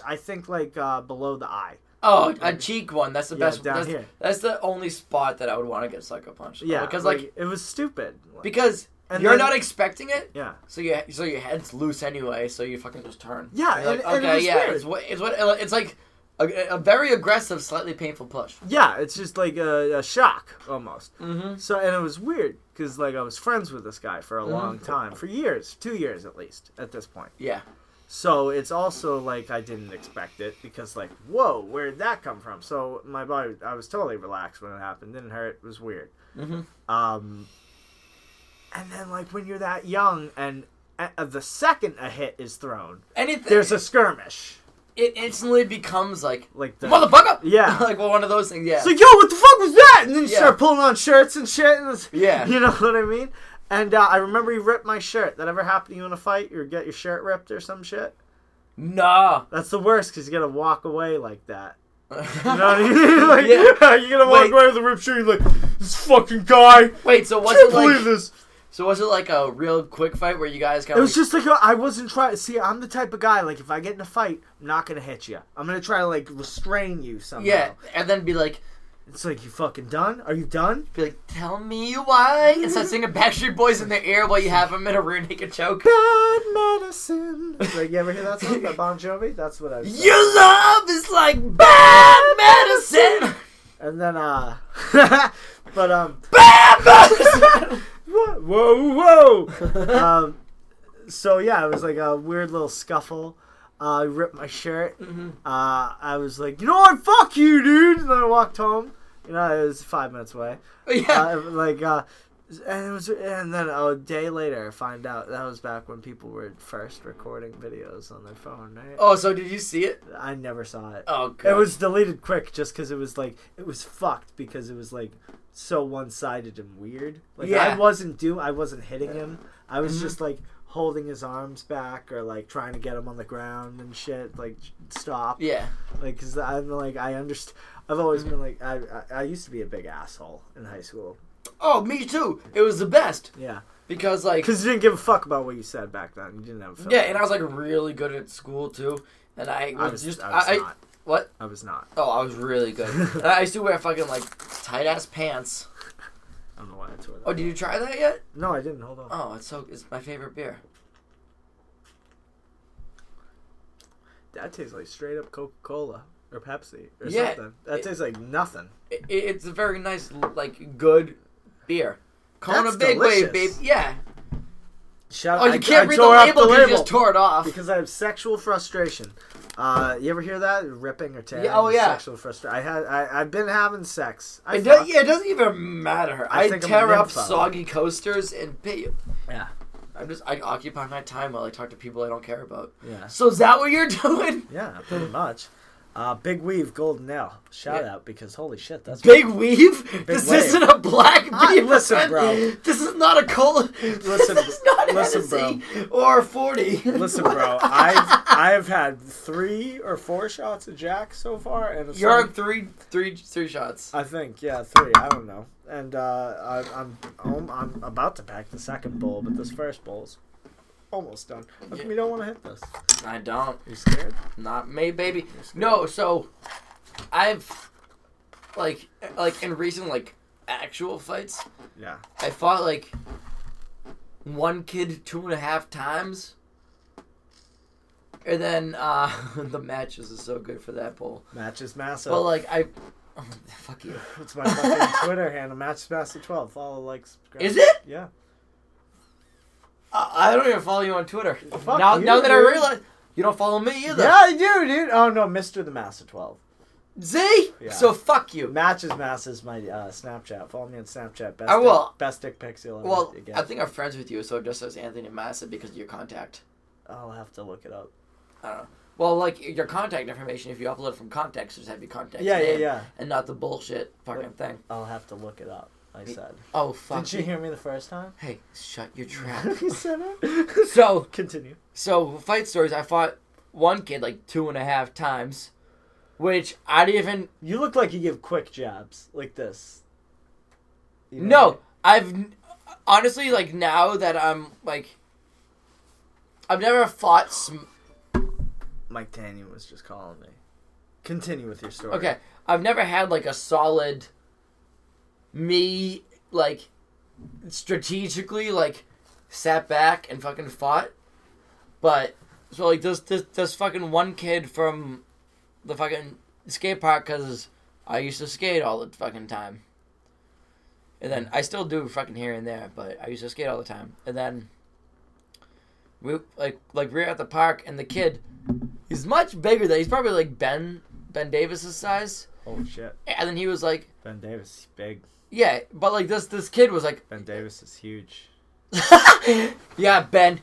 Speaker 1: I think like uh, below the eye.
Speaker 2: Oh, a cheek one. That's the
Speaker 1: Yeah,
Speaker 2: best.
Speaker 1: down
Speaker 2: that's,
Speaker 1: here.
Speaker 2: that's the only spot that I would want to get sucker punched.
Speaker 1: Yeah,
Speaker 2: because like,
Speaker 1: it was stupid. Like,
Speaker 2: because
Speaker 1: And
Speaker 2: you're
Speaker 1: then-
Speaker 2: not expecting it,
Speaker 1: yeah,
Speaker 2: so you so your head's loose anyway, so you fucking just turn.
Speaker 1: Yeah,
Speaker 2: You're
Speaker 1: and-
Speaker 2: like,
Speaker 1: and it
Speaker 2: okay,
Speaker 1: was
Speaker 2: yeah,
Speaker 1: weird.
Speaker 2: it's what it's what uh, it's like a, a very aggressive, slightly painful push.
Speaker 1: yeah, it's just like a, a shock almost.
Speaker 2: Mm-hmm.
Speaker 1: So and it was weird because like I was friends with this guy for a long time, for years, two years at least at this point.
Speaker 2: Yeah,
Speaker 1: So it's also like I didn't expect it because like whoa, where did that come from? So my body, I was totally relaxed when it happened. Didn't hurt. It was weird.
Speaker 2: Mhm.
Speaker 1: Um, and then like when you're that young and uh, the second a hit is thrown,
Speaker 2: anything.
Speaker 1: there's a skirmish.
Speaker 2: it instantly becomes like
Speaker 1: Like the
Speaker 2: motherfucker.
Speaker 1: Yeah.
Speaker 2: like well, one of those things. Yeah,
Speaker 1: It's like, yo, what the fuck was that? And then you
Speaker 2: Yeah.
Speaker 1: start pulling on shirts and shit. And it's-
Speaker 2: Yeah.
Speaker 1: You know what I mean? And uh, I remember you ripped my shirt. That ever happened to you in a fight? You get your shirt ripped or some shit?
Speaker 2: nah.
Speaker 1: That's the worst because you gotta walk away like that. You know what I mean? like,
Speaker 2: Yeah.
Speaker 1: you gotta walk
Speaker 2: Wait.
Speaker 1: away with a ripped shirt. You're like, this fucking guy.
Speaker 2: Wait, so was
Speaker 1: Can't
Speaker 2: it
Speaker 1: believe
Speaker 2: like
Speaker 1: this.
Speaker 2: so was it like a real quick fight where you guys kind
Speaker 1: It
Speaker 2: of
Speaker 1: was just like, I I wasn't trying. See, I'm the type of guy, like, if I get in a fight, I'm not gonna hit you. I'm gonna try to, like, restrain you somehow.
Speaker 2: yeah, and then be like
Speaker 1: It's like, you fucking done? Are you done?
Speaker 2: be like tell me why and start singing Backstreet Boys in the air while you have them in a rear naked choke.
Speaker 1: Bad medicine. like, you ever hear that song by Bon Jovi? That's what I was
Speaker 2: Your love is like bad medicine.
Speaker 1: And then, uh, but um,
Speaker 2: Bad medicine.
Speaker 1: whoa, whoa, whoa. um, so yeah, it was like a weird little scuffle. Uh, I ripped my shirt. Uh, I was like, you know what, fuck you, dude. And then I walked home. You know, it was five minutes away.
Speaker 2: yeah.
Speaker 1: Uh, like, uh, and it was, and then a day later, I find out that was back when people were first recording videos on their phone. Right?
Speaker 2: oh, so did you see it?
Speaker 1: I never saw it.
Speaker 2: Oh god.
Speaker 1: It was deleted quick just because it was like it was fucked because it was like so one sided and weird. Like I
Speaker 2: Yeah. Mm-hmm.
Speaker 1: wasn't do I wasn't hitting him. I was just like holding his arms back or like trying to get him on the ground and shit. Like j- stop.
Speaker 2: Yeah.
Speaker 1: Like because I'm like I understand. I've always been like
Speaker 2: Mm-hmm.
Speaker 1: I, I I used to be a big asshole in high school.
Speaker 2: Oh, me too. It was the best
Speaker 1: Yeah,
Speaker 2: because like
Speaker 1: because you didn't give a fuck about what you said back then. You didn't have a filter.
Speaker 2: yeah, and I was like really good at school too, and I
Speaker 1: I
Speaker 2: was,
Speaker 1: was
Speaker 2: just
Speaker 1: I was
Speaker 2: I, I
Speaker 1: not.
Speaker 2: what?
Speaker 1: I was not.
Speaker 2: Oh, I was really good. and I used to wear fucking like tight ass pants.
Speaker 1: I don't know why I tore that.
Speaker 2: Oh, did you try that yet?
Speaker 1: no, I didn't. Hold on.
Speaker 2: Oh, it's so it's my favorite beer.
Speaker 1: That tastes like straight up Coca Cola or Pepsi or
Speaker 2: Yeah,
Speaker 1: something. That
Speaker 2: it-
Speaker 1: tastes like nothing.
Speaker 2: It, it's a very nice like good beer. Corona
Speaker 1: That's
Speaker 2: Big Wave, babe.
Speaker 1: delicious.
Speaker 2: Yeah.
Speaker 1: Shout
Speaker 2: Oh, you
Speaker 1: I-
Speaker 2: can't
Speaker 1: I
Speaker 2: read the
Speaker 1: tore up
Speaker 2: label because you just tore it off.
Speaker 1: because I have sexual frustration. Uh, you ever hear that ripping or tearing?
Speaker 2: Yeah, oh,
Speaker 1: is
Speaker 2: yeah.
Speaker 1: Sexual frustration. I had. I, I've been having sex. I
Speaker 2: It, does,
Speaker 1: fuck.
Speaker 2: yeah, it doesn't even matter.
Speaker 1: I
Speaker 2: I,
Speaker 1: think I'm
Speaker 2: tear
Speaker 1: a
Speaker 2: up
Speaker 1: nympho.
Speaker 2: soggy coasters and pay.
Speaker 1: yeah,
Speaker 2: I'm just I occupy my time while I talk to people I don't care about.
Speaker 1: yeah,
Speaker 2: So is that what you're doing?
Speaker 1: yeah. Pretty much. Uh, Big Weave Golden Ale. Shout
Speaker 2: Yeah.
Speaker 1: out because holy shit, that's
Speaker 2: Big weave? this
Speaker 1: wave.
Speaker 2: isn't a black
Speaker 1: Ah,
Speaker 2: beer.
Speaker 1: listen,
Speaker 2: man.
Speaker 1: bro.
Speaker 2: This is not a cola.
Speaker 1: Listen,
Speaker 2: this is not
Speaker 1: listen, bro.
Speaker 2: Hennessy Or forty.
Speaker 1: Listen, bro, I've I've had three or four shots of Jack so far, and it's
Speaker 2: You're
Speaker 1: like-
Speaker 2: on three, three, three shots.
Speaker 1: I think yeah, three. I don't know, and uh, I, I'm I'm I'm about to pack the second bowl, but this first bowl's almost done. How come
Speaker 2: Yeah.
Speaker 1: you don't want to hit this?
Speaker 2: I don't.
Speaker 1: You scared?
Speaker 2: Not me, baby. No. So, I've like like in recent like actual fights,
Speaker 1: Yeah.
Speaker 2: I fought like one kid two and a half times. And then uh the matches is so good for that bowl.
Speaker 1: Match is massive.
Speaker 2: But like I oh, fuck you.
Speaker 1: it's my fucking Twitter handle. Match is massive twelve. Follow, like, subscribe.
Speaker 2: Is it?
Speaker 1: Yeah.
Speaker 2: I, I don't even follow you on Twitter.
Speaker 1: Fuck
Speaker 2: now
Speaker 1: you,
Speaker 2: now that
Speaker 1: dude.
Speaker 2: I realize you don't follow me either.
Speaker 1: Yeah, I do, dude. Oh no, Mister the Massive Twelve.
Speaker 2: See?
Speaker 1: Yeah.
Speaker 2: So fuck you.
Speaker 1: Match is massive is my uh, Snapchat. Follow me on Snapchat. Best
Speaker 2: I will.
Speaker 1: Dick, best dick pics you'll ever
Speaker 2: Well,
Speaker 1: get.
Speaker 2: I think I'm friends with you, so it just says Anthony Massa because of your contact.
Speaker 1: I'll have to look it up.
Speaker 2: I don't know. Well, like your contact information, if you upload from contacts, just have your contact.
Speaker 1: Yeah, yeah,
Speaker 2: name
Speaker 1: yeah.
Speaker 2: And not the bullshit fucking thing.
Speaker 1: I'll have to look it up. I said.
Speaker 2: Oh fuck.
Speaker 1: Didn't you hear me the first time?
Speaker 2: Hey, shut your trap.
Speaker 1: He said it.
Speaker 2: so,
Speaker 1: Continue.
Speaker 2: so fight stories. I fought one kid like two and a half times, which I'd even
Speaker 1: You look like you give quick jabs like this. You know?
Speaker 2: no. I've n- honestly like now that I'm like, I've never fought. Sm-
Speaker 1: Mike Daniel was just calling me. Continue with your story.
Speaker 2: Okay, I've never had like a solid me like strategically like sat back and fucking fought, but so like this this this fucking one kid from the fucking skate park because I used to skate all the fucking time, and then I still do fucking here and there, but I used to skate all the time, and then. We like like we we're at the park and the kid, he's much bigger than he's probably like Ben Ben Davis's size,
Speaker 1: Oh shit.
Speaker 2: and then he was like,
Speaker 1: Ben Davis is big.
Speaker 2: "Yeah," but like this this kid was like,
Speaker 1: Ben Davis is huge.
Speaker 2: "Yeah, Ben,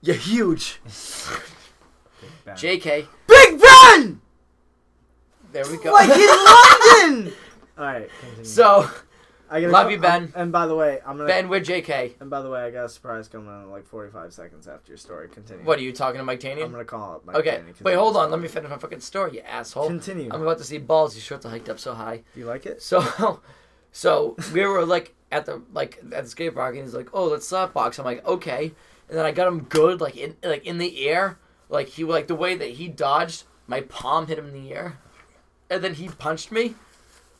Speaker 2: you're huge."
Speaker 1: Big Ben.
Speaker 2: Jk,
Speaker 1: Big Ben!
Speaker 2: there we go.
Speaker 1: Like in London! Alright, continue.
Speaker 2: so
Speaker 1: I gotta
Speaker 2: love
Speaker 1: go-
Speaker 2: you, Ben.
Speaker 1: I'm- and by the way, I'm gonna
Speaker 2: Ben, we're Jk.
Speaker 1: And by the way, I got a surprise coming in like 45 seconds after your story. Continue.
Speaker 2: What are you talking to, Mike
Speaker 1: I'm
Speaker 2: Tanian?
Speaker 1: gonna call up. Mike
Speaker 2: Okay,
Speaker 1: Danny, 'cause
Speaker 2: wait,
Speaker 1: I'm-
Speaker 2: hold on. Let me finish my fucking story, you asshole.
Speaker 1: Continue.
Speaker 2: I'm about to see balls. Your shorts are hiked up so high.
Speaker 1: Do you like it?
Speaker 2: So, so we were like at the like at the skate park, and he's like, "Oh, let's slapbox." I'm like, "Okay," and then I got him good, like in like in the air, like he like the way that he dodged, my palm hit him in the air, and then he punched me.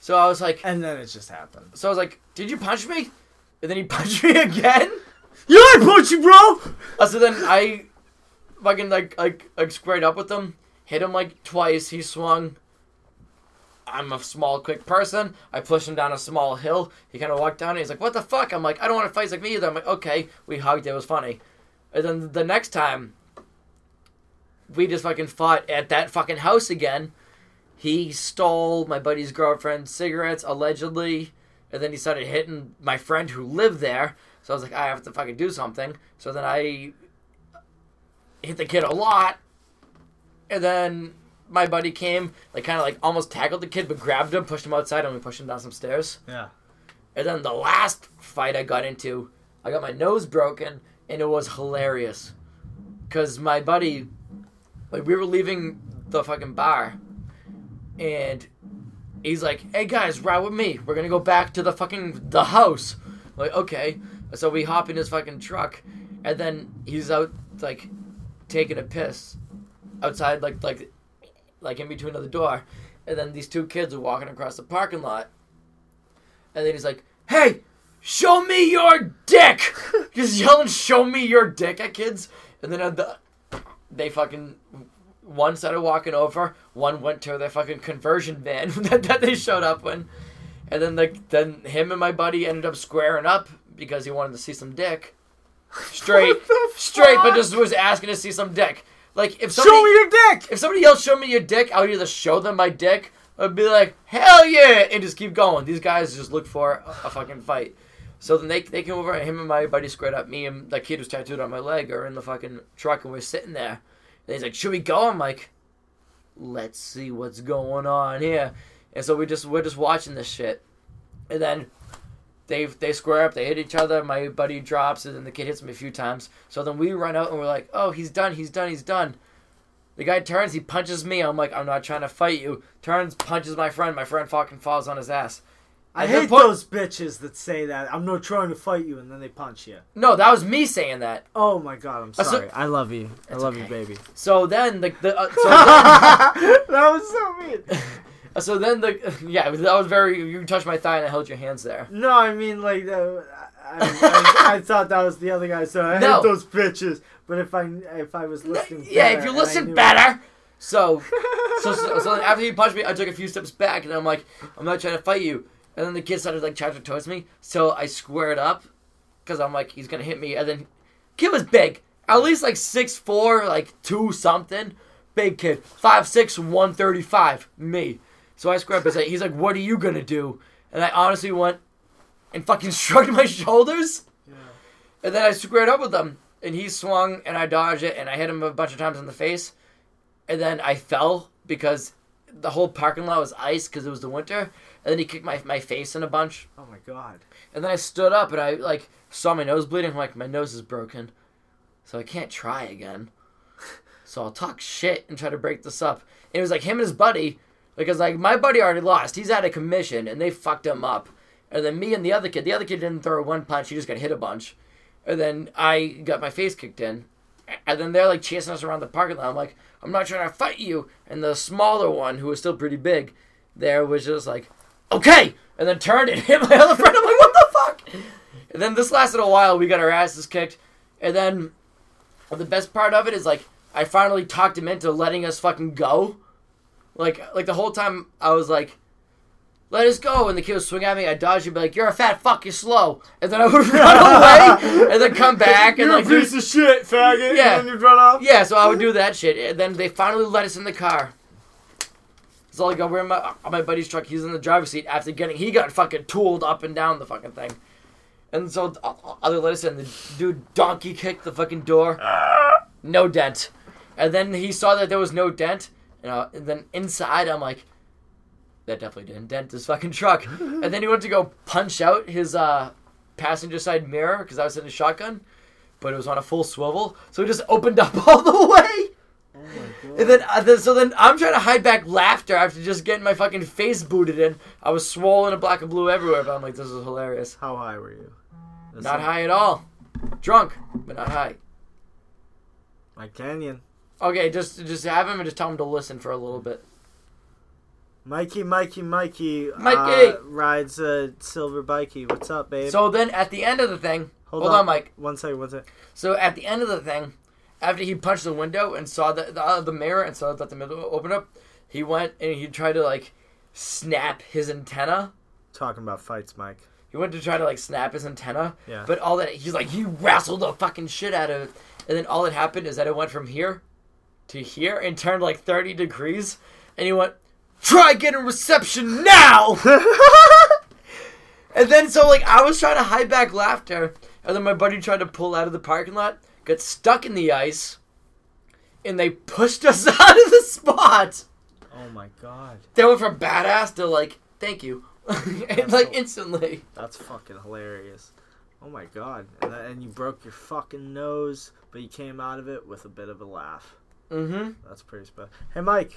Speaker 2: So I was like,
Speaker 1: And then it just happened.
Speaker 2: so I was like, "Did you punch me?" And then he punched me again.
Speaker 1: Yeah, I punch you, bro.
Speaker 2: Uh, so then I fucking like like like squared up with him, hit him like twice. He swung. I'm a small, quick person. I pushed him down a small hill. He kind of walked down. And he's like, "What the fuck?" I'm like, "I don't want to fight like me either." I'm like, "Okay." We hugged. It was funny. And then the next time, we just fucking fought at that fucking house again. He stole my buddy's girlfriend's cigarettes allegedly, and then he started hitting my friend who lived there. So I was like, I have to fucking do something. So then I hit the kid a lot, and then my buddy came, like kind of like almost tackled the kid, but grabbed him, pushed him outside, and we pushed him down some stairs.
Speaker 1: Yeah.
Speaker 2: And then the last fight I got into, I got my nose broken, and it was hilarious. Because my buddy, like, we were leaving the fucking bar, and he's like, hey guys, ride with me. We're gonna go back to the fucking the house. Like, okay. So we hop in his fucking truck, and then he's out, like, taking a piss outside, like, like, like in between of the door. And then these two kids are walking across the parking lot, and then he's like, "Hey, show me your dick!" Just yelling, "Show me your dick!" at kids. And then at the, they fucking one started walking over, one went to their fucking conversion van that, that they showed up in, and then like then him and my buddy ended up squaring up because he wanted to see some dick, straight,
Speaker 1: What the
Speaker 2: straight, but
Speaker 1: fuck?
Speaker 2: just was asking to see some dick. Like if somebody,
Speaker 1: Show me your dick.
Speaker 2: if somebody else showed me your dick, I would either show them my dick or be like, hell yeah, and just keep going. These guys just look for a, a fucking fight. So then they, they came over, and him and my buddy squared up. Me and that kid who's tattooed on my leg are in the fucking truck, and we're sitting there. And he's like, should we go? I'm like, let's see what's going on here. And so we just we're just watching this shit. And then they they square up, they hit each other. My buddy drops, and then the kid hits him a few times. So then we run out, and we're like, oh, he's done, he's done, he's done. The guy turns, he punches me. I'm like, I'm not trying to fight you. Turns, punches my friend. My friend fucking falls on his ass.
Speaker 1: I
Speaker 2: At that
Speaker 1: hate
Speaker 2: point-
Speaker 1: those bitches that say that. I'm not trying to fight you, and then they punch you.
Speaker 2: No, that was me saying that.
Speaker 1: Oh my god, I'm
Speaker 2: That's
Speaker 1: sorry. I love you. I
Speaker 2: That's
Speaker 1: love you,
Speaker 2: okay.
Speaker 1: baby.
Speaker 2: So then the, the uh, so then,
Speaker 1: that was so mean.
Speaker 2: so then the yeah that was very you touched my thigh and I held your hands there.
Speaker 1: No, I mean like uh, I, I, I thought that was the other guy. So I hate
Speaker 2: No.
Speaker 1: those bitches. But if I if I was listening,
Speaker 2: yeah,
Speaker 1: better
Speaker 2: if you
Speaker 1: and I
Speaker 2: listen
Speaker 1: knew-
Speaker 2: better. So so, so, so then after he punched me, I took a few steps back, and I'm like, I'm not trying to fight you. And then the kid started like charging towards me, so I squared up, because I'm like, he's gonna hit me. And then kid was big, at least like six four, like two something, big kid, five six, one thirty five, me. So I squared up. and said- He's like, what are you gonna do? And I honestly went and fucking shrugged my shoulders.
Speaker 1: Yeah.
Speaker 2: And then I squared up with him, and he swung, and I dodged it, and I hit him a bunch of times in the face. And then I fell because the whole parking lot was ice because it was the winter. And then he kicked my, my face in a bunch.
Speaker 1: Oh my god.
Speaker 2: And then I stood up, and I like saw my nose bleeding. I'm like, my nose is broken, so I can't try again. So I'll talk shit and try to break this up. And it was like him and his buddy because like my buddy already lost. He's out of commission, and they fucked him up. And then me and the other kid, the other kid didn't throw one punch. He just got hit a bunch. And then I got my face kicked in. And then they're like chasing us around the parking lot. I'm like, I'm not trying to fight you. And the smaller one, who was still pretty big, there was just like, okay. And then turned and hit my other friend. I'm like, what the fuck? And then this lasted a while. We got our asses kicked. And then the best part of it is like, I finally talked him into letting us fucking go. Like, like the whole time I was like, let us go. And the kid would swing at me. I dodged and be like, you're a fat fuck, you're slow. And then I would run away and then come back. and like, do-
Speaker 1: of shit, faggot.
Speaker 2: Yeah. then
Speaker 1: you'd run off.
Speaker 2: yeah, so I would do that shit. And then they finally let us in the car. So like, we're in my, on my buddy's truck. He's in the driver's seat after getting, he got fucking tooled up and down the fucking thing. And so uh, uh, they let us in. The dude donkey kicked the fucking door.
Speaker 1: Oh
Speaker 2: No dent. And then he saw that there was no dent. And, uh, and then inside, I'm like, that definitely didn't dent this fucking truck. and then he went to go punch out his uh, passenger side mirror because I was in a shotgun but it was on a full swivel, so it just opened up all the way. And then, uh, then, so then I'm trying to hide back laughter after just getting my fucking face booted in. I was swollen and black and blue everywhere, but I'm like, this is hilarious.
Speaker 1: How high were you? This
Speaker 2: Not
Speaker 1: is
Speaker 2: high at all. Drunk, but not high.
Speaker 1: My canyon.
Speaker 2: Okay, just just have him and just tell him to listen for a little bit.
Speaker 1: Mikey, Mikey, Mikey.
Speaker 2: Mikey!
Speaker 1: Uh, rides a silver bikey. What's up, babe?
Speaker 2: So then at the end of the thing, hold, on. Mike.
Speaker 1: One second, one second.
Speaker 2: So at the end of the thing, after he punched the window and saw the the, uh, the mirror and saw that the middle opened up, he went and he tried to like snap his antenna.
Speaker 1: Talking about fights, Mike.
Speaker 2: He went to try to like snap his antenna,
Speaker 1: Yeah.
Speaker 2: but all that he's like he wrestled the fucking shit out of it, and then all that happened is that it went from here to here and turned like thirty degrees, and he went try getting reception now.
Speaker 1: Oh
Speaker 2: and then so like I was trying to hide back laughter, and then my buddy tried to pull out of the parking lot, got stuck in the ice, and they pushed us out of the spot.
Speaker 1: Oh my god.
Speaker 2: They went from badass to like thank you, and, like
Speaker 1: cool.
Speaker 2: instantly.
Speaker 1: That's fucking hilarious. Oh my god. And, that, and you broke your fucking nose, but you came out of it with a bit of a laugh.
Speaker 2: Mm-hmm.
Speaker 1: That's pretty special. Hey, Mike.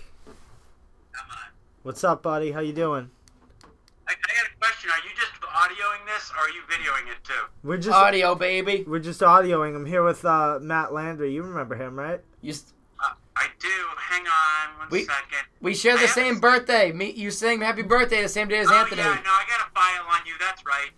Speaker 1: What's up, buddy? How you doing?
Speaker 3: I, I got a question. Are you just audioing this, or are you videoing it too?
Speaker 1: We're just
Speaker 2: audio, baby.
Speaker 1: we're just audioing. I'm here with uh, Matt Landry. You remember him, right?
Speaker 2: You, s-
Speaker 3: Uh, I do. Hang on one
Speaker 2: We-
Speaker 3: second.
Speaker 2: we share the
Speaker 3: I
Speaker 2: same
Speaker 3: have-
Speaker 2: birthday. Me, you sang "Happy Birthday" the same day as
Speaker 3: oh
Speaker 2: Anthony.
Speaker 3: yeah, no, I got a file on you. That's right.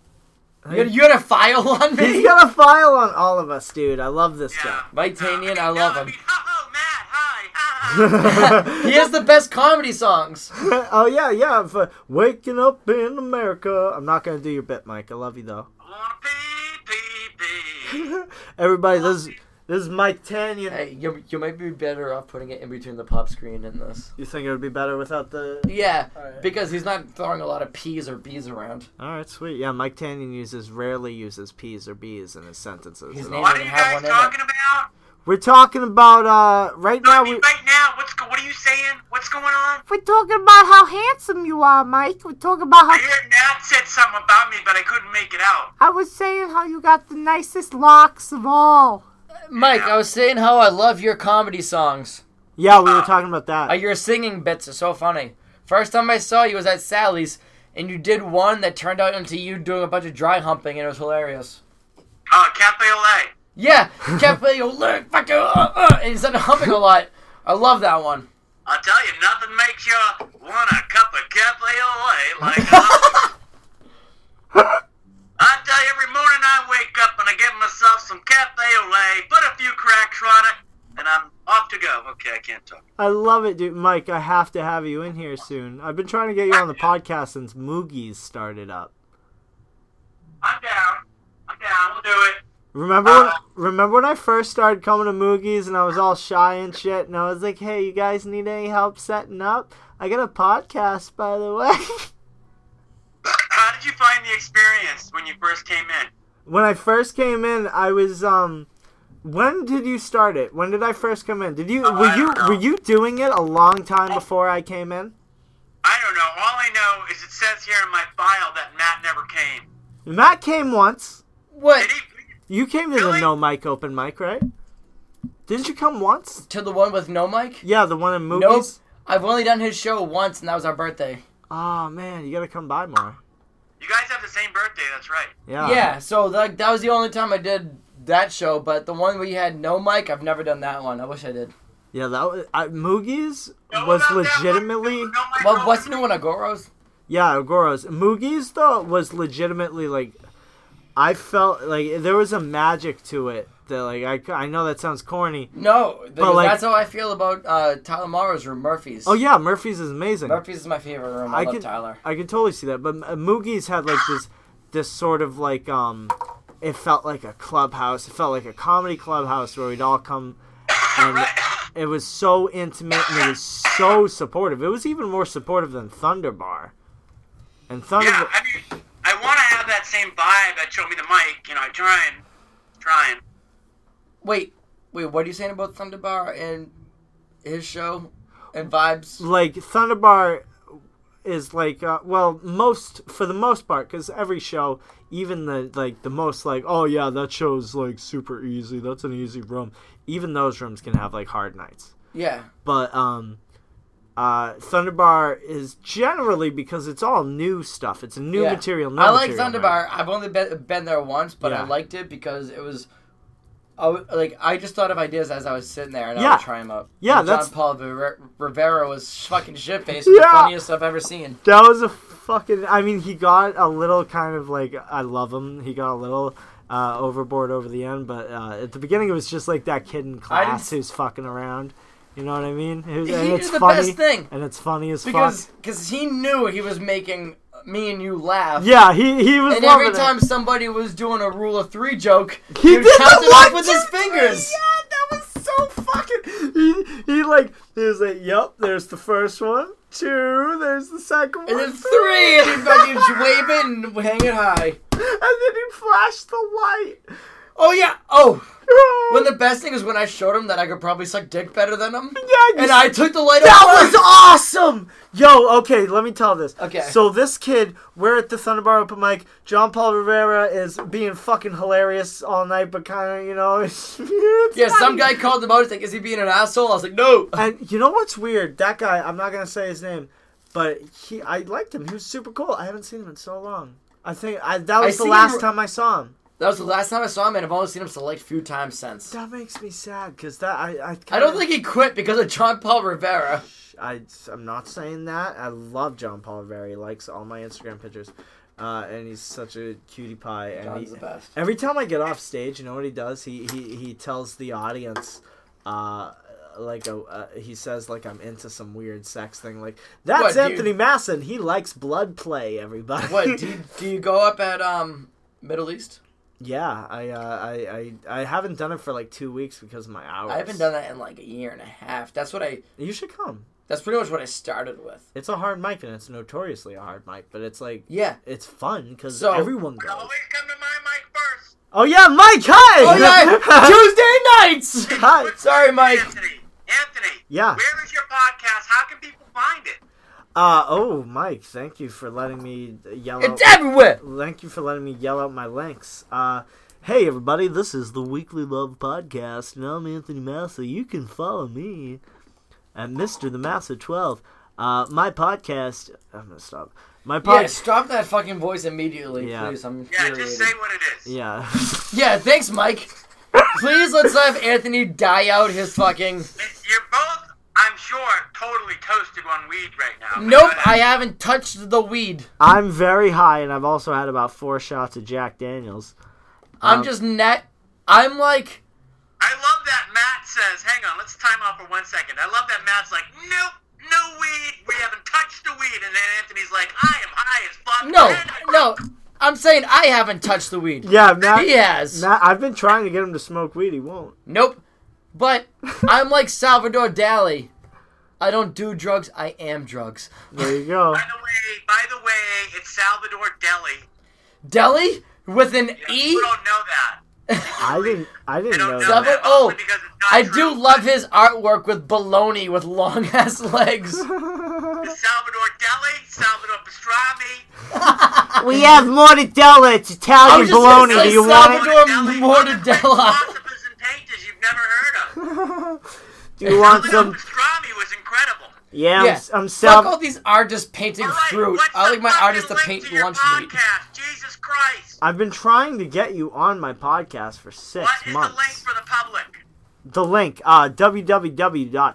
Speaker 2: you, had, you had a file on
Speaker 1: He's
Speaker 2: me.
Speaker 1: got a file on all of us, dude. I love this
Speaker 3: Yeah.
Speaker 2: Mike Tanian,
Speaker 3: No,
Speaker 2: I love
Speaker 3: no,
Speaker 2: him.
Speaker 3: mean, oh, Matt, hi. hi.
Speaker 1: guy.
Speaker 2: he has the best comedy songs.
Speaker 1: oh yeah, yeah. For waking up in America. I'm not gonna do your bit, Mike. I love you though.
Speaker 3: I wanna pee, pee, pee.
Speaker 1: Everybody, this this is Mike Tanya.
Speaker 2: Hey, you, you might be better off putting it in between the pop screen and this.
Speaker 1: You think it would be better without the?
Speaker 2: Yeah,
Speaker 1: Alright.
Speaker 2: because he's not throwing a lot of p's or b's around.
Speaker 1: All right, sweet. Yeah, Mike Tanyan uses rarely uses p's or b's in his sentences.
Speaker 2: His
Speaker 1: at
Speaker 2: name-
Speaker 1: all.
Speaker 3: What are
Speaker 2: even
Speaker 3: you
Speaker 2: have
Speaker 3: guys
Speaker 2: one in it.
Speaker 3: talking about?
Speaker 1: We're talking about uh right
Speaker 3: No, I
Speaker 1: now.
Speaker 3: mean,
Speaker 1: We,
Speaker 3: right now, what's go- what are you saying? What's going on?
Speaker 1: we're talking about how handsome you are, Mike. We're talking about
Speaker 3: I
Speaker 1: how
Speaker 3: heard Matt said something about me, but I couldn't make it out.
Speaker 1: I was saying how you got the nicest locks of all.
Speaker 2: Mike, I was saying how I love your comedy songs.
Speaker 1: Yeah, we were talking about that.
Speaker 2: Uh, your singing bits are so funny. First time I saw you was at Sally's, and you did one that turned out into you doing a bunch of dry humping, and it was hilarious.
Speaker 3: Oh, Cafe LA.
Speaker 2: Yeah, can't believe you look fucking uh, uh, and he started humping a lot. I love that one.
Speaker 3: I'll tell you, nothing makes you want a cup of cafe au lait like coffee. I tell you, every morning I wake up and I get myself some cafe au lait, put a few cracks on it, and I'm off to go. Okay, I can't talk.
Speaker 1: I love it, dude. Mike, I have to have you in here soon. I've been trying to get you on the podcast since Moogie's started up.
Speaker 3: I'm down. I'm down. We'll do it.
Speaker 1: Remember when, remember when I first started coming to Moogie's and I was all shy and shit and I was like, "Hey, you guys need any help setting up? I got a podcast, by the way."
Speaker 3: How did you find the experience when you first came in?
Speaker 1: when I first came in, I was um when did you start it? When did I first come in? Did you were
Speaker 3: I
Speaker 1: you
Speaker 3: don't know.
Speaker 1: were you doing it a long time before I came in?
Speaker 3: I don't know. All I know is it says here in my file that Matt never came.
Speaker 1: Matt came once.
Speaker 2: What?
Speaker 3: Did he?
Speaker 1: You came to the
Speaker 3: Really?
Speaker 1: No Mic Open Mic, right? Didn't you come once?
Speaker 2: To the one with no mic?
Speaker 1: Yeah, the one in movies.
Speaker 2: Nope. I've only done his show once, and that was our birthday.
Speaker 1: Ah man, you gotta come by more.
Speaker 3: You guys have the same birthday. That's right.
Speaker 1: Yeah.
Speaker 2: Yeah, so that, that was the only time I did that show, but the one where you had no mic, I've never done that one. I wish I did.
Speaker 1: Yeah, that was I, Moogie's
Speaker 3: No,
Speaker 1: was
Speaker 3: about that one,
Speaker 1: legitimately
Speaker 3: no, my
Speaker 2: Well,
Speaker 3: girl-
Speaker 2: what's the new one, Agoros?
Speaker 1: Yeah, Agoros. Moogie's though was legitimately like I felt like there was a magic to it that like I, I know that sounds corny.
Speaker 2: No, because
Speaker 1: like-
Speaker 2: that's how I feel about uh, Tyler Morrow's room, Murphy's.
Speaker 1: Oh yeah, Murphy's is amazing.
Speaker 2: Murphy's is my favorite room. I,
Speaker 1: I
Speaker 2: love
Speaker 1: could-
Speaker 2: Tyler.
Speaker 1: I can totally see that, but uh, Moogie's had like this this sort of like um it felt like a clubhouse. It felt like a comedy clubhouse where we'd all come and it was so intimate and it was so supportive. It was even more supportive than Thunder Bar. And Thunder
Speaker 3: Yeah, I mean, I want to have that same vibe at Show Me the Mic. You know, I try and try and.
Speaker 2: Wait, wait, what are you saying about Thunderbar and his show and vibes?
Speaker 1: like Thunderbar is like uh, well most for the most part because every show even the like the most like oh yeah that show's like super easy that's an easy room even those rooms can have like hard nights
Speaker 2: Yeah,
Speaker 1: but um uh thunderbar is generally because it's all new stuff it's new
Speaker 2: yeah.
Speaker 1: material no
Speaker 2: I like
Speaker 1: material,
Speaker 2: Thunderbar.
Speaker 1: right?
Speaker 2: I've only been, been there once, but I
Speaker 1: Yeah.
Speaker 2: liked it because it was. I w- like I just thought of ideas as I was sitting there, and I
Speaker 1: Yeah.
Speaker 2: would try them out.
Speaker 1: Yeah,
Speaker 2: And
Speaker 1: that's-
Speaker 2: John Paul River- Rivera was fucking shit faced. The
Speaker 1: Yeah.
Speaker 2: funniest I've ever seen.
Speaker 1: that was a fucking i mean he got a little kind of like i love him he got a little uh, overboard over the end but uh, at the beginning it was just like that kid in
Speaker 2: I didn't
Speaker 1: class who's fucking around you know what i mean Who's-
Speaker 2: He
Speaker 1: and
Speaker 2: did
Speaker 1: it's
Speaker 2: the
Speaker 1: funny
Speaker 2: best thing.
Speaker 1: and it's funny as
Speaker 2: because
Speaker 1: fuck
Speaker 2: because he knew he was making me and you laugh.
Speaker 1: yeah he he was
Speaker 2: And
Speaker 1: loving
Speaker 2: every
Speaker 1: it.
Speaker 2: time somebody was doing a rule of three joke,
Speaker 1: He
Speaker 2: he,
Speaker 1: did
Speaker 2: would
Speaker 1: the
Speaker 2: count it
Speaker 1: one,
Speaker 2: off with
Speaker 1: two,
Speaker 2: his
Speaker 1: three,
Speaker 2: fingers.
Speaker 1: Yeah, that was so fucking. He, he like he was like, "Yep, there's the first one, two, there's the second one,
Speaker 2: And then three, and he fucking wave it and hang it high.
Speaker 1: and then he flashed the light.
Speaker 2: Oh yeah. Oh, when the best thing is when I showed him that I could probably suck dick better than him,
Speaker 1: Yeah,
Speaker 2: and
Speaker 1: you-
Speaker 2: I took the light
Speaker 1: That
Speaker 2: off.
Speaker 1: was awesome! Yo, okay, let me tell this.
Speaker 2: Okay.
Speaker 1: So this kid, we're at the Thunderbar open mic. John Paul Rivera is being fucking hilarious all night, but kind of, you know, it's
Speaker 2: Yeah, some
Speaker 1: funny.
Speaker 2: guy called him out. He's like, "Is he being an asshole?" I was like, "No."
Speaker 1: And you know what's weird? That guy, I'm not gonna say his name, but he, I liked him. He was super cool. I haven't seen him in so long. I think I, that was the
Speaker 2: see him-
Speaker 1: last time I saw him.
Speaker 2: That was the last time I saw him, and I've only seen him select few times since.
Speaker 1: That makes me sad because that I I, kinda,
Speaker 2: I don't think he quit because of John Paul Rivera.
Speaker 1: I I'm not saying that. I love John Paul Rivera. He likes all my Instagram pictures, uh, and he's such a cutie pie. And
Speaker 2: John's
Speaker 1: he,
Speaker 2: the best.
Speaker 1: every time I get off stage, you know what he does? He he he tells the audience. Uh, like a, uh, he says, like I'm into some weird sex thing. Like that's
Speaker 2: What, dude?
Speaker 1: Anthony Masson. He likes blood play. Everybody.
Speaker 2: What do you, do you go up at um Middle East?
Speaker 1: Yeah, I, uh, I I I haven't done it for like two weeks because of my hours.
Speaker 2: I haven't done that in like a year and a half. That's what I.
Speaker 1: You should come.
Speaker 2: That's pretty much what I started with.
Speaker 1: It's a hard mic, and it's notoriously a hard mic, but it's like
Speaker 2: Yeah.
Speaker 1: it's fun because
Speaker 2: So-
Speaker 1: everyone
Speaker 3: But
Speaker 1: goes.
Speaker 3: always come to my mic first.
Speaker 1: Oh yeah, Mike! Hi.
Speaker 2: Oh yeah, Tuesday nights.
Speaker 1: hi.
Speaker 2: Sorry, Mike.
Speaker 3: Anthony. Anthony.
Speaker 1: Yeah.
Speaker 3: Where is your podcast? How can people find it?
Speaker 1: Uh oh, Mike. Thank you for letting me yell. Out,
Speaker 2: It's everywhere.
Speaker 1: thank you for letting me yell out my links. Uh. Hey everybody, this is the Weekly Love Podcast, and I'm Anthony Massa. You can follow me at Mr. The Massa 12. Uh, my podcast. I'm gonna stop. My podcast.
Speaker 2: Yeah, stop that fucking voice immediately,
Speaker 1: Yeah.
Speaker 2: please. I'm
Speaker 3: Yeah,
Speaker 2: infuriated.
Speaker 3: just say what it is.
Speaker 1: Yeah.
Speaker 2: Yeah, thanks, Mike. please let's have Anthony die out his fucking.
Speaker 3: You're both, I'm sure, totally toasted on weed right now.
Speaker 2: Nope, I haven't touched the weed.
Speaker 1: I'm very high, and I've also had about four shots of Jack Daniels.
Speaker 2: I'm
Speaker 1: Um,
Speaker 2: just net. I'm like,
Speaker 3: I love that Matt says, hang on, let's time out for one second. I love that Matt's like, nope, no weed. We haven't touched the weed. And then Anthony's like, I am high as fuck.
Speaker 2: no,
Speaker 3: And I-
Speaker 2: no. I'm saying I haven't touched the weed.
Speaker 1: Yeah, Matt.
Speaker 2: He has.
Speaker 1: Matt, I've been trying to get him to smoke weed. He won't.
Speaker 2: Nope. But I'm like Salvador Dali. I don't do drugs. I am drugs.
Speaker 1: There you go.
Speaker 3: By the way, by the way, it's Salvador Deli.
Speaker 2: Deli with an E.
Speaker 3: People don't know that.
Speaker 1: I didn't. I
Speaker 3: They
Speaker 1: didn't
Speaker 3: don't
Speaker 1: know
Speaker 3: know
Speaker 1: that.
Speaker 2: Salva-
Speaker 3: that. only
Speaker 2: oh,
Speaker 3: because it's not
Speaker 2: I do
Speaker 3: true.
Speaker 2: love his artwork with baloney with long ass legs.
Speaker 3: It's Salvador Deli, Salvador Pastrami.
Speaker 1: We have more to tell. It's
Speaker 2: I was
Speaker 1: Italian
Speaker 2: just gonna
Speaker 1: bologna. Do
Speaker 2: say
Speaker 1: you want
Speaker 2: Salvador-
Speaker 1: it?
Speaker 2: Salvador
Speaker 3: Deli,
Speaker 2: Mortadella.
Speaker 3: Philosophers and painters you've never heard of.
Speaker 1: Do you want
Speaker 3: Salvador
Speaker 1: some?
Speaker 3: Pastrami was incredible.
Speaker 1: Yeah,
Speaker 2: Yeah.
Speaker 1: I'm, s- I'm
Speaker 2: Fuck
Speaker 1: self.
Speaker 2: all these artists painting
Speaker 3: All right,
Speaker 2: fruit.
Speaker 3: what's
Speaker 2: I
Speaker 3: the
Speaker 2: like my
Speaker 3: fucking
Speaker 2: artists to
Speaker 3: link
Speaker 2: paint
Speaker 3: to your
Speaker 2: lunch meat.
Speaker 3: podcast? Jesus Christ!
Speaker 1: I've been trying to get you on my podcast for six
Speaker 3: What is
Speaker 1: months.
Speaker 3: the link for the public?
Speaker 1: the link uh,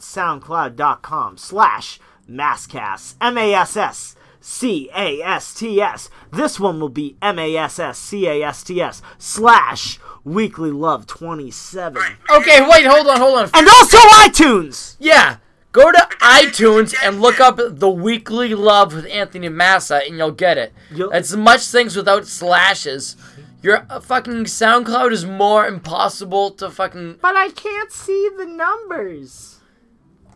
Speaker 1: www.soundcloud.com slash masscasts m-a-s-s c-a-s-t-s this one will be m-a-s-s c-a-s-t-s slash weekly love 27
Speaker 3: Right.
Speaker 2: Okay, wait, hold on, hold on.
Speaker 1: and also itunes
Speaker 2: Yeah. Go to iTunes and look up The Weekly Love with Anthony Massa and you'll get it.
Speaker 1: You'll-
Speaker 2: It's much things without slashes. Your uh, fucking SoundCloud is more impossible to fucking.
Speaker 1: but i can't see the numbers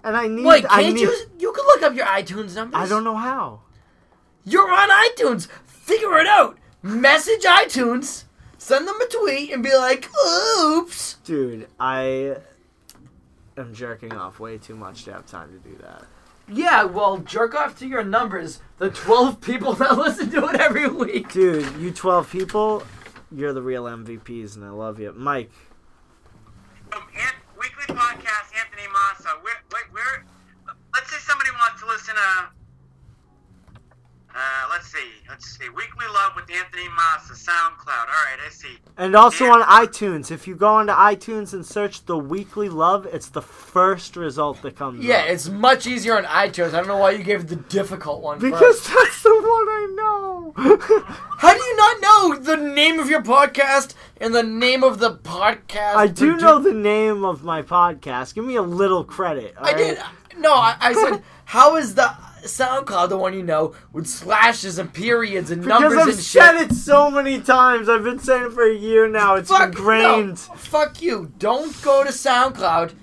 Speaker 1: and i need
Speaker 2: Wait, can't
Speaker 1: i need
Speaker 2: you? You can look up your iTunes numbers.
Speaker 1: i don't know how
Speaker 2: You're on iTunes. Figure it out. Message iTunes. Send them a tweet and be like, "Oops."
Speaker 1: dude i am jerking off way too much to have time to do that
Speaker 2: Yeah, well, jerk off to your numbers. The twelve people that listen to it every week.
Speaker 1: Dude, you 12 people, you're the real MVPs, and I love you. Mike,
Speaker 3: From Ant- Weekly podcast, Anthony Massa. We're, we're, we're, let's say somebody wants to listen to. Uh, let's see. Let's see. Weekly Love with Anthony Massa, SoundCloud. All right, I see.
Speaker 1: and also on iTunes, if you go onto iTunes and search the weekly love, it's the first result that comes
Speaker 2: Yeah,
Speaker 1: up.
Speaker 2: it's much easier on iTunes. I don't know why you gave the difficult one.
Speaker 1: Because
Speaker 2: first.
Speaker 1: that's the one I know.
Speaker 2: how do you not know the name of your podcast and the name of the podcast?
Speaker 1: I do
Speaker 2: produ-
Speaker 1: know the name of my podcast. Give me a little credit.
Speaker 2: I
Speaker 1: alright?
Speaker 2: did. No, I, I said how is the SoundCloud the one you know with slashes and periods and
Speaker 1: Because
Speaker 2: numbers
Speaker 1: I've
Speaker 2: and shit?
Speaker 1: said it so many times. I've been saying it for a year now. It's
Speaker 2: Fuck
Speaker 1: ingrained.
Speaker 2: No, fuck you. Don't go to SoundCloud.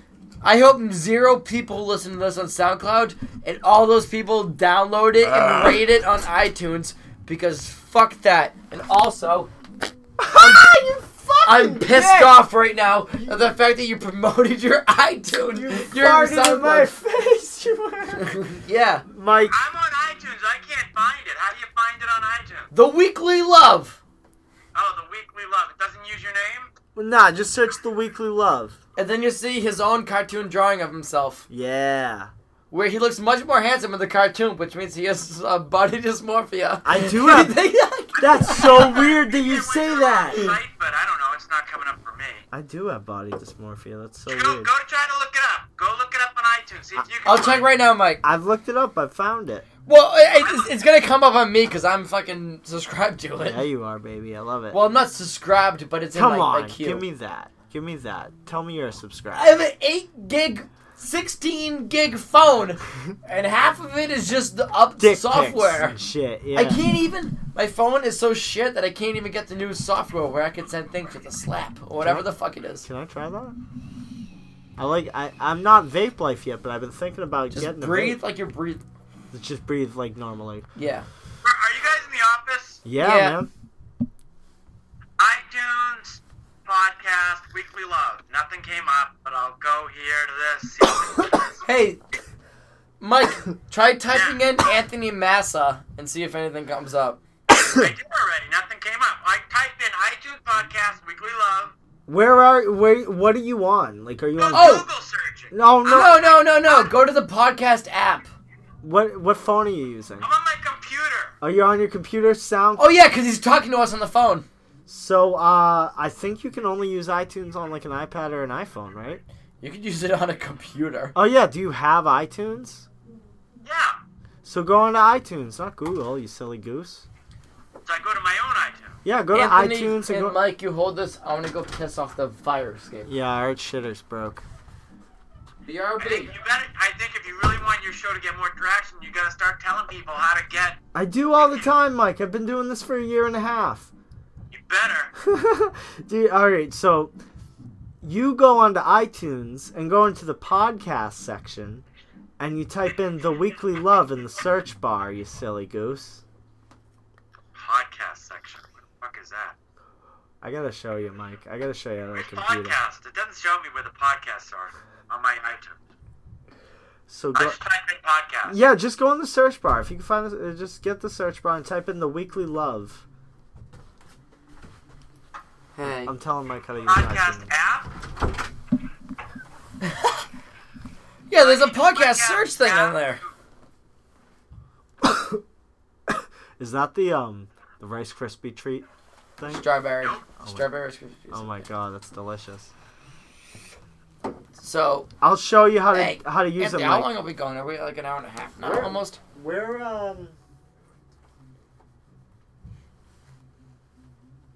Speaker 2: I hope zero people listen to this on SoundCloud, and all those people download it
Speaker 1: Ah.
Speaker 2: and rate it on iTunes because fuck that. And also,
Speaker 1: you fucking
Speaker 2: I'm pissed
Speaker 1: dick.
Speaker 2: off right now at the fact that you promoted your iTunes.
Speaker 1: You
Speaker 2: your
Speaker 1: farted in my face. You were-
Speaker 2: yeah,
Speaker 1: Mike,
Speaker 3: I'm on iTunes. I can't find it. How do you find it on iTunes?
Speaker 2: the weekly love.
Speaker 3: Oh, the Weekly Love. It doesn't use your name?
Speaker 1: nah, just search the weekly love.
Speaker 2: And then you see his own cartoon drawing of himself,
Speaker 1: Yeah.
Speaker 2: where he looks much more handsome in the cartoon, which means he has uh, body dysmorphia.
Speaker 1: I do have- That's so weird that you
Speaker 3: It went
Speaker 1: say
Speaker 3: to the
Speaker 1: that.
Speaker 3: wrong Site, but I don't know. It's not coming up for me.
Speaker 1: I do have body dysmorphia. That's so
Speaker 3: Go,
Speaker 1: weird.
Speaker 3: go to try to look it up. Go look it up on iTunes. See if you can
Speaker 2: I'll
Speaker 3: find
Speaker 2: check
Speaker 3: it.
Speaker 2: right now, Mike.
Speaker 1: I've looked it up. I found it.
Speaker 2: Well, it, it's, it's gonna come up on me because I'm fucking subscribed to
Speaker 1: Yeah,
Speaker 2: it.
Speaker 1: you are, baby. I love it.
Speaker 2: Well, I'm not subscribed, but it's
Speaker 1: Come
Speaker 2: in my,
Speaker 1: on,
Speaker 2: my queue.
Speaker 1: give me that. Give me that. Tell me you're a subscriber.
Speaker 2: I have an eight gig, sixteen gig phone, and half of it is just the up
Speaker 1: Dick pics
Speaker 2: software.
Speaker 1: and shit. Yeah.
Speaker 2: I can't even. My phone is so shit that I can't even get the new software where I can send things with a slap or whatever the fuck it is.
Speaker 1: Can I try that? I like. I I'm not vape life yet, but I've been thinking about
Speaker 2: Just
Speaker 1: getting
Speaker 2: breathe
Speaker 1: A
Speaker 2: like you're breathe.
Speaker 1: vape. Just breathe like normally.
Speaker 2: Yeah.
Speaker 3: Are are you guys in the office?
Speaker 1: Yeah,
Speaker 2: Yeah.
Speaker 1: man.
Speaker 3: iTunes podcast weekly love. Nothing came up, but I'll go here to this. see if it is.
Speaker 2: Hey, Mike, try typing in Anthony Massa and see if anything comes up.
Speaker 3: I did already. Nothing came up. I typed in iTunes podcast weekly love.
Speaker 1: Where are? Where? What are you on? Like, are you on?
Speaker 2: Oh. Uh-huh.
Speaker 3: Google searching.
Speaker 1: No, no.
Speaker 2: No, no, no, no. Go to the podcast app.
Speaker 1: What? What phone are you using?
Speaker 3: I'm on my computer.
Speaker 1: Are you on your computer? Sound
Speaker 2: Oh yeah, because he's talking to us on the phone.
Speaker 1: So uh, I think you can only use iTunes on like an iPad or an iPhone, right?
Speaker 2: You could use it on a computer.
Speaker 1: Oh yeah, do you have iTunes?
Speaker 3: Yeah.
Speaker 1: So go onto iTunes, not Google, you silly goose.
Speaker 3: So I go to my own iTunes.
Speaker 1: Yeah, go
Speaker 2: Anthony
Speaker 1: to iTunes and
Speaker 2: and
Speaker 1: go.
Speaker 2: Mike, you hold this. I'm gonna go piss off the fire escape.
Speaker 1: yeah, our shitter's broke.
Speaker 3: I think
Speaker 2: BRB.
Speaker 3: you got I think if you really want your show to get more traction, you got to start telling people how to get.
Speaker 1: I do all the time, Mike. I've been doing this for a year and a half.
Speaker 3: You better.
Speaker 1: Dude, all right, so you go onto iTunes and go into the podcast section, and you type in the Weekly Love in the search bar, you silly goose.
Speaker 3: Podcast section. What the fuck is that?
Speaker 1: I gotta show you, Mike. I gotta show you on the
Speaker 3: Where's
Speaker 1: computer.
Speaker 3: podcast? It doesn't show me where the podcasts are on my iTunes.
Speaker 1: So
Speaker 3: I
Speaker 1: go.
Speaker 3: just typed in podcast.
Speaker 1: Yeah, just go in the search bar. If you can find this, uh, just get the search bar and type in the weekly love.
Speaker 2: Hey.
Speaker 1: I'm telling Mike how to use
Speaker 3: Podcast
Speaker 1: iTunes.
Speaker 3: app.
Speaker 2: Yeah, there's a podcast search thing on there.
Speaker 1: Is that the um the Rice Krispie treat thing?
Speaker 2: Strawberry.
Speaker 1: Oh, wait.
Speaker 2: Strawberry Rice Krispies.
Speaker 1: Oh my god, that's delicious.
Speaker 2: So,
Speaker 1: I'll show you how to
Speaker 2: Hey,
Speaker 1: how to use
Speaker 2: Anthony,
Speaker 1: them.
Speaker 2: how
Speaker 1: Mike.
Speaker 2: long are we going? Are we like an hour and a half now?
Speaker 1: We're-
Speaker 2: Almost?
Speaker 1: We're um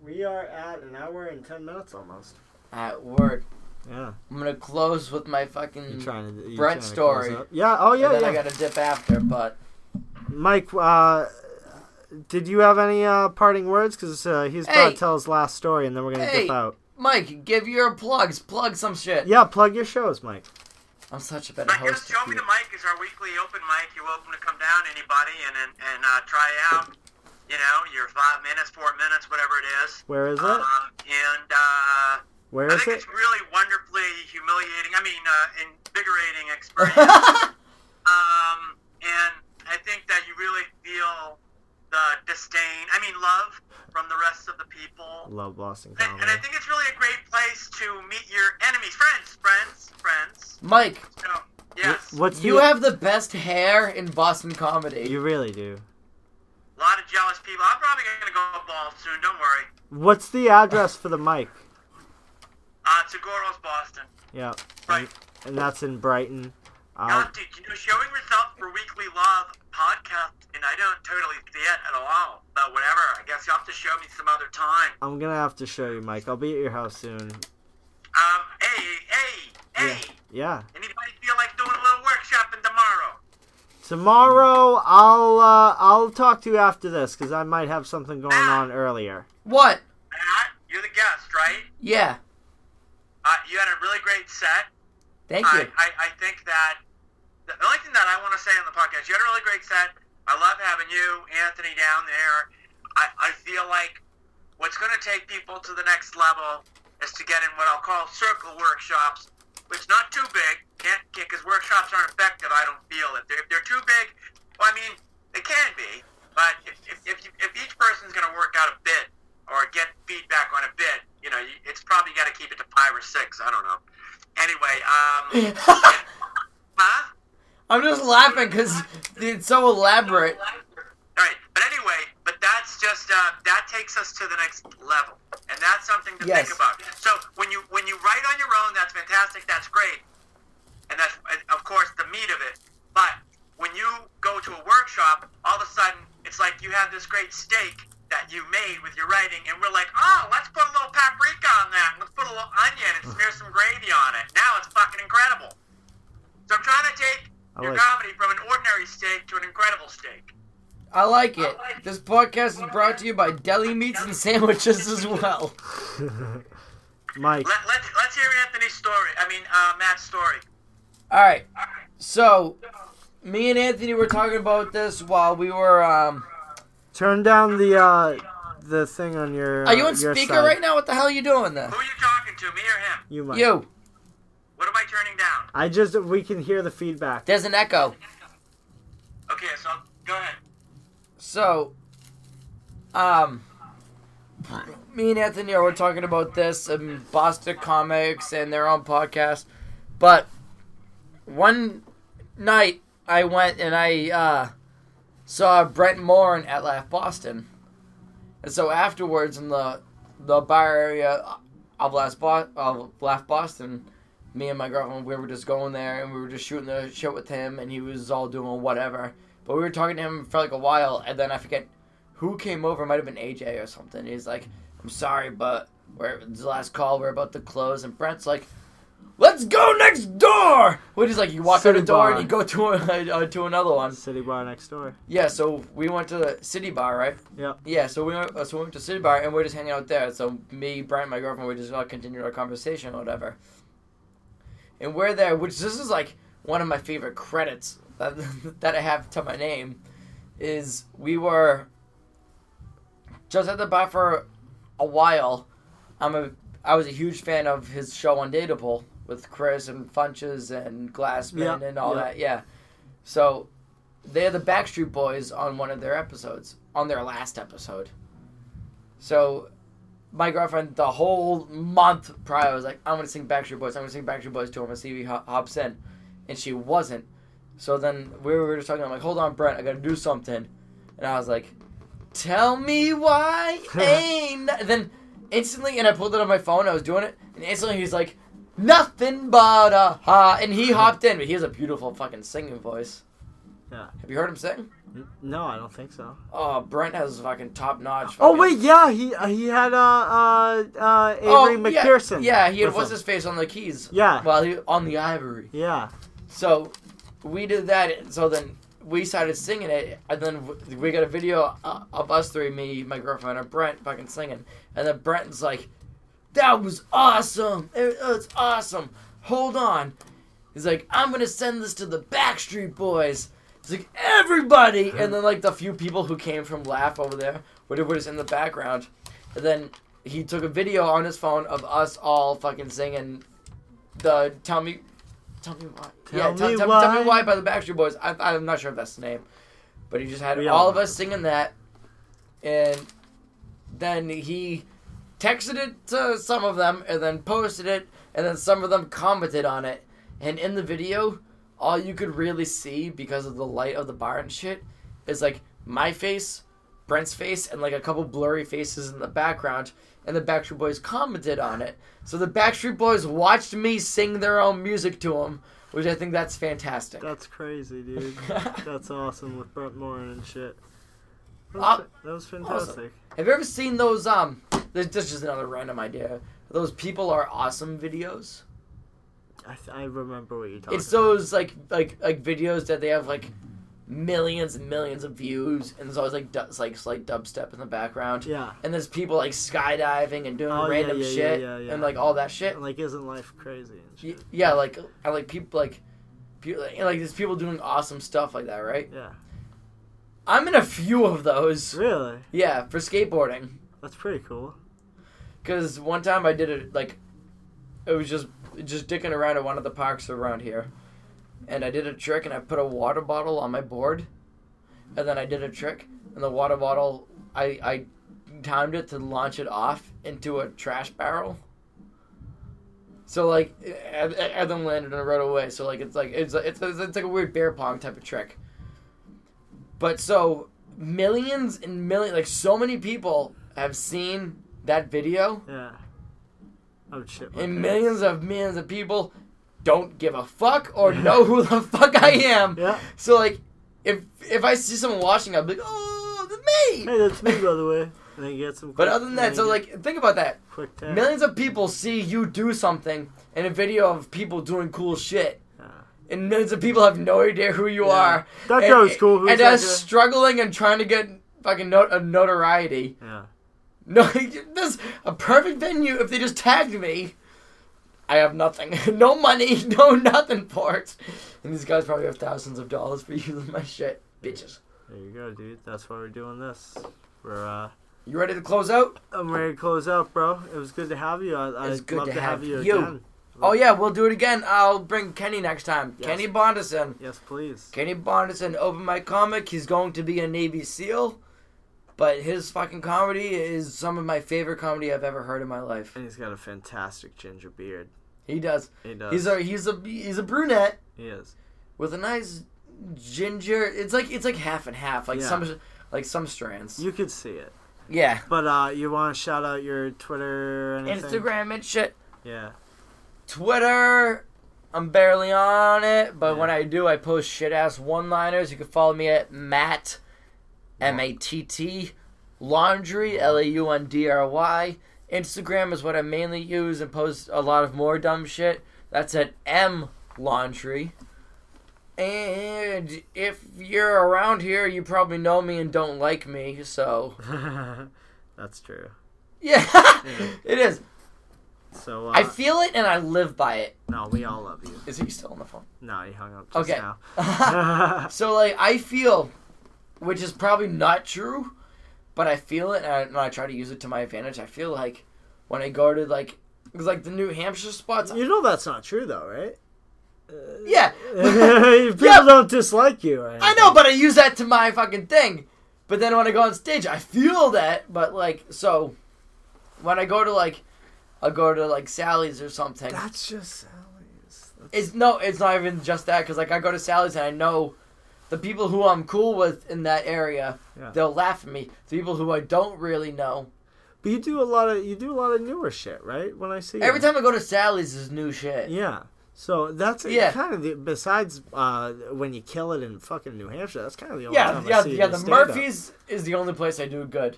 Speaker 1: We are at an hour and ten minutes almost.
Speaker 2: At work.
Speaker 1: Yeah.
Speaker 2: I'm going to close with my
Speaker 1: You're
Speaker 2: fucking.
Speaker 1: trying to you
Speaker 2: Brett Mm. story.
Speaker 1: Yeah, oh yeah,
Speaker 2: and then
Speaker 1: yeah.
Speaker 2: I got to dip after, but
Speaker 1: Mike, uh did you have any uh, parting words? Because uh, he's about
Speaker 2: Hey.
Speaker 1: to tell his last story, and then we're gonna
Speaker 2: Hey.
Speaker 1: dip out.
Speaker 2: Mike, give your plugs. Plug some shit.
Speaker 1: Yeah, plug your shows, Mike.
Speaker 2: I'm such a better
Speaker 3: I guess
Speaker 2: host.
Speaker 3: Show Me the Mic is our weekly open mic. You're welcome to come down, anybody, and and, and uh, try out. You know, your five minutes, four minutes, whatever it is.
Speaker 1: Where is it?
Speaker 3: Um, and uh,
Speaker 1: Where
Speaker 3: I
Speaker 1: is
Speaker 3: think
Speaker 1: it?
Speaker 3: it's really wonderfully humiliating. I mean, uh, invigorating experience. um, and I think that you really feel the disdain. I mean, love from the rest of the people.
Speaker 1: Love Boston
Speaker 3: And,
Speaker 1: Comedy.
Speaker 3: and I think it's really a great place to meet your enemies, friends, friends, friends.
Speaker 2: Mike,
Speaker 3: So, yes,
Speaker 1: What's
Speaker 2: you
Speaker 1: the,
Speaker 2: have the best hair in Boston comedy.
Speaker 1: You really do.
Speaker 3: a lot of jealous people. I'm probably gonna go bald soon. Don't worry.
Speaker 1: What's the address for the mic?
Speaker 3: Uh, it's Agoro's Boston.
Speaker 1: Yeah,
Speaker 3: Right.
Speaker 1: and that's in Brighton. Uh,
Speaker 3: God, dude, you know, showing results for Weekly Love podcast, and I don't totally see it at all. But whatever, I guess you'll have to show me some other time.
Speaker 1: I'm gonna have to show you, Mike. I'll be at your house soon.
Speaker 3: Um, hey, hey, hey,
Speaker 1: Yeah.
Speaker 3: anybody feel like doing a little workshop in tomorrow?
Speaker 1: Tomorrow, I'll uh, I'll talk to you after this because I might have something going on earlier.
Speaker 2: What?
Speaker 3: Matt, you're the guest, right?
Speaker 2: Yeah.
Speaker 3: Uh, you had a really great set.
Speaker 2: Thank you.
Speaker 3: I, I, I think that the only thing that I want to say on the podcast, you had a really great set. I love having you, Anthony, down there. I, I feel like what's going to take people to the next level is to get in what I'll call circle workshops, which not too big, can't because workshops aren't effective. I don't feel if they're, if they're too big. Well, I mean, they can be, but if if, if, you, if each person's going to work out a bit or get feedback on a bit, you know, you, it's probably got to keep it to five or six. I don't know. Anyway, um, huh?
Speaker 2: I'm just laughing because it's so elaborate.
Speaker 3: All right, but anyway, but that's just uh, that takes us to the next level, and that's something to
Speaker 2: Yes.
Speaker 3: think about. So when you when you write on your own, that's fantastic, that's great, and that's and of course the meat of it. But when you go to a workshop, all of a sudden it's like you have this great steak that you made with your writing, and we're like, oh, let's put a little paprika on that, let's put a little onion, and smear some gravy on it. Now it's fucking incredible. So I'm trying to take
Speaker 1: I
Speaker 3: your
Speaker 1: like-
Speaker 3: comedy from an ordinary steak to an incredible steak.
Speaker 2: I like it. This podcast is brought to you by deli meats and sandwiches as well.
Speaker 1: Mike,
Speaker 3: Let, let, let's hear Anthony's story. I mean, uh, Matt's story.
Speaker 2: All right. So, me and Anthony were talking about this while we were. Um,
Speaker 1: turn down the uh, the thing on your.
Speaker 2: are you
Speaker 1: uh,
Speaker 2: on
Speaker 1: your
Speaker 2: speaker
Speaker 1: side.
Speaker 2: right now? What the hell are you doing there?
Speaker 3: Who are you talking to, me or him?
Speaker 1: You, Mike.
Speaker 2: You.
Speaker 3: What am I turning down?
Speaker 1: I just we can hear the feedback.
Speaker 2: There's an echo.
Speaker 3: Okay, so go ahead.
Speaker 2: So, um, me and Anthony were talking about this in Boston Comics and their own podcast, but one night I went and I uh, saw Brent Morin at Laugh Boston, and so afterwards in the the bar area of Laugh, Bo- of Laugh Boston, me and my girlfriend we were just going there and we were just shooting the shit with him and he was all doing whatever. But we were talking to him for like a while, and then I forget who came over. It might have been AJ or something. He's like, "I'm sorry, but we're this is the last call. We're about to close." And Brent's like, "Let's go next door." Which is like you walk out
Speaker 1: City
Speaker 2: a door
Speaker 1: bar.
Speaker 2: and you go to a, uh, to another one.
Speaker 1: City bar next door.
Speaker 2: Yeah, so we went to the City Bar, right?
Speaker 1: Yep.
Speaker 2: Yeah, so we went, uh, so we went to City Bar and we are just hanging out there. So me, Brian, my girlfriend, we just uh, continued our conversation or whatever. And we're there, which this is like one of my favorite credits that, that I have to my name, is we were just at the bar for a while. I'm a I was a huge fan of his show Undateable with Chris and Funches and
Speaker 1: Yep,
Speaker 2: Glassman and all
Speaker 1: yep.
Speaker 2: that. Yeah, so they had the Backstreet Boys on one of their episodes, on their last episode. So, my girlfriend, the whole month prior, was like, I'm going to sing Backstreet Boys. I'm going to sing Backstreet Boys to him and see if he ho- hops in. And she wasn't. So then we were just talking, I'm like, hold on, Brent, I got to do something. And I was like, Tell me why ain't no-" then instantly and I pulled it on my phone, I was doing it, and instantly he's like, Nothing but a ha and he hopped in, but he has a beautiful fucking singing voice.
Speaker 1: Yeah.
Speaker 2: Have you heard him sing?
Speaker 1: N- No, I don't think so.
Speaker 2: Oh, Brent has fucking top notch.
Speaker 1: Oh wait, yeah, he uh, he had uh uh, uh Avery McPherson.
Speaker 2: Oh, Yeah, he had
Speaker 1: with
Speaker 2: what's
Speaker 1: him.
Speaker 2: his face on the keys.
Speaker 1: Yeah.
Speaker 2: Well, he, on the ivory.
Speaker 1: Yeah.
Speaker 2: So we did that. So then we started singing it, and then w- we got a video uh, of us three, me, my girlfriend, and Brent fucking singing. And then Brent's like, "That was awesome! It was awesome! Hold on." He's like, "I'm gonna send this to the Backstreet Boys." He's like, "Everybody!" And then like the few people who came from Laugh over there were were just in the background. And then he took a video on his phone of us all fucking singing the "Tell Me." Tell me why. yeah,
Speaker 1: Tell
Speaker 2: tell,
Speaker 1: me
Speaker 2: tell, tell
Speaker 1: why.
Speaker 2: me why by the Backstreet Boys. I, I'm not sure if that's the name, but he just had
Speaker 1: We all
Speaker 2: all of
Speaker 1: know.
Speaker 2: us singing that, and then he texted it to some of them, and then posted it, and then some of them commented on it. And in the video, all you could really see because of the light of the bar and shit is like my face, Brent's face, and like a couple blurry faces in the background. And the Backstreet Boys commented on it. So the Backstreet Boys watched me sing their own music to them, which I think that's fantastic.
Speaker 1: That's crazy, dude. That's awesome with Brent Morin and shit. That
Speaker 2: Uh,
Speaker 1: was, fa- that was fantastic.
Speaker 2: Have you ever seen those? Um, this this is just another random idea. Those people are awesome videos.
Speaker 1: I, th- I remember what you're talking
Speaker 2: It's those like like like videos that they have like millions and millions of views, and there's always like du- it's, like slight dubstep in the background,
Speaker 1: Yeah.
Speaker 2: and there's people like skydiving and doing
Speaker 1: Oh, yeah,
Speaker 2: random
Speaker 1: yeah, yeah,
Speaker 2: shit
Speaker 1: yeah, yeah.
Speaker 2: and like all that shit.
Speaker 1: And, like, isn't life crazy and
Speaker 2: Y-
Speaker 1: shit?
Speaker 2: Yeah, like I like people like. People, like, there's people doing awesome stuff like that, right?
Speaker 1: Yeah.
Speaker 2: I'm in a few of those.
Speaker 1: Really?
Speaker 2: Yeah, for skateboarding.
Speaker 1: That's pretty cool.
Speaker 2: Because one time I did it like, it was just just dicking around at one of the parks around here, and I did a trick and I put a water bottle on my board, and then I did a trick and the water bottle I I timed it to launch it off into a trash barrel. So like, and and then landed and rode away. So like, it's like it's it's it's like a weird bear pong type of trick. But so millions and millions, like so many people have seen that video
Speaker 1: Yeah. Oh shit. my
Speaker 2: and
Speaker 1: pants.
Speaker 2: millions of millions of people don't give a fuck or know who the fuck I am.
Speaker 1: Yeah.
Speaker 2: So like, if if I see someone watching, I'll be like, oh, that's me.
Speaker 1: Hey, that's me, by the way. And then you get some. Quick,
Speaker 2: But other than
Speaker 1: and
Speaker 2: that,
Speaker 1: then
Speaker 2: so
Speaker 1: you
Speaker 2: like, think about that.
Speaker 1: get quick tap.
Speaker 2: Millions of people see you do something in a video of people doing cool shit.
Speaker 1: Yeah.
Speaker 2: And millions of people have no idea who you
Speaker 1: Yeah.
Speaker 2: are.
Speaker 1: That
Speaker 2: and,
Speaker 1: guy was cool. Who's
Speaker 2: and
Speaker 1: that
Speaker 2: us
Speaker 1: guy?
Speaker 2: struggling and trying to get fucking not- a notoriety.
Speaker 1: Yeah.
Speaker 2: No, this is a perfect venue if they just tagged me. I have nothing, no money, no nothing for it. And these guys probably have thousands of dollars for using my shit, bitches.
Speaker 1: There you go, dude. That's why we're doing this. We're uh.
Speaker 2: You ready to close out?
Speaker 1: I'm ready to close out, bro. It was good to have you. I,
Speaker 2: It's
Speaker 1: I'd
Speaker 2: good
Speaker 1: love
Speaker 2: to
Speaker 1: to, have,
Speaker 2: have
Speaker 1: you,
Speaker 2: you.
Speaker 1: again.
Speaker 2: Oh yeah, we'll do it again. I'll bring Kenny next time.
Speaker 1: Yes.
Speaker 2: Kenny Bondison.
Speaker 1: Yes, please.
Speaker 2: Kenny Bondison, open my comic. He's going to be a Navy SEAL, but his fucking comedy is some of my favorite comedy I've ever heard in my life.
Speaker 1: And he's got a fantastic ginger beard.
Speaker 2: He does.
Speaker 1: He does.
Speaker 2: He's a he's a he's a brunette.
Speaker 1: he is.
Speaker 2: with a nice ginger. It's like it's like half and half, like
Speaker 1: Yeah.
Speaker 2: some like some strands.
Speaker 1: You could see it.
Speaker 2: yeah,
Speaker 1: But uh, you want to shout out your Twitter or anything?
Speaker 2: Instagram and shit.
Speaker 1: Yeah.
Speaker 2: Twitter, I'm barely on it, but
Speaker 1: Yeah.
Speaker 2: when I do, I post shit ass one liners. You can follow me at Matt, M A T T, Laundry, L A U N D R Y. Instagram is what I mainly use and post a lot of more dumb shit. That's at M Laundry. And if you're around here, you probably know me and don't like me, so.
Speaker 1: That's true.
Speaker 2: Yeah, it is.
Speaker 1: So uh,
Speaker 2: I feel it and I live by it.
Speaker 1: no, we all love you.
Speaker 2: Is he still on the phone?
Speaker 1: No, you hung up just
Speaker 2: Okay.
Speaker 1: now.
Speaker 2: So like I feel, which is probably not true, but I feel it and I, and I try to use it to my advantage. I feel like when I go to like 'cause, like the New Hampshire spots,
Speaker 1: you know that's not true though, right?
Speaker 2: yeah,
Speaker 1: People
Speaker 2: Yeah.
Speaker 1: don't dislike you. Right?
Speaker 2: I know, but I use that to my fucking thing. But then when I go on stage, I feel that. But like so, when I go to like, I go to like Sally's or something.
Speaker 1: that's just Sally's. That's-
Speaker 2: It's no, it's not even just that because like I go to Sally's and I know the people who I'm cool with in that area,
Speaker 1: Yeah.
Speaker 2: they'll laugh at me. The people who I don't really know.
Speaker 1: But you do a lot of you do a lot of newer shit, right? When I see you.
Speaker 2: Every time I go to Sally's, is new shit.
Speaker 1: Yeah. So that's
Speaker 2: Yeah.
Speaker 1: kind of the, besides uh, when you kill it in fucking New Hampshire. That's kind of the only
Speaker 2: Yeah,
Speaker 1: time I
Speaker 2: yeah,
Speaker 1: see it
Speaker 2: yeah.
Speaker 1: in
Speaker 2: The
Speaker 1: stand-up.
Speaker 2: Murphys is the only place I do good,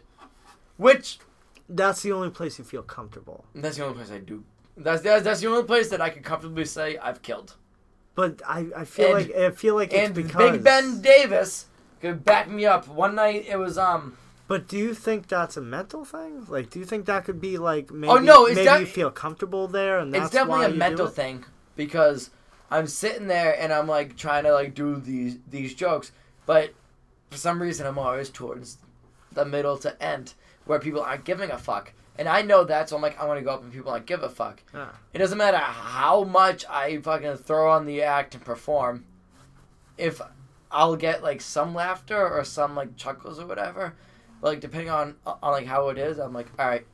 Speaker 2: which
Speaker 1: That's the only place you feel comfortable.
Speaker 2: that's the only place I do. That's that's, that's the only place that I can comfortably say I've killed.
Speaker 1: But I, I feel
Speaker 2: And-
Speaker 1: like I feel like it's
Speaker 2: And
Speaker 1: because
Speaker 2: Big Ben Davis could back me up. One night it was um.
Speaker 1: But do you think that's a mental thing? Like, do you think that could be like maybe,
Speaker 2: Oh, no, it's
Speaker 1: maybe
Speaker 2: def-
Speaker 1: you feel comfortable there and that's
Speaker 2: it's definitely
Speaker 1: why
Speaker 2: a
Speaker 1: you do
Speaker 2: mental
Speaker 1: it?
Speaker 2: thing because I'm sitting there and I'm like trying to like do these these jokes, but for some reason I'm always towards the middle to end where people aren't giving a fuck, and I know that, so I'm like I want to go up and people aren't give a fuck.
Speaker 1: Yeah.
Speaker 2: It doesn't matter how much I fucking throw on the act and perform, if I'll get like some laughter or some like chuckles or whatever, like depending on on like how it is, I'm like all right.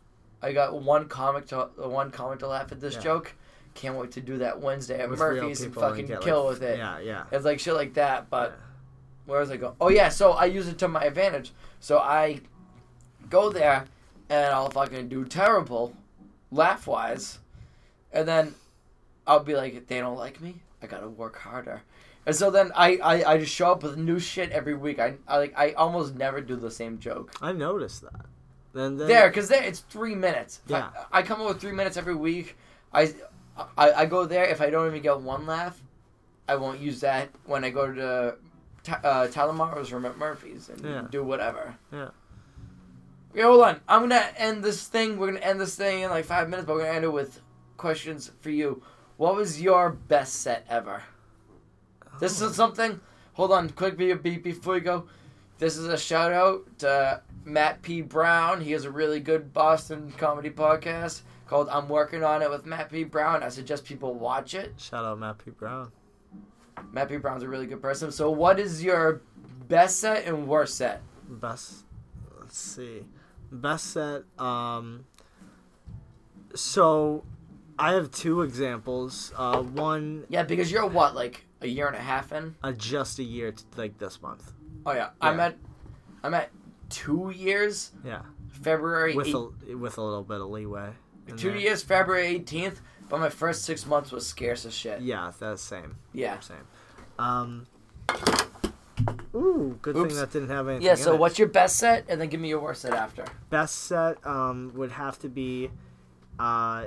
Speaker 2: I got one comic to one comic to laugh at this
Speaker 1: Yeah.
Speaker 2: joke. Can't wait to do that Wednesday at
Speaker 1: With real
Speaker 2: Murphy's and
Speaker 1: people and
Speaker 2: fucking
Speaker 1: get, like,
Speaker 2: kill with it.
Speaker 1: Yeah, yeah.
Speaker 2: It's like shit like that. But
Speaker 1: Yeah.
Speaker 2: where was I going? Oh yeah, so I use it to my advantage. So I go there and I'll fucking do terrible, laugh wise, and then I'll be like, they don't like me. I gotta work harder. And so then I, I, I just show up with new shit every week. I, I like I almost never do the same joke.
Speaker 1: I noticed that. Then, then
Speaker 2: There, 'cause there, because it's three minutes. If
Speaker 1: Yeah.
Speaker 2: I, I come up with three minutes every week. I, I, I go there. If I don't even get one laugh, I won't use that when I go to Ta- uh, Talamar's or Mc- Murphy's and
Speaker 1: Yeah.
Speaker 2: do whatever.
Speaker 1: Yeah.
Speaker 2: Okay, hold on. I'm gonna end this thing. We're gonna end this thing in like five minutes, but we're gonna end it with questions for you. What was your best set ever? This
Speaker 1: Oh.
Speaker 2: is something. Hold on, quick be beep before you go. This is a shout out to Matt P. Brown. He has a really good Boston comedy podcast called I'm Working on It with Matt P. Brown. I suggest people watch it.
Speaker 1: Shout out Matt P. Brown.
Speaker 2: Matt P. Brown's a really good person. So, what is your best set and worst set?
Speaker 1: Best. Let's see. Best set. Um. So, I have two examples. Uh, one
Speaker 2: Yeah, because you're what, like a year and a half in?
Speaker 1: uh, just a year, t- like this month.
Speaker 2: Oh yeah, I'm
Speaker 1: Yeah.
Speaker 2: at, I'm at two years.
Speaker 1: Yeah.
Speaker 2: February
Speaker 1: With
Speaker 2: eight-
Speaker 1: a with a little bit of leeway. in
Speaker 2: two
Speaker 1: there.
Speaker 2: years, February 18th. But my first six months was scarce as shit.
Speaker 1: Yeah, that's same.
Speaker 2: Yeah.
Speaker 1: Same. Um. Ooh, good
Speaker 2: Oops.
Speaker 1: thing that didn't have anything.
Speaker 2: Yeah, so
Speaker 1: in it.
Speaker 2: what's your best set? And then give me your worst set after.
Speaker 1: best set um, would have to be uh,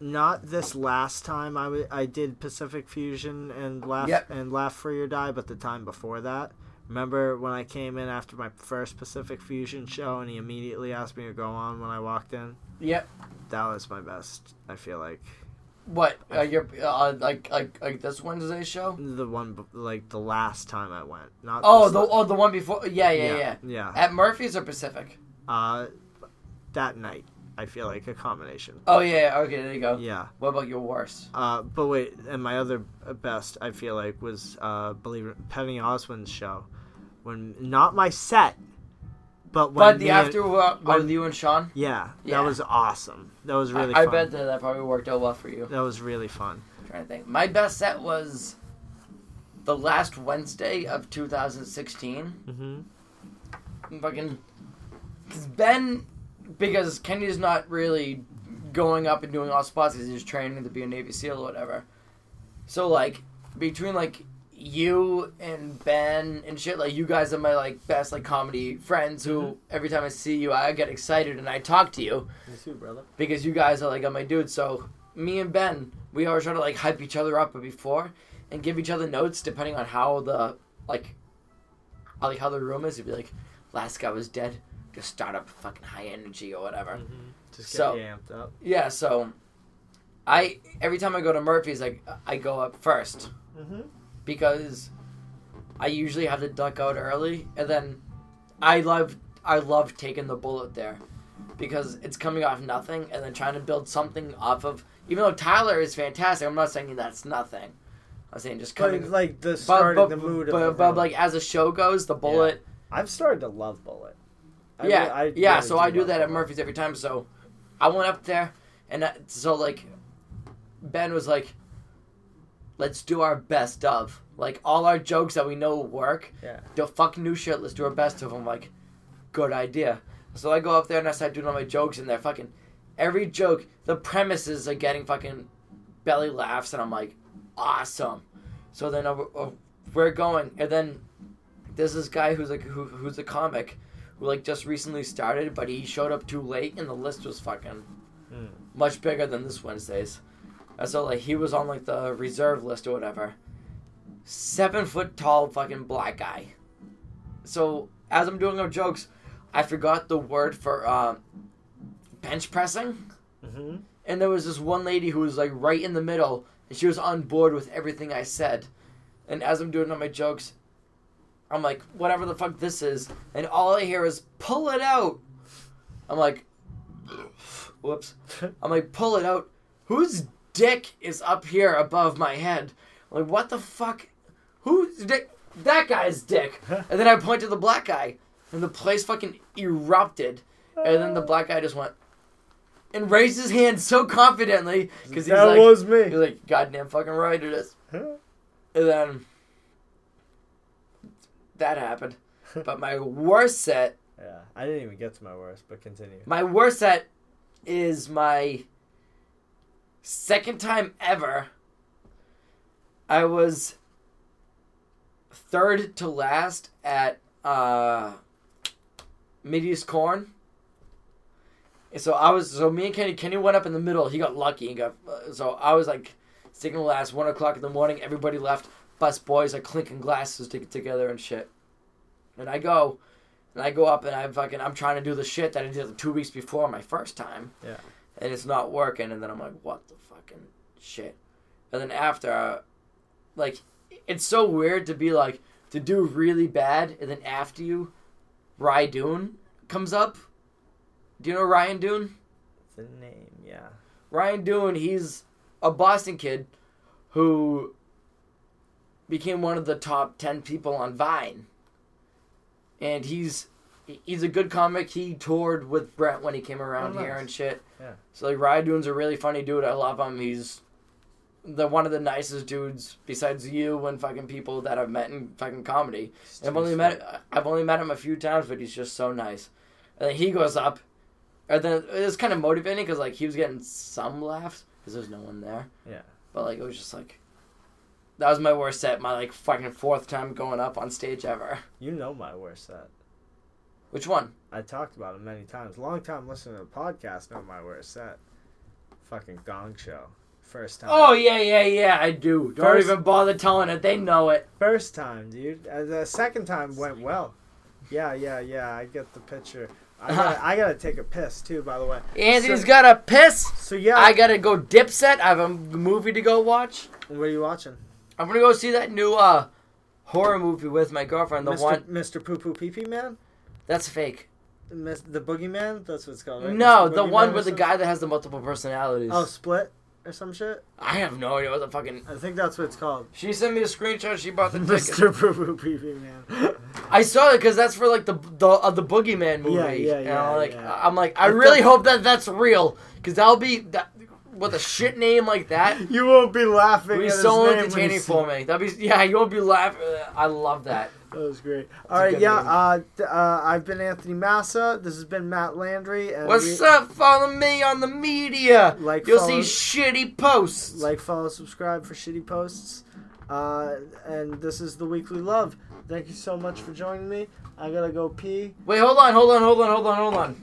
Speaker 1: not this last time I wa- I did Pacific Fusion and laugh
Speaker 2: Yep.
Speaker 1: and laugh for your die, but the time before that. Remember when I came in after my first Pacific Fusion show and he immediately asked me to go on when I walked in?
Speaker 2: Yep.
Speaker 1: That was my best, I feel like.
Speaker 2: What? Uh, your uh, like like like this Wednesday show?
Speaker 1: The one, b- like, the last time I went. Not
Speaker 2: Oh,
Speaker 1: this
Speaker 2: the
Speaker 1: la-
Speaker 2: oh the one before. Yeah, yeah, yeah.
Speaker 1: Yeah.
Speaker 2: At Murphy's or Pacific?
Speaker 1: Uh, that night, I feel like a combination.
Speaker 2: Oh yeah. yeah, Okay, there you go.
Speaker 1: Yeah.
Speaker 2: What about your worst?
Speaker 1: Uh, but wait, and my other best I feel like was uh, believe it, Penny Oswald's show, when not my set, but when
Speaker 2: but the
Speaker 1: me and-
Speaker 2: after uh, with
Speaker 1: when-
Speaker 2: you and Sean.
Speaker 1: yeah,
Speaker 2: Yeah.
Speaker 1: that was awesome. That was really.
Speaker 2: I, I
Speaker 1: fun.
Speaker 2: bet that that probably worked out well for you.
Speaker 1: that was really fun.
Speaker 2: trying to think. My best set was the last Wednesday of 2016.
Speaker 1: Mm-hmm.
Speaker 2: Fucking, because Ben, because Kenny's not really going up and doing all spots because he's training to be a Navy SEAL or whatever. So like between like you and Ben and shit, like you guys are my like best like comedy friends who
Speaker 1: Mm-hmm.
Speaker 2: every time I see you I get excited and I talk to you
Speaker 1: Me too, brother.
Speaker 2: because you guys are like, I'm my dude. So me and Ben, we always try to like hype each other up before and give each other notes depending on how the like, how, like how the room is. It'd be like, last guy was dead. Just start up fucking high energy or whatever.
Speaker 1: Mm. Just
Speaker 2: get Mm-hmm. So- you
Speaker 1: amped up.
Speaker 2: Yeah. So I every time I go to Murphy's, I I go up first
Speaker 1: Mm-hmm.
Speaker 2: because I usually have to duck out early, and then I love I love taking the bullet there because it's coming off nothing, and then trying to build something off of. Even though Tyler is fantastic, I'm not saying that's nothing. I'm saying just coming.
Speaker 1: But like the
Speaker 2: but-
Speaker 1: starting
Speaker 2: but-
Speaker 1: the mood.
Speaker 2: but,
Speaker 1: of the
Speaker 2: but,
Speaker 1: room.
Speaker 2: like as the show goes, the bullet.
Speaker 1: I've started to love Bullet. I
Speaker 2: yeah,
Speaker 1: re- I
Speaker 2: yeah.
Speaker 1: really
Speaker 2: so I do
Speaker 1: love
Speaker 2: that at
Speaker 1: Bullet.
Speaker 2: Murphy's every time. So I went up there, and I, so like Ben was like, let's do our best of. Like all our jokes that we know work.
Speaker 4: Yeah.
Speaker 2: Yo, fuck new shit. Let's do our best of. I'm like, good idea. So I go up there and I start doing all my jokes, and they're fucking every joke. The premises are getting fucking belly laughs, and I'm like, awesome. So then uh, uh, we're going, and then there's this guy who's like who, who's a comic who like just recently started, but he showed up too late, and the list was fucking
Speaker 1: Mm.
Speaker 2: much bigger than this Wednesday's. And so like he was on like the reserve list or whatever. Seven foot tall fucking black guy. So as I'm doing our jokes, I forgot the word for uh, bench pressing,
Speaker 1: Mm-hmm.
Speaker 2: and there was this one lady who was like right in the middle, and she was on board with everything I said. And as I'm doing all my jokes, I'm like, whatever the fuck this is, and all I hear is pull it out. I'm like, whoops. I'm like, pull it out. Whose dick is up here above my head? I'm like, what the fuck? Whose dick? That guy's dick. And then I point to the black guy, and the place fucking erupted. And then the black guy just went and raised his hand so confidently because he's
Speaker 1: That
Speaker 2: like,
Speaker 1: was
Speaker 2: he's
Speaker 1: me.
Speaker 2: like, goddamn fucking right it is. And then that happened. But my worst set
Speaker 1: Yeah, I didn't even get to my worst, but continue.
Speaker 2: my worst set is my second time ever. I was third to last at uh, Mideast Corn. And so I was so me and Kenny Kenny went up in the middle. He got lucky and got uh, so I was like second to last, one o'clock in the morning. Everybody left. Bus boys are clinking glasses to together and shit. And I go, and I go up and I fucking I'm trying to do the shit that I did the two weeks before my first time.
Speaker 1: Yeah.
Speaker 2: And it's not working, and then I'm like, what the fucking shit? And then after, uh, like, it's so weird to be like to do really bad, and then after you, Rydune comes up. Do you know Ryan Dune?
Speaker 1: The name, yeah.
Speaker 2: Ryan Dune, he's a Boston kid who became one of the top 10 people on Vine. And he's he's a good comic. He toured with Brent when he came around
Speaker 1: Oh,
Speaker 2: here
Speaker 1: nice.
Speaker 2: and shit.
Speaker 1: Yeah.
Speaker 2: So like Ryan Dune's a really funny dude. I love him. He's the one of the nicest dudes besides you and fucking people that I've met in fucking comedy. And I've only met I've only met him a few times, but he's just so nice. And then he goes up, and then it's kind of motivating because like he was getting some laughs because there's no one there.
Speaker 1: Yeah.
Speaker 2: But like it was just like that was my worst set, my like fucking fourth time going up on stage ever.
Speaker 1: You know my worst set.
Speaker 2: Which one?
Speaker 1: I talked about it many times. Long time listener to the podcast know my worst set. Fucking Gong Show. First time.
Speaker 2: Oh yeah, yeah, yeah. I do. Don't
Speaker 1: Uh-huh. First-
Speaker 2: even bother telling it. They know it.
Speaker 1: First time, dude. Uh, The second time went well. Yeah, yeah, yeah. I get the picture. I gotta, I gotta take a piss too, by the way.
Speaker 2: Anthony's
Speaker 1: So-
Speaker 2: got a piss.
Speaker 1: So yeah,
Speaker 2: I gotta go dip set. I have a movie to go watch.
Speaker 1: what are you watching?
Speaker 2: I'm gonna go see that new uh horror movie with my girlfriend. The
Speaker 1: Mr.
Speaker 2: one
Speaker 1: Mr. Poo Poo Pee Pee Man,
Speaker 2: that's fake.
Speaker 1: Mis- the Boogeyman. That's what it's called, right?
Speaker 2: No,
Speaker 1: Mr.
Speaker 2: the
Speaker 1: Boogeyman
Speaker 2: one
Speaker 1: or
Speaker 2: with the
Speaker 1: something?
Speaker 2: guy that has the multiple personalities.
Speaker 1: Oh, Split or some shit.
Speaker 2: I have no idea what the fucking.
Speaker 1: I think that's what it's called.
Speaker 2: She sent me a screenshot. She bought the ticket.
Speaker 1: Mr. Poo Poo Pee Pee Man.
Speaker 2: I saw it because that's for like the the uh, the Boogeyman movie.
Speaker 1: Yeah, yeah,
Speaker 2: and
Speaker 1: yeah,
Speaker 2: I'm like,
Speaker 1: yeah.
Speaker 2: I'm like, I
Speaker 1: It's
Speaker 2: really
Speaker 1: the-
Speaker 2: hope that that's real because that'll be that with a shit name like that.
Speaker 1: you won't be laughing.
Speaker 2: It'll be
Speaker 1: at his
Speaker 2: so
Speaker 1: name when you
Speaker 2: entertaining
Speaker 1: see-
Speaker 2: for me. That'd be yeah. You won't be laughing. I love that.
Speaker 1: That was great.
Speaker 2: a
Speaker 1: All right,
Speaker 2: good
Speaker 1: yeah.
Speaker 2: name.
Speaker 1: Uh, th- uh, I've been Anthony Massa. This has been Matt Landry. And
Speaker 2: What's
Speaker 1: we-
Speaker 2: up? Follow me on the media.
Speaker 1: Like,
Speaker 2: You'll
Speaker 1: follow-
Speaker 2: see shitty posts.
Speaker 1: Like, follow, subscribe for shitty posts. Uh, and this is the weekly love. Thank you so much for joining me. I gotta go pee.
Speaker 2: Wait, hold on, hold on, hold on, hold on, hold on.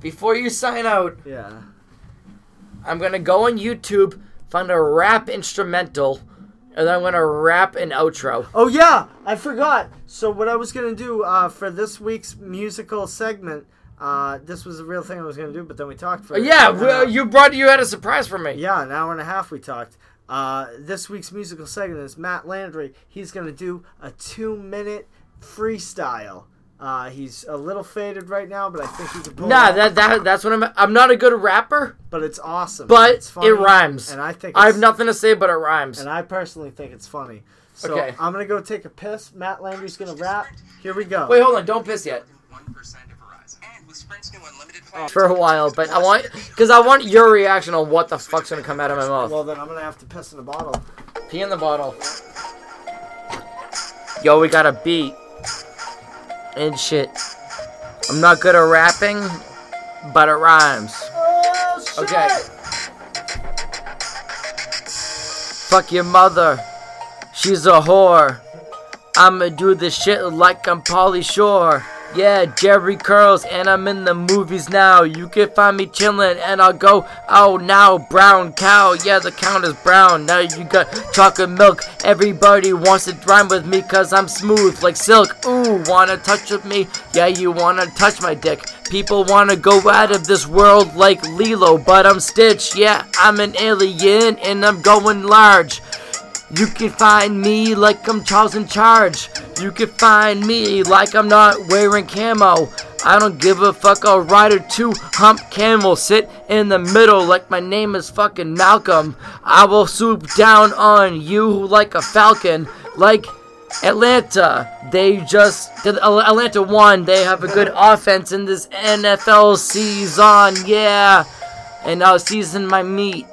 Speaker 2: Before you sign out.
Speaker 1: Yeah.
Speaker 2: I'm gonna go on YouTube, find a rap instrumental, and then I'm gonna rap an outro.
Speaker 1: Oh yeah, I forgot. So what I was gonna do uh, for this week's musical segment, uh, this was a real thing I was gonna do, but then we talked for
Speaker 2: Uh, Yeah,
Speaker 1: an
Speaker 2: well,
Speaker 1: hour-
Speaker 2: you brought you had a surprise for me.
Speaker 1: yeah, an hour and a half we talked. Uh, this week's musical segment is Matt Landry. He's gonna do a two-minute freestyle. Uh, he's a little faded right now, but I think he can pull. it
Speaker 2: Nah,
Speaker 1: off.
Speaker 2: that, that that's what I'm. I'm not a good rapper,
Speaker 1: But it's awesome.
Speaker 2: but
Speaker 1: it's funny,
Speaker 2: it rhymes.
Speaker 1: and I think
Speaker 2: I have
Speaker 1: it's-
Speaker 2: nothing to say, but it rhymes.
Speaker 1: And I personally think it's funny. So
Speaker 2: Okay.
Speaker 1: I'm gonna go take a piss. Matt Landry's gonna rap. Here we go.
Speaker 2: Wait, hold on, don't piss yet.
Speaker 3: One percent of Verizon. And with with Sprint's new unlimited plan.
Speaker 2: for a while, but I want because I want your reaction on what the fuck's gonna come out of my mouth.
Speaker 5: Well, then I'm gonna have to piss in a bottle.
Speaker 2: Pee in the bottle. Yo, we got a beat and shit. I'm not good at rapping, but it rhymes. Okay. Fuck your mother. She's a whore. I'ma do this shit like I'm Polly Shore. Yeah, Jerry Curls, and I'm in the movies now. You can find me chillin', and I'll go Oh, now. Brown cow, yeah, the count is brown. Now you got chocolate milk. Everybody wants to rhyme with me, cause I'm smooth like silk. Ooh, wanna touch with me? Yeah, you wanna touch my dick. People wanna go out of this world like Lilo, but I'm Stitch. Yeah, I'm an alien, and I'm going large. You can find me like I'm Charles in charge. You can find me like I'm not wearing camo. I don't give a fuck, I'll ride a two hump camel. Sit in the middle like my name is fucking Malcolm. I will swoop down on you like a falcon. Like Atlanta. They just did- Al- Atlanta won. They have a good offense in this NFL season. Yeah. And I'll season my meat.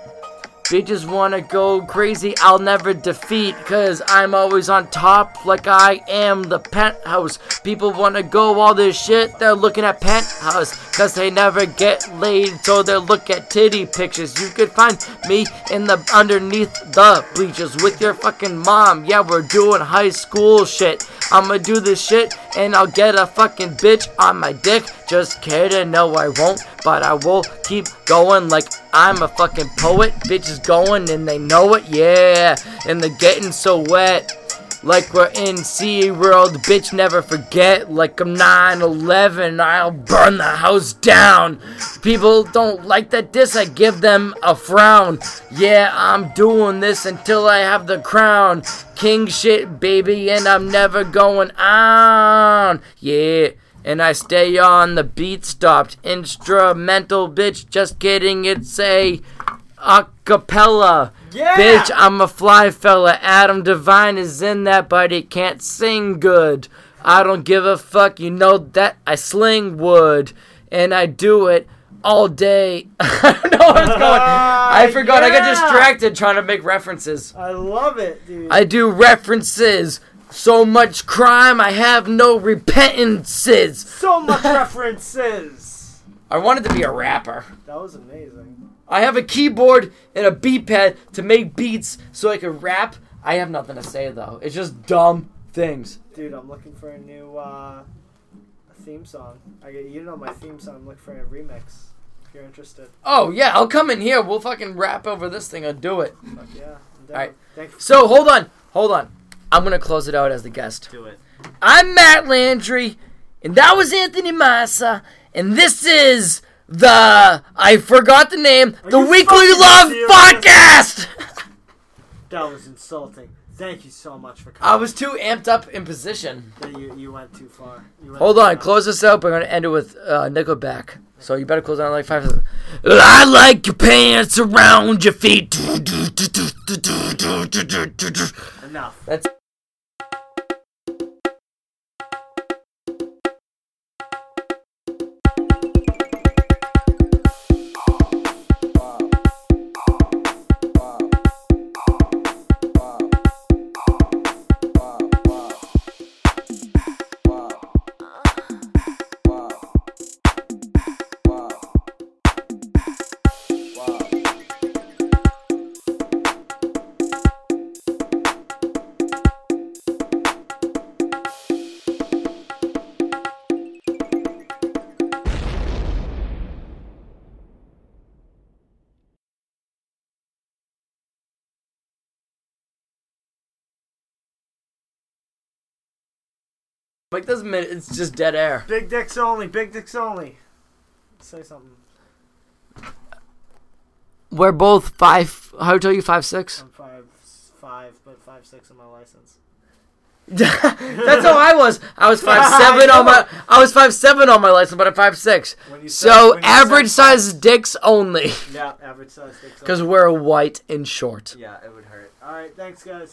Speaker 2: Bitches wanna go crazy, I'll never defeat. Cause I'm always on top, like I am the penthouse. People wanna go all this shit, they're looking at penthouse. Cause they never get laid, so they look at titty pictures. You could find me in the underneath the bleachers with your fucking mom. Yeah, we're doing high school shit. I'ma do this shit, and I'll get a fucking bitch on my dick. Just kidding, no, I won't. But I will keep going like I'm a fucking poet. Bitches going and they know it, yeah. And they're getting so wet. Like we're in SeaWorld, bitch, never forget. Like I'm 9 11, I'll burn the house down. People don't like that diss, I give them a frown. Yeah, I'm doing this until I have the crown. King shit, baby, and I'm never going on. Yeah. And I stay on the beat stopped. Instrumental bitch, just kidding, it's a acapella.
Speaker 1: Yeah!
Speaker 2: Bitch, I'm a fly fella. Adam Devine is in that, but he can't sing good. I don't give a fuck, you know that I sling wood. And I do it all day. I don't know where it's going. I forgot, I got
Speaker 1: Yeah!
Speaker 2: distracted trying to make references.
Speaker 1: I love it, dude.
Speaker 2: I do references. So much crime, I have no repentances.
Speaker 1: so much references.
Speaker 2: I wanted to be a rapper.
Speaker 1: That was amazing.
Speaker 2: I have a keyboard and a beat pad to make beats so I can rap. I have nothing to say though. It's just dumb things.
Speaker 1: Dude, I'm looking for a new uh, theme song. I get you know my theme song. Look for a remix if you're interested.
Speaker 2: Oh yeah, I'll come in here. We'll fucking rap over this thing. I'll do it.
Speaker 1: Fuck yeah. I'm down.
Speaker 2: Alright.
Speaker 1: Thank you.
Speaker 2: So hold on, hold on. I'm gonna close it out as the guest.
Speaker 5: Do it.
Speaker 2: I'm Matt Landry, and that was Anthony Massa, and this is the I forgot the name, the
Speaker 1: you
Speaker 2: Weekly
Speaker 1: fucking
Speaker 2: Love
Speaker 1: serious?
Speaker 2: Podcast.
Speaker 1: That was insulting. Thank you so much for
Speaker 2: I
Speaker 1: coming.
Speaker 2: was too amped up in position.
Speaker 1: you, you went too far. You went
Speaker 2: Hold
Speaker 1: too
Speaker 2: on,
Speaker 1: far.
Speaker 2: close this up. We're gonna end it with uh, Nickelback. So you better close down like five. seconds. I like your pants around your feet.
Speaker 1: Enough.
Speaker 2: That's. Like this minute, it's just dead air.
Speaker 1: Big dicks only. Big dicks only. Say something.
Speaker 2: We're both five. How do I tell you five six?
Speaker 1: I'm five five, but five six on my license.
Speaker 2: That's how I was. I was five seven on my. I was five seven on my license, but I'm five six.
Speaker 1: When you said-
Speaker 2: So
Speaker 1: when you said
Speaker 2: average size dicks only,
Speaker 1: Yeah, average size dicks.
Speaker 2: because we're white and short.
Speaker 1: yeah, it would hurt. All right, thanks guys.